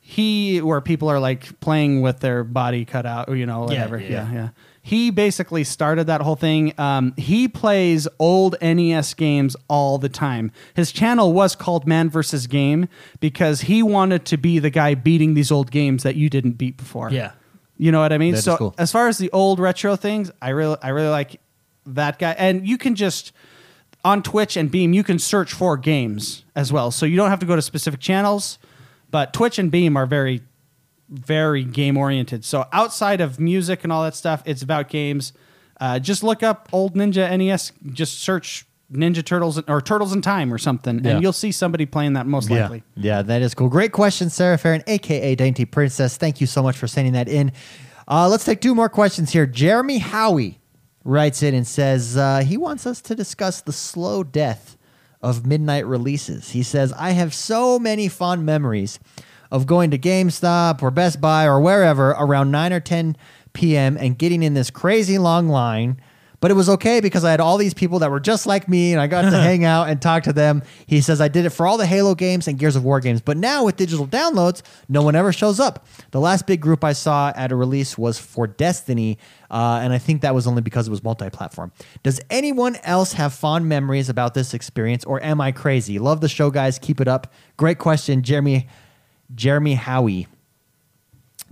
S2: He where people are like playing with their body cut out, you know, whatever.
S3: yeah.
S2: yeah, yeah. He basically started that whole thing. Um, he plays old NES games all the time. His channel was called Man vs. Game because he wanted to be the guy beating these old games that you didn't beat before.
S3: Yeah.
S2: You know what I mean?
S1: That is
S2: so
S1: cool.
S2: as far as the old retro things, I really I really like that guy. And you can just on Twitch and Beam, you can search for games as well. So you don't have to go to specific channels, but Twitch and Beam are very very game oriented. So outside of music and all that stuff, it's about games. Uh, just look up old Ninja NES. Just search Ninja Turtles or Turtles in Time or something,
S1: Yeah.
S2: and you'll see somebody playing that most likely.
S1: Yeah, that is cool. Great question, Sarah Farron, aka Dainty Princess. Thank you so much for sending that in. Uh, let's take two more questions here. Jeremy Howie writes in and says uh, he wants us to discuss the slow death of midnight releases. He says, I have so many fond memories of going to GameStop or Best Buy or wherever around 9 or 10 p.m. and getting in this crazy long line. But it was okay because I had all these people that were just like me and I got to hang out and talk to them. He says, I did it for all the Halo games and Gears of War games. But now with digital downloads, no one ever shows up. The last big group I saw at a release was for Destiny. Uh, and I think that was only because it was multi platform. Does anyone else have fond memories about this experience or am I crazy? Love the show, guys. Keep it up. Great question, Jeremy. Jeremy Howie.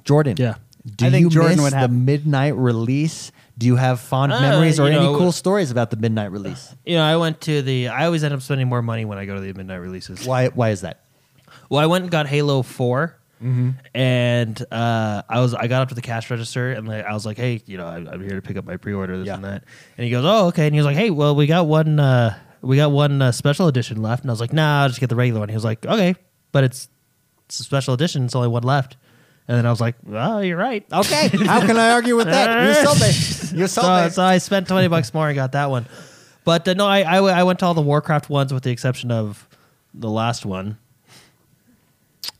S1: Jordan.
S2: Yeah.
S1: Do
S2: I think
S1: you
S2: Jordan
S1: miss
S2: would have-
S1: the midnight release? Do you have fond
S3: Uh,
S1: memories or
S3: you
S1: any
S3: know-
S1: cool stories about the midnight release?
S3: You know, I went to the. I always end up spending more money when I go to the midnight releases.
S1: Why? Why is that?
S3: Well, I went and got Halo 4 and uh, I was I got up to the cash register, and like, I was like, "Hey, you know, I'm, I'm here to pick up my pre-order, this
S1: Yeah.
S3: and that." And he goes, "Oh, okay." And he was like, "Hey, well, we got one, uh, we got one uh, special edition left." And I was like, "Nah, I'll just get the regular one." He was like, "Okay, but it's it's a special edition; it's only one left." And then I was like, "Oh, you're right."
S1: Okay, how can I argue with that? You sold me. You sold
S3: So,
S1: me.
S3: so I spent twenty bucks more and got that one. But uh, no, I, I I went to all the Warcraft ones with the exception of the last one.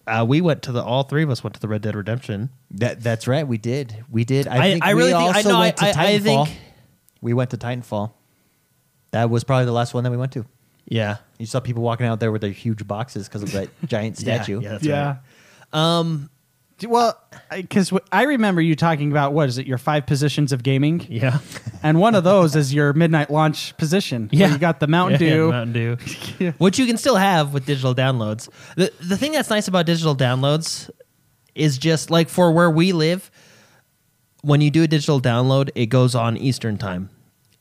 S3: Uh, we went to the all three of us went to the Red Dead Redemption.
S1: That, that's right. We did. We did. I,
S3: I-
S1: think
S3: I
S1: we
S3: really think- I
S1: also
S3: know,
S1: went
S3: I-
S1: to
S3: I- I
S1: Titanfall.
S3: think-
S1: we went to Titanfall. That was probably the last one that we went to.
S3: Yeah,
S1: You saw people walking out there with their huge boxes because of that giant statue.
S3: Yeah, that's
S2: yeah.
S3: right.
S2: Um, well, because I remember you talking about what is it? Your five positions of gaming,
S3: Yeah,
S2: and one of those is your midnight launch position. where you got the Mountain
S3: Yeah, yeah,
S2: Dew.
S3: Mountain Dew, which you can still have with digital downloads. the The thing that's nice about digital downloads is just like for where we live, when you do a digital download, it goes on Eastern time.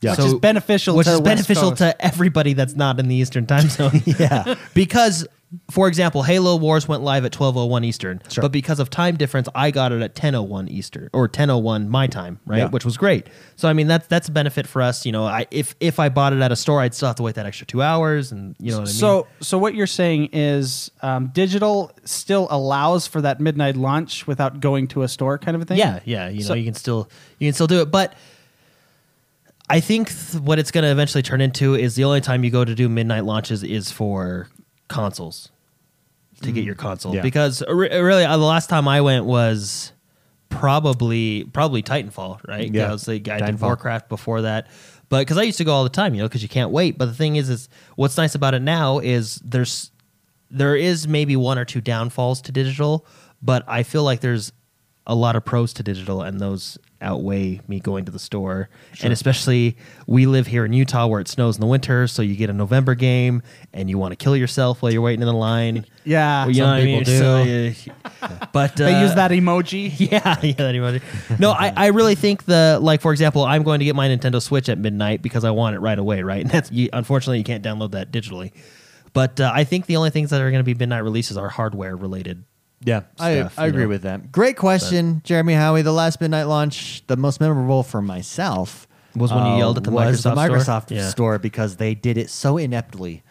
S1: Yeah.
S2: Which is beneficial
S3: which
S2: to
S3: is
S2: West
S3: beneficial
S2: Coast.
S3: to everybody that's not in the Eastern time zone.
S1: Yeah.
S3: because, for example, Halo Wars went live at twelve oh one Eastern,
S1: Sure.
S3: but because of time difference, I got it at ten oh one Eastern or ten oh one my time, right?
S1: Yeah.
S3: Which was great. So I mean, that's that's a benefit for us. You know, I if if I bought it at a store, I'd still have to wait that extra two hours, and you know what I mean.
S2: So, so what you're saying is, um, digital still allows for that midnight launch without going to a store, kind of a thing.
S3: Yeah, yeah. You know,
S2: So-
S3: you can still you can still do it, but I think th- what it's going to eventually turn into is the only time you go to do midnight launches is for consoles to
S2: Mm,
S3: get your console
S1: Yeah.
S3: because re- really uh, the last time I went was probably probably Titanfall, right?
S1: Yeah.
S3: I was like I did
S1: Titanfall.
S3: Warcraft before that. But because I used to go all the time, you know, because you can't wait. But the thing is, is what's nice about it now is there's there is maybe one or two downfalls to digital, but I feel like there's a lot of pros to digital, and those outweigh me going to the store. And especially, we live here in Utah where it snows in the winter, so you get a November game and you want to kill yourself while you're waiting in the line.
S2: Yeah.
S3: you
S1: Some
S3: know what I
S1: people
S3: mean.
S1: do.
S3: So, yeah. But
S2: They
S3: uh,
S2: use that emoji.
S3: yeah, yeah, that emoji. No, I, I really think the like for example, I'm going to get my Nintendo Switch at midnight because I want it right away, right? And that's you, unfortunately you can't download that digitally. But uh, I think the only things that are going to be midnight releases are hardware related.
S1: Yeah, I,
S3: stuff,
S1: I
S3: you
S1: agree
S3: know.
S1: with that. Great question, Jeremy Howie. The last midnight launch, the most memorable for myself uh,
S3: Was when you yelled at the
S1: was the
S3: Microsoft store?
S1: Microsoft
S3: Yeah.
S1: store because they did it so ineptly,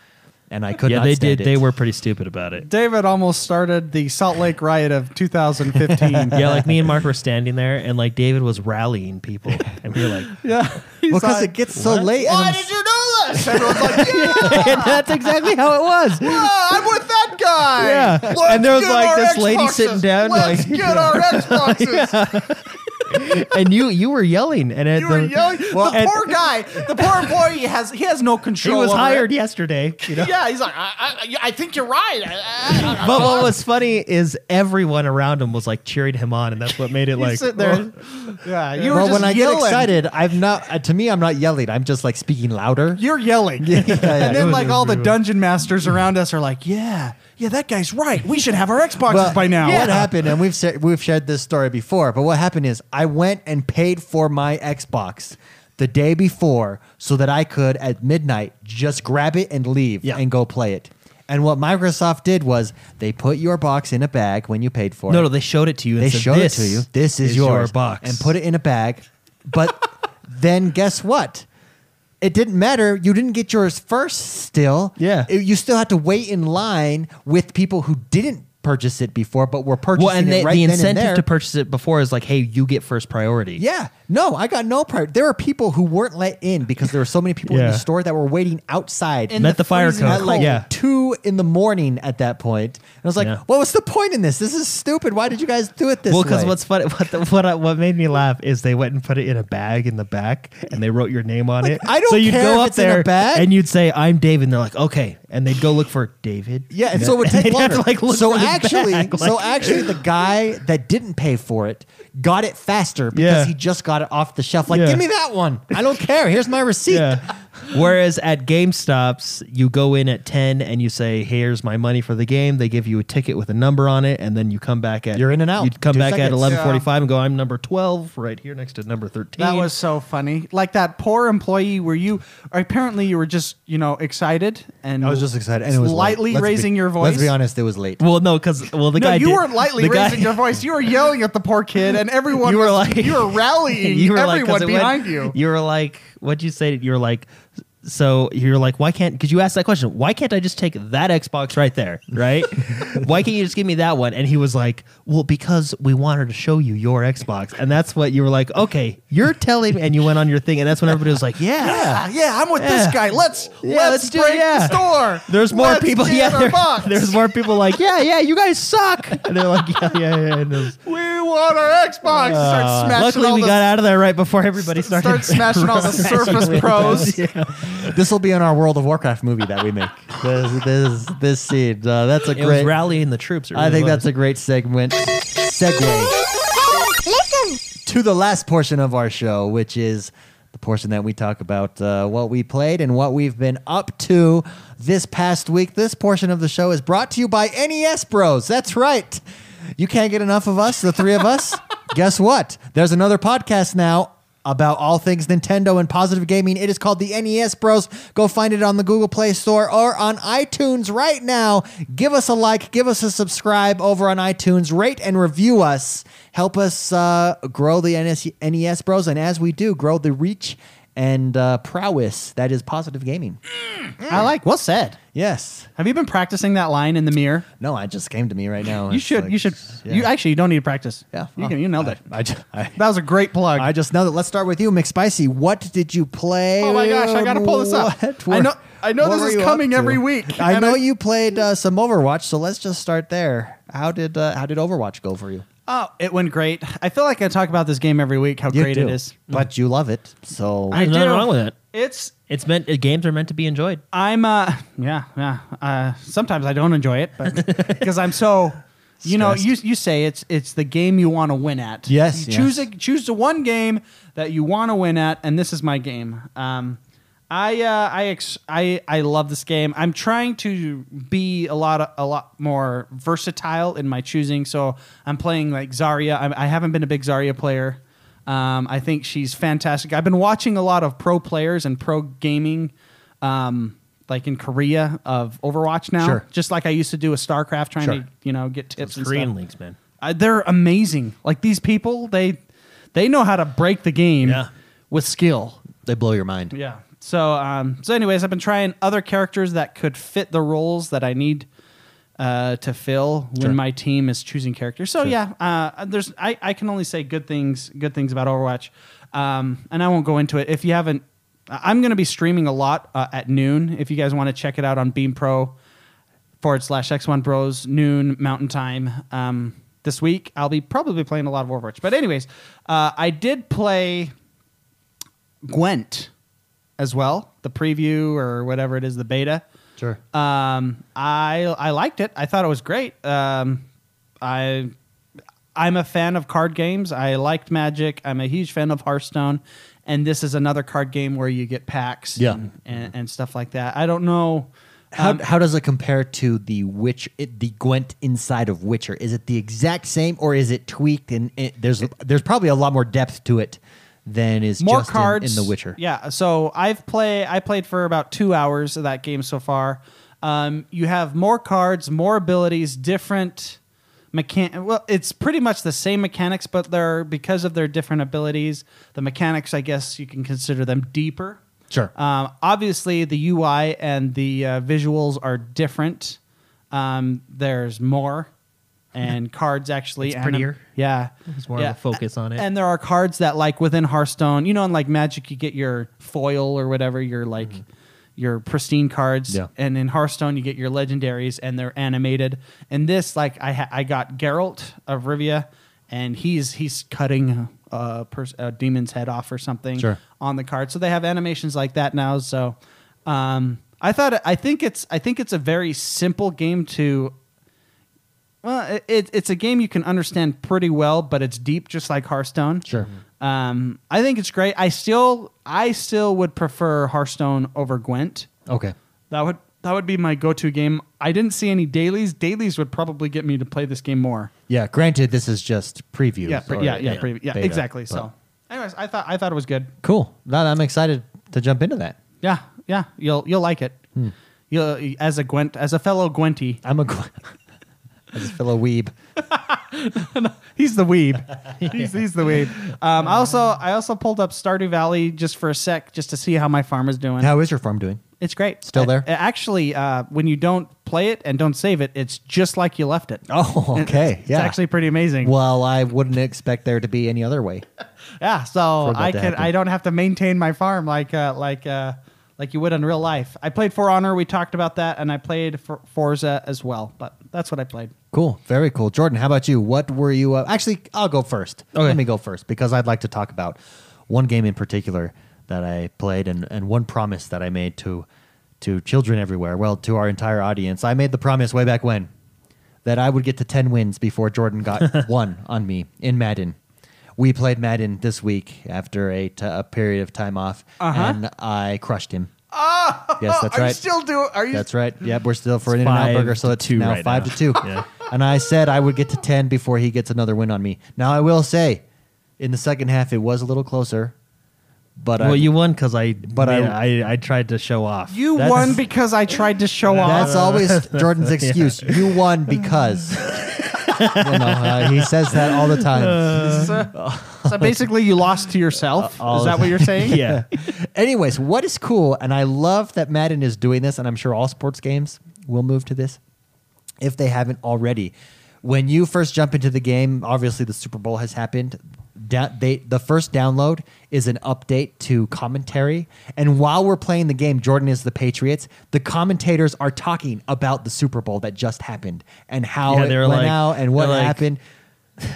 S1: and I could
S3: yeah,
S1: not.
S3: they
S1: stand
S3: did.
S1: it.
S3: They were pretty stupid about it.
S2: David almost started the Salt Lake riot of 2015.
S3: yeah, like me and Mark were standing there, and like David was rallying people, and we were like,
S2: yeah.
S1: because it gets so late. and I'm-
S3: you do that?"
S2: yes! Everyone's like, yeah,
S1: and that's exactly how it was.
S2: Ah, I'm with that guy.
S1: Yeah. And there was,
S2: get
S1: like,
S2: our
S1: this lady
S2: Xboxes.
S1: sitting down,
S2: Let's
S1: like-
S2: get our Xboxes.
S1: and you you were yelling, and at
S2: You
S1: the,
S2: were yelling.
S1: Well,
S2: the
S1: and-
S2: poor guy, the poor employee has he has no
S1: he
S2: control.
S1: was
S2: over
S1: hired
S2: it.
S1: yesterday. You know.
S2: Yeah, he's like, I, I, I think you're right. I- I- I-
S3: But what was funny is everyone around him was like cheering him on, and that's what made
S2: you
S3: it like. oh.
S2: sit there. yeah, you were
S1: well,
S2: just
S1: when I
S2: yelling.
S1: get excited, I'm not. Uh, to me, I'm not yelling. I'm just like speaking louder.
S2: You're yelling.
S1: yeah, yeah,
S2: and
S1: it
S2: then,
S1: was-
S2: like,
S3: it was
S2: all the
S3: pretty
S2: dungeon masters around us are like, yeah, yeah, that guy's right. We should have our Xboxes
S1: Well,
S2: by now.
S1: What happened? And we've said, we've shared this story before. But what happened is I went and paid for my Xbox the day before so that I could at midnight just grab it and leave
S3: Yeah.
S1: and go play it. And what Microsoft did was they put your box in a bag when you paid for
S3: no,
S1: it.
S3: no, they showed it to you. And
S1: they
S3: said,
S1: showed it
S3: "This
S1: to you. This is,
S3: your
S1: yours.
S3: box,
S1: and put it in a bag. But then guess what? It didn't matter. You didn't get yours first. Still,
S3: Yeah.
S1: It- you still had to wait in line with people who didn't purchase it before, but were purchasing
S3: Well, and
S1: it
S3: they,
S1: right
S3: the
S1: then and
S3: incentive
S1: there.
S3: to purchase it before is like, hey, you get first priority.
S1: Yeah, no, I got no prior. There were people who weren't let in because there were so many people in
S3: Yeah.
S1: the store that were waiting outside
S2: In
S3: Met
S2: the
S3: the, fire
S2: freezing
S3: code.
S1: at like
S3: yeah.
S1: two in the morning at that point. And I was like,
S3: Yeah.
S1: "What was the point in this? This is stupid. Why did you guys do it this
S4: Well,
S1: way?"
S4: because what's funny, what, the, what I- what made me laugh is they went and put it in a bag in the back, and they wrote your name on it.
S1: I don't
S4: so you'd
S1: care
S4: go
S1: if
S4: up
S1: it's in a
S4: there
S1: bag.
S4: and you'd say, "I'm David." And they're like, "Okay," and they'd go look for David.
S1: Yeah, and so it would
S4: And
S1: take
S4: they'd have
S1: longer.
S4: to, like, look
S1: so
S4: for the
S1: actually,
S4: bag,
S1: so
S4: like-
S1: actually, the guy that didn't pay for it got it faster because
S4: Yeah.
S1: he just got it off the shelf. Like,
S4: Yeah.
S1: give me that one. I don't care. Here's my receipt.
S4: Yeah. Whereas at GameStops, you go in at ten and you say, "Here's my money for the game." They give you a ticket with a number on it, and then you come back at
S1: You're in and out.
S4: You'd come
S1: Two
S4: back at
S1: seconds.
S4: eleven forty-five and go, "I'm number twelve, right here next to number 13.
S2: That was so funny. Like that poor employee where you apparently you were just, you know, excited and
S1: I was just excited, and it was
S2: lightly
S1: late. Let's
S2: raising
S1: be,
S2: your voice.
S1: Let's be honest, it was late.
S4: well, no, because well, the
S2: No,
S4: guy
S2: you
S4: did-
S2: weren't lightly
S4: the guy-
S2: raising your voice. You were yelling at the poor kid and everyone
S4: You were
S2: was-
S4: like-
S2: you were rallying
S4: you were like, 'cause
S2: everyone
S4: it went-
S2: behind you.
S4: You were like, what'd you say? You were like, so you're like, why can't? Because you asked that question. Why can't I just take that Xbox right there, right? why can't you just give me that one? And he was like, well, because we wanted to show you your Xbox, and that's what you were like. Okay, you're telling, me, and you went on your thing, and that's when everybody was like, yeah.
S2: Yeah, Ah, yeah, I'm with
S4: Yeah.
S2: this guy. Let's
S4: Yeah,
S2: let's,
S4: let's do it,
S2: break
S4: yeah.
S2: the store.
S4: There's more
S2: Let's
S4: people.
S2: get
S4: Yeah,
S2: our
S4: there-
S2: box.
S4: there's more people like, yeah, yeah, you guys suck. And they're like, yeah, yeah, yeah. And it was-
S2: we want our Xbox.
S4: uh,
S2: start smashing
S4: luckily,
S2: all
S4: we
S2: the,
S4: got out of there right before everybody started.
S2: start smashing all the Surface Pros.
S1: this will be in our World of Warcraft movie that we make. this this this scene. Uh, that's a
S4: it was
S1: great.
S4: rallying the troops. it
S1: I
S4: really
S1: think
S4: was.
S1: that's a great segment. Segue to the last portion of our show, which is the portion that we talk about uh, what we played and what we've been up to this past week. This portion of the show is brought to you by NES Bros. That's right. You can't get enough of us, the three of us. Guess what? There's another podcast now about all things Nintendo and positive gaming. It is called the NES Bros. Go find it on the Google Play Store or on iTunes right now. Give us a like, give us a subscribe over on iTunes, rate and review us. Help us uh, grow the NS- NES E Bros. And as we do, grow the reach and uh, prowess that is positive gaming.
S2: I like well said.
S1: Yes.
S2: Have you been practicing that line in the mirror?
S1: No, I just came to me right now.
S2: You
S1: It's
S2: should.
S1: like-
S2: you should.
S1: yeah.
S2: You actually. You don't need to practice.
S1: Yeah.
S2: You
S1: Oh,
S2: can. You nailed it.
S1: I, ju- I,
S2: That was a great plug.
S1: I just know that. Let's start with you, McSpicy. What did you play?
S2: oh my gosh! I gotta pull this up.
S1: What
S2: I
S1: were-
S2: know. I know
S1: what were
S2: this
S1: you
S2: is
S1: up
S2: coming
S1: to?
S2: every week.
S1: I
S2: and
S1: know you played uh, some Overwatch, so let's just start there. How did uh, how did Overwatch go for you?
S2: Oh, it went great. I feel like I talk about this game every week. How great
S1: do,
S2: it is.
S1: but you love it. So
S4: There's nothing
S2: do.
S4: wrong with it.
S2: It's.
S4: It's meant uh, games are meant to be enjoyed.
S2: I'm. Uh. Yeah. Yeah. Uh. Sometimes I don't enjoy it, but because I'm so. You know, you you say it's it's the game you want to win at.
S1: Yes,
S2: You Choose a,
S1: yes.
S2: choose the one game that you want to win at, and this is my game. Um, I uh, I ex- I I love this game. I'm trying to be a lot a lot more versatile in my choosing. So I'm playing like Zarya. I, I haven't been a big Zarya player. Um, I think she's fantastic. I've been watching a lot of pro players and pro gaming, um, like in Korea of Overwatch now.
S1: Sure.
S2: Just like I used to do with StarCraft, trying
S4: Sure.
S2: to you know get tips. and
S4: Korean
S2: stuff.
S4: links, man.
S2: I, they're amazing. Like these people, they they know how to break the game
S4: Yeah.
S2: with skill.
S1: they blow your mind.
S2: Yeah. So um so anyways, I've been trying other characters that could fit the roles that I need uh to fill when my team is choosing characters. So yeah, uh there's I I can only say good things good things about Overwatch. Um and I won't go into it. If you haven't I- I'm going to be streaming a lot uh, at noon. If you guys want to check it out on Beam Pro forward slash X1 Bros noon Mountain Time um, this week, I'll be probably playing a lot of Overwatch. But anyways, uh, I did play Gwent as well, the preview or whatever it is, the beta.
S1: Sure.
S2: Um, I I liked it. I thought it was great. Um, I I'm a fan of card games. I liked Magic. I'm a huge fan of Hearthstone, and this is another card game where you get packs.
S1: Yeah.
S2: And, and, and stuff like that. I don't know.
S1: Um, How, how does it compare to the Witch, it, the Gwent inside of Witcher? Is it the exact same, or is it tweaked? And it, there's there's probably a lot more depth to it than is
S2: more
S1: just in-
S2: cards
S1: in, the Witcher.
S2: Yeah. So I've play I played for about two hours of that game so far. Um, you have more cards, more abilities, different mechan. Well, it's pretty much the same mechanics, but they're because of their different abilities. The mechanics, I guess, you can consider them deeper.
S1: Sure.
S2: Um, obviously, the UI and the uh, visuals are different. Um, there's more, and cards actually
S4: It's
S2: anim-
S4: prettier.
S2: Yeah,
S4: There's more of a focus on it.
S2: And there are cards that, like within Hearthstone, you know, in like Magic, you get your foil or whatever, your like your pristine cards,
S1: Mm-hmm. Yeah.
S2: and in Hearthstone, you get your legendaries, and they're animated. And this, like, I ha- I got Geralt of Rivia, and he's he's cutting a, pers- a demon's head off or something
S1: Sure.
S2: on the card. So they have animations like that now. So um, I thought I think it's I think it's a very simple game to. Well, it- it, it's a game you can understand pretty well, but it's deep, just like Hearthstone.
S1: Sure.
S2: Um, I think it's great. I still I still would prefer Hearthstone over Gwent.
S1: Okay.
S2: That would that would be my go-to game. I didn't see any dailies. Dailies would probably get me to play this game more.
S1: Yeah. Granted, this is just preview.
S2: Yeah, pre- yeah, yeah, pre- yeah, exactly. So, anyways, I thought I thought it was good.
S1: cool. No, I'm excited to jump into that.
S2: Yeah, yeah, you'll you'll like it. You'll as a Gwent as a fellow Gwenty.
S1: I'm a Gw- as a fellow weeb.
S2: He's the weeb. he's, he's the weeb. Um, I also I also pulled up Stardew Valley just for a sec just to see how my farm is doing.
S1: How is your farm doing?
S2: It's great.
S1: Still there?
S2: A- actually, uh, when you don't play it and don't save it, it's just like you left it.
S1: Oh, okay.
S2: It's
S1: yeah.
S2: actually pretty amazing.
S1: well, I wouldn't expect there to be any other way.
S2: Yeah, so
S1: For that
S2: I
S1: to
S2: can
S1: happen.
S2: I don't have to maintain my farm like uh, like uh, like you would in real life. I played For Honor. We talked about that, and I played for Forza as well. But that's what I played.
S1: Cool. Very cool. Jordan, how about you? What were you uh, Actually, I'll go first. Let me go first because I'd like to talk about one game in particular that I played and, and one promise that I made to to children everywhere, well, to our entire audience. I made the promise way back when that I would get to 10 wins before Jordan got one on me in Madden. We played Madden this week after a, t- a period of time off and I crushed him. yes, that's right.
S2: doing? Are you?
S1: That's right. Yep, we're still for an in and out
S4: five
S1: burger, so
S4: to
S1: it's
S4: two
S1: now
S4: right
S1: five
S4: now.
S1: to two.
S4: Yeah.
S1: And I said I would get to ten before he gets another win on me. Now I will say, in the second half, it was a little closer, but I,
S4: well, you won because I, but
S1: I-
S4: I, I, tried to show off.
S2: you
S1: That's-
S2: won because I tried to show off.
S1: that's always Jordan's excuse. You won because. you know, uh, he says that all the time.
S4: Uh,
S1: Uh,
S2: so, so basically, you lost to yourself. Is that what you're saying?
S4: yeah,
S1: Anyways, what is cool, and I love that Madden is doing this, and I'm sure all sports games will move to this if they haven't already. When you first jump into the game, obviously the Super Bowl has happened. Da- they, the first download is an update to commentary. And while we're playing the game, Jordan is the Patriots. The commentators are talking about the Super Bowl that just happened and how
S4: Yeah,
S1: it
S4: they were
S1: went
S4: like-
S1: out and what
S4: they're like-
S1: happened.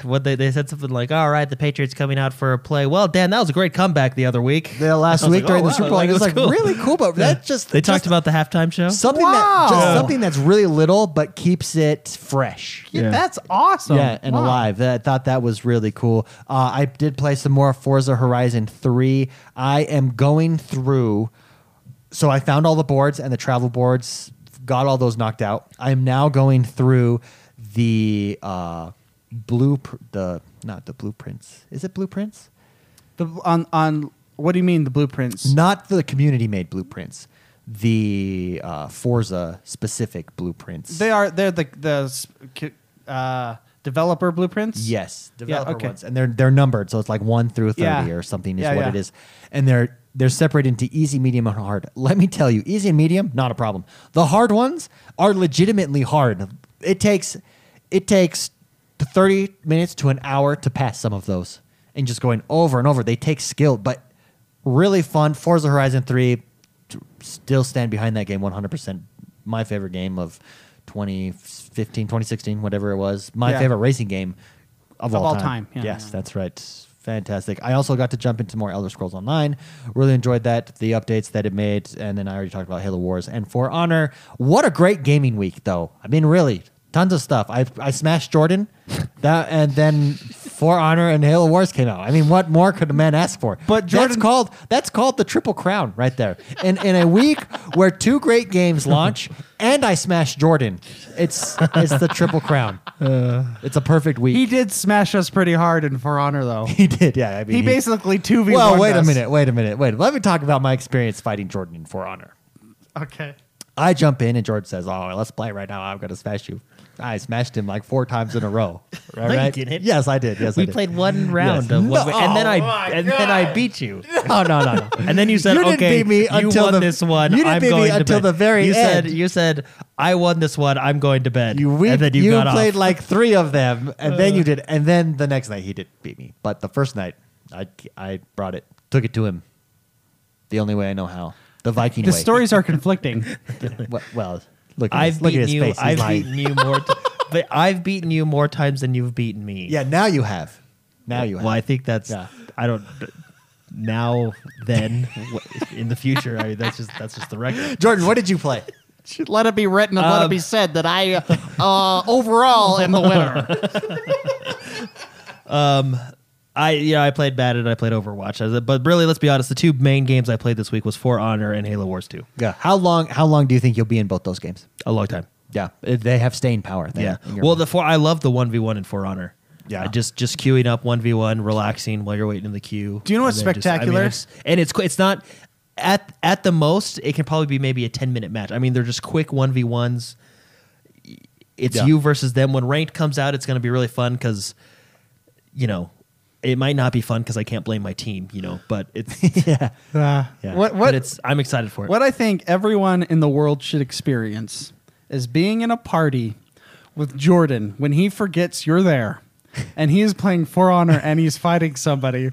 S4: what they, they said something like, "All right, the Patriots coming out for a play." Well, Dan, that was a great comeback the other week.
S1: The last
S4: I was
S1: week
S4: like,
S1: during
S4: "Oh,
S1: the
S4: wow."
S1: Super Bowl,
S4: Like,
S1: it was
S4: that's
S1: like
S4: cool.
S1: really cool, but that just
S4: They talked
S1: just
S4: about the halftime show.
S1: something that
S2: Wow.
S1: just something that's really little but keeps it fresh.
S2: Yeah, That's awesome.
S1: Yeah, and
S2: Wow.
S1: alive. That- I thought that was really cool. Uh, I did play some more Forza Horizon 3. I am going through. So I found all the boards and the travel boards, got all those knocked out. I'm now going through the uh, blue, the not the blueprints. Is it blueprints?
S2: The, on on what do you mean the blueprints?
S1: Not the community made blueprints. The uh, Forza specific blueprints.
S2: They are they're the the uh, developer blueprints.
S1: Yes, developer
S2: okay.
S1: ones, and they're they're numbered, so it's like one through thirty
S2: Yeah.
S1: or something is
S2: Yeah,
S1: what
S2: yeah.
S1: it is, and they're they're separated into easy, medium, and hard. Let me tell you, easy and medium, not a problem. The hard ones are legitimately hard. It takes it takes thirty minutes to an hour to pass some of those, and just going over and over. They take skill, but Really fun. Forza Horizon 3, t- still stand behind that game 100%. My favorite game of 2015, 2016, whatever it was. My
S2: Yeah.
S1: favorite racing game of,
S2: Of
S1: all,
S2: all
S1: time.
S2: time. Yeah,
S1: yes,
S2: yeah.
S1: that's right. Fantastic. I also got to jump into more Elder Scrolls Online. Really enjoyed that, the updates that it made, and then I already talked about Halo Wars and For Honor. What a great gaming week, though. I mean, really, tons of stuff. I I smashed Jordan, that, and then For Honor and Halo Wars came out. I mean, what more could a man ask for?
S2: But
S1: that's
S2: Jordan-
S1: called that's called the triple crown right there. And in a week where two great games launch, and I smashed Jordan, it's it's the triple crown. it's a perfect week.
S2: Uh. He did smash us pretty hard in For Honor, though.
S1: He did, yeah. I mean,
S2: He basically two v.
S1: Well, wait a minute, wait a minute, wait. Let me talk about my experience fighting Jordan in For Honor.
S2: Okay.
S1: I jump in and Jordan says, "Oh, let's play right now. I'm gonna smash you." I smashed him like four times in a row. Right?
S3: you
S1: right?
S3: didn't.
S1: Yes, I did. Yes, I
S3: we
S1: did.
S3: played one round of one,
S1: No.
S3: and then
S1: Oh
S3: I and then I beat you. Oh,
S1: No, no, no, no.
S3: And then you said,
S1: You didn't
S3: "Okay,
S1: beat me
S3: you
S1: until
S3: won
S1: the-
S3: this one.
S1: you didn't
S3: I'm
S1: beat me
S3: going to
S1: until
S3: bed."
S1: the very
S3: you
S1: end.
S3: Said, you said, "I won this one. I'm going to bed."
S1: You we,
S3: and then you,
S1: you
S3: got
S1: played
S3: off. Uh.
S1: like three of them, and then you did, and then the next night he did beat me. But the first night, I I brought it, took it to him, the only way I know how, the Viking
S2: The
S1: way.
S2: stories are conflicting.
S1: Well- Well, look, at
S3: I've
S1: his, look at
S3: beaten
S1: his
S3: you.
S1: face. He's
S3: I've
S1: lying.
S3: beaten you more. T- but I've beaten you more times than you've beaten me.
S1: Yeah, now you have. Now you have.
S3: Well, I think that's.
S1: Yeah.
S3: I don't. Now, then, wh- in the future, I mean, that's just that's just the record.
S1: Jordan, what did you play?
S2: let it be written and
S1: Um,
S2: let it be said that I uh, overall am the winner.
S3: I yeah, I played bad and I played Overwatch. I was- But really, let's be honest. The two main games I played this week was For Honor and Halo Wars Two.
S1: Yeah. How long? How long do you think you'll be in both those games?
S3: A long time.
S1: Yeah, they have staying power. Then,
S3: Yeah.
S1: in your
S3: Well,
S1: mind.
S3: the four I love the one v one in For Honor.
S1: Yeah.
S3: Uh, just just queuing up one v one, relaxing while you're waiting in the queue.
S2: Do you know what's
S3: And then just- I mean,
S2: spectacular?
S3: it's- and it's qu- it's not at at the most it can probably be maybe a ten minute match. I mean they're just quick one v ones. It's
S1: Yeah.
S3: you versus them. When ranked comes out, it's going to be really fun because you know it might not be fun because I can't blame my team. You know, but it's
S1: Yeah.
S2: What?
S3: but
S2: What?
S3: it's I'm excited for it.
S2: What I think everyone in the world should experience is being in a party with Jordan when he forgets you're there and he is playing For Honor and he's fighting somebody.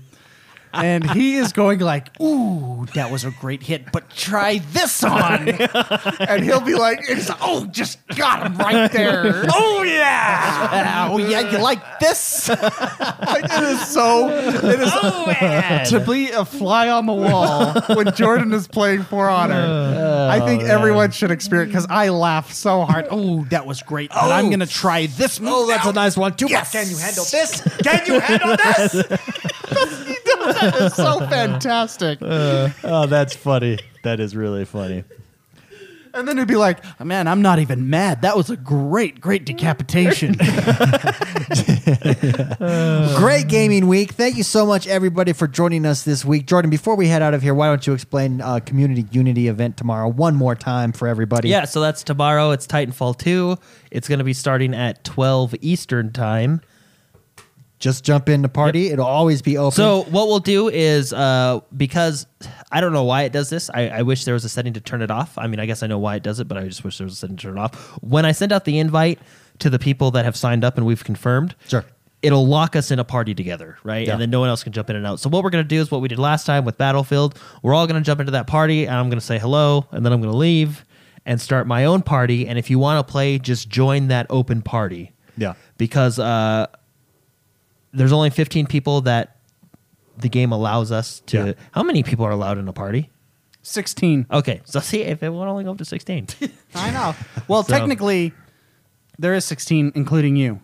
S2: And he is going like, ooh, that was a great hit, but try this on. and he'll be like, it's, oh, just got him right there. oh, yeah. oh, yeah, you like this? Like, it is so, it is to be a fly on the wall when Jordan is playing For Honor. I think everyone should experience because I laugh so hard. Oh, that was great. But I'm gonna try this move.
S1: oh, that's
S2: now.
S1: a nice one too.
S2: Yes.
S1: Can you handle this? Can you handle this?
S2: that is so fantastic.
S3: Uh,
S1: oh, that's funny. That is really funny.
S2: And then it'd be like, "Oh, man, I'm not even mad. That was a great, great decapitation.
S1: Great gaming week. Thank you so much, everybody, for joining us this week. Jordan, before we head out of here, why don't you explain uh, Community Unity event tomorrow one more time for everybody?
S3: Yeah, so that's tomorrow. It's Titanfall 2. It's going to be starting at 12 Eastern time.
S1: Just jump in the party. It'll always be open.
S3: So what we'll do is uh, because I don't know why it does this. I, I wish there was a setting to turn it off. I mean, I guess I know why it does it, but I just wish there was a setting to turn it off. When I send out the invite to the people that have signed up and we've confirmed,
S1: Sure.
S3: it'll lock us in a party together, right?
S1: Yeah.
S3: And then no one else can jump in and out. So what we're gonna do is what we did last time with Battlefield. We're all gonna jump into that party, and I'm gonna say hello, and then I'm gonna leave and start my own party. And if you want to play, just join that open party.
S1: Yeah.
S3: Because uh, there's only 15 people that the game allows us to.
S1: Yeah.
S3: How many people are allowed in a party?
S2: Sixteen.
S3: Okay, so see if it would only go up to 16.
S2: I know. Well,
S3: So-
S2: technically, there is sixteen, including you.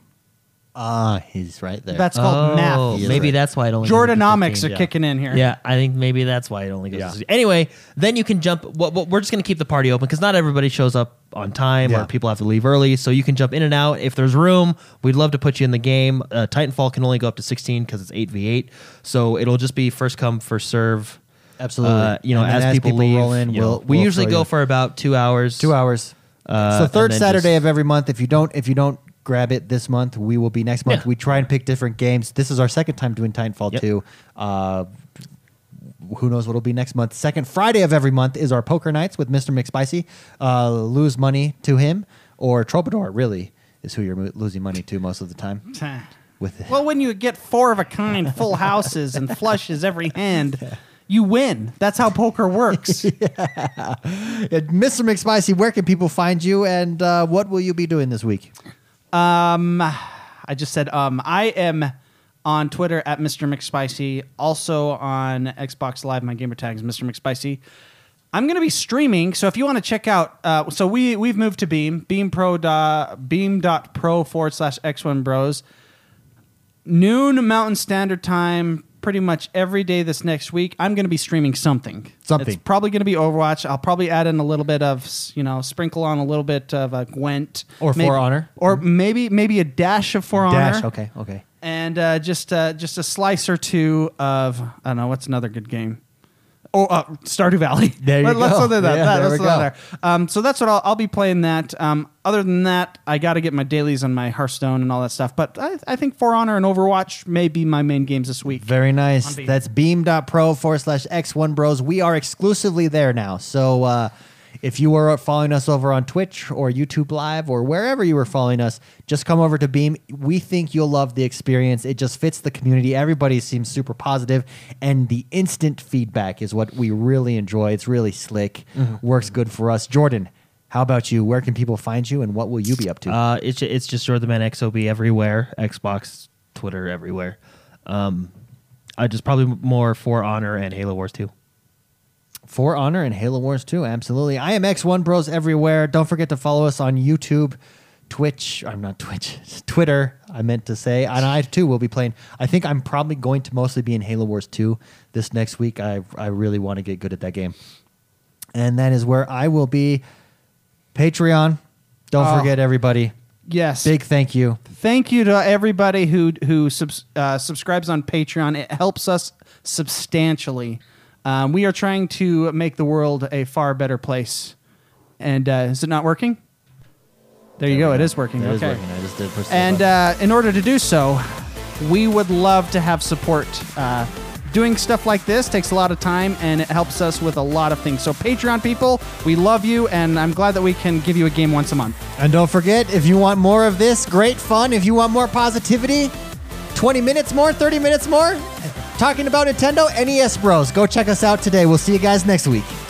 S1: ah, he's right there.
S2: That's called
S3: Oh,
S2: math.
S1: Yes.
S3: maybe that's why it only. goes up to
S2: Jordanomics
S3: 15,
S2: are
S3: yeah.
S2: kicking in here.
S3: Yeah, I think maybe that's why it only goes.
S1: Yeah.
S3: to 16. Anyway, then you can jump. Well, well, we're just going to keep the party open because not everybody shows up on time
S1: Yeah.
S3: or people have to leave early. So you can jump in and out if there's room. We'd love to put you in the game. Uh, Titanfall can only go up to 16 because it's 8v8. So it'll just be first come, first serve.
S1: Absolutely.
S3: Uh, you know,
S1: And then
S3: as,
S1: as
S3: people,
S1: people
S3: leave,
S1: roll in,
S3: you know,
S1: we'll-
S3: we
S1: we'll
S3: usually
S1: fill
S3: go
S1: you.
S3: for about two hours.
S1: two hours.
S3: Uh,
S1: so
S3: and
S1: third
S3: then
S1: Saturday
S3: just-
S1: of every month. If you don't, if you don't grab it this month, we will be next month.
S3: Yeah.
S1: We try and pick different games. This is our second time doing Titanfall
S3: Yep.
S1: two. Uh, who knows what'll be next month? Second Friday of every month is our poker nights with Mister McSpicy. Uh, lose money to him or Troubadour really is who you're mo- losing money to most of the time
S2: Yeah.
S1: with.
S2: Well, when you get four of a kind full houses and flushes every hand, you win. That's how poker works.
S1: Uh, Mr. McSpicy, where can people find you, and uh, what will you be doing this week?
S2: Um, I just said um, I am on Twitter at Mr. McSpicy, also on Xbox Live. My gamer tag is Mr. McSpicy. I'm gonna be streaming, so if you want to check out, uh, so we we've moved to Beam, Beam Pro, dot, Beam dot Pro forward slash X1 Bros. Noon Mountain Standard Time, pretty much every day this next week. I'm gonna be streaming something.
S1: Something.
S2: It's probably gonna be Overwatch. I'll probably add in a little bit of, you know, sprinkle on a little bit of uh, Gwent
S1: Or For
S2: Maybe-
S1: Honor.
S2: or maybe maybe a dash of For
S1: Mm-hmm. Dash.
S2: Honor,
S1: Okay. Okay.
S2: and uh, just uh, just a slice or two of I don't know what's another good game. Oh, uh, Stardew Valley.
S1: There you
S2: Let's
S1: go.
S2: throw that.
S1: Yeah,
S2: that-
S1: there
S2: let's
S1: we
S2: throw that
S1: go.
S2: there. Um, so that's what I'll, I'll be playing. That. Um, other than that, I got to get my dailies on my Hearthstone and all that stuff. But I, I think For Honor and Overwatch may be my main games this week.
S1: Very nice.
S2: On Beam.
S1: That's beam.pro forward slash X1 Bros. We are exclusively there now. So uh, if you were following us over on Twitch or YouTube Live or wherever you were following us, just come over to Beam. We think you'll love the experience. It just fits the community. Everybody seems super positive, and the instant feedback is what we really enjoy. It's really slick, works good for us. Jordan, how about you? Where can people find you, and what will you be up to?
S4: Uh, it's it's just you're the man XOB everywhere, Xbox, Twitter everywhere. Um, I just probably more for Honor and Halo Wars 2.
S1: For Honor and Halo Wars 2, absolutely. I am X1 Bros everywhere. Don't forget to follow us on YouTube, Twitch. I'm not Twitch, Twitter, I meant to say. And I too will be playing. I think I'm probably going to mostly be in Halo Wars 2 this next week. I, I really want to get good at that game. And that is where I will be. Patreon. Don't
S2: Oh.
S1: forget, everybody.
S2: Yes.
S1: Big thank you.
S2: Thank you to everybody who who subs, uh, subscribes on Patreon. It helps us substantially. Um, we are trying to make the world a far better place. And uh, is it not working? There, you go. It is working.
S1: That is
S2: okay.
S1: working. I just did push the
S2: And
S1: button.
S2: uh, in order to do so, we would love to have support. Uh, doing stuff like this takes a lot of time and it helps us with a lot of things. So, Patreon people, we love you, and I'm glad that we can give you a game once a month.
S1: And don't forget, if you want more of this great fun, if you want more positivity, 20 minutes more, E 30 minutes more, talking about Nintendo, NES Bros. Go check us out today. We'll see you guys next week.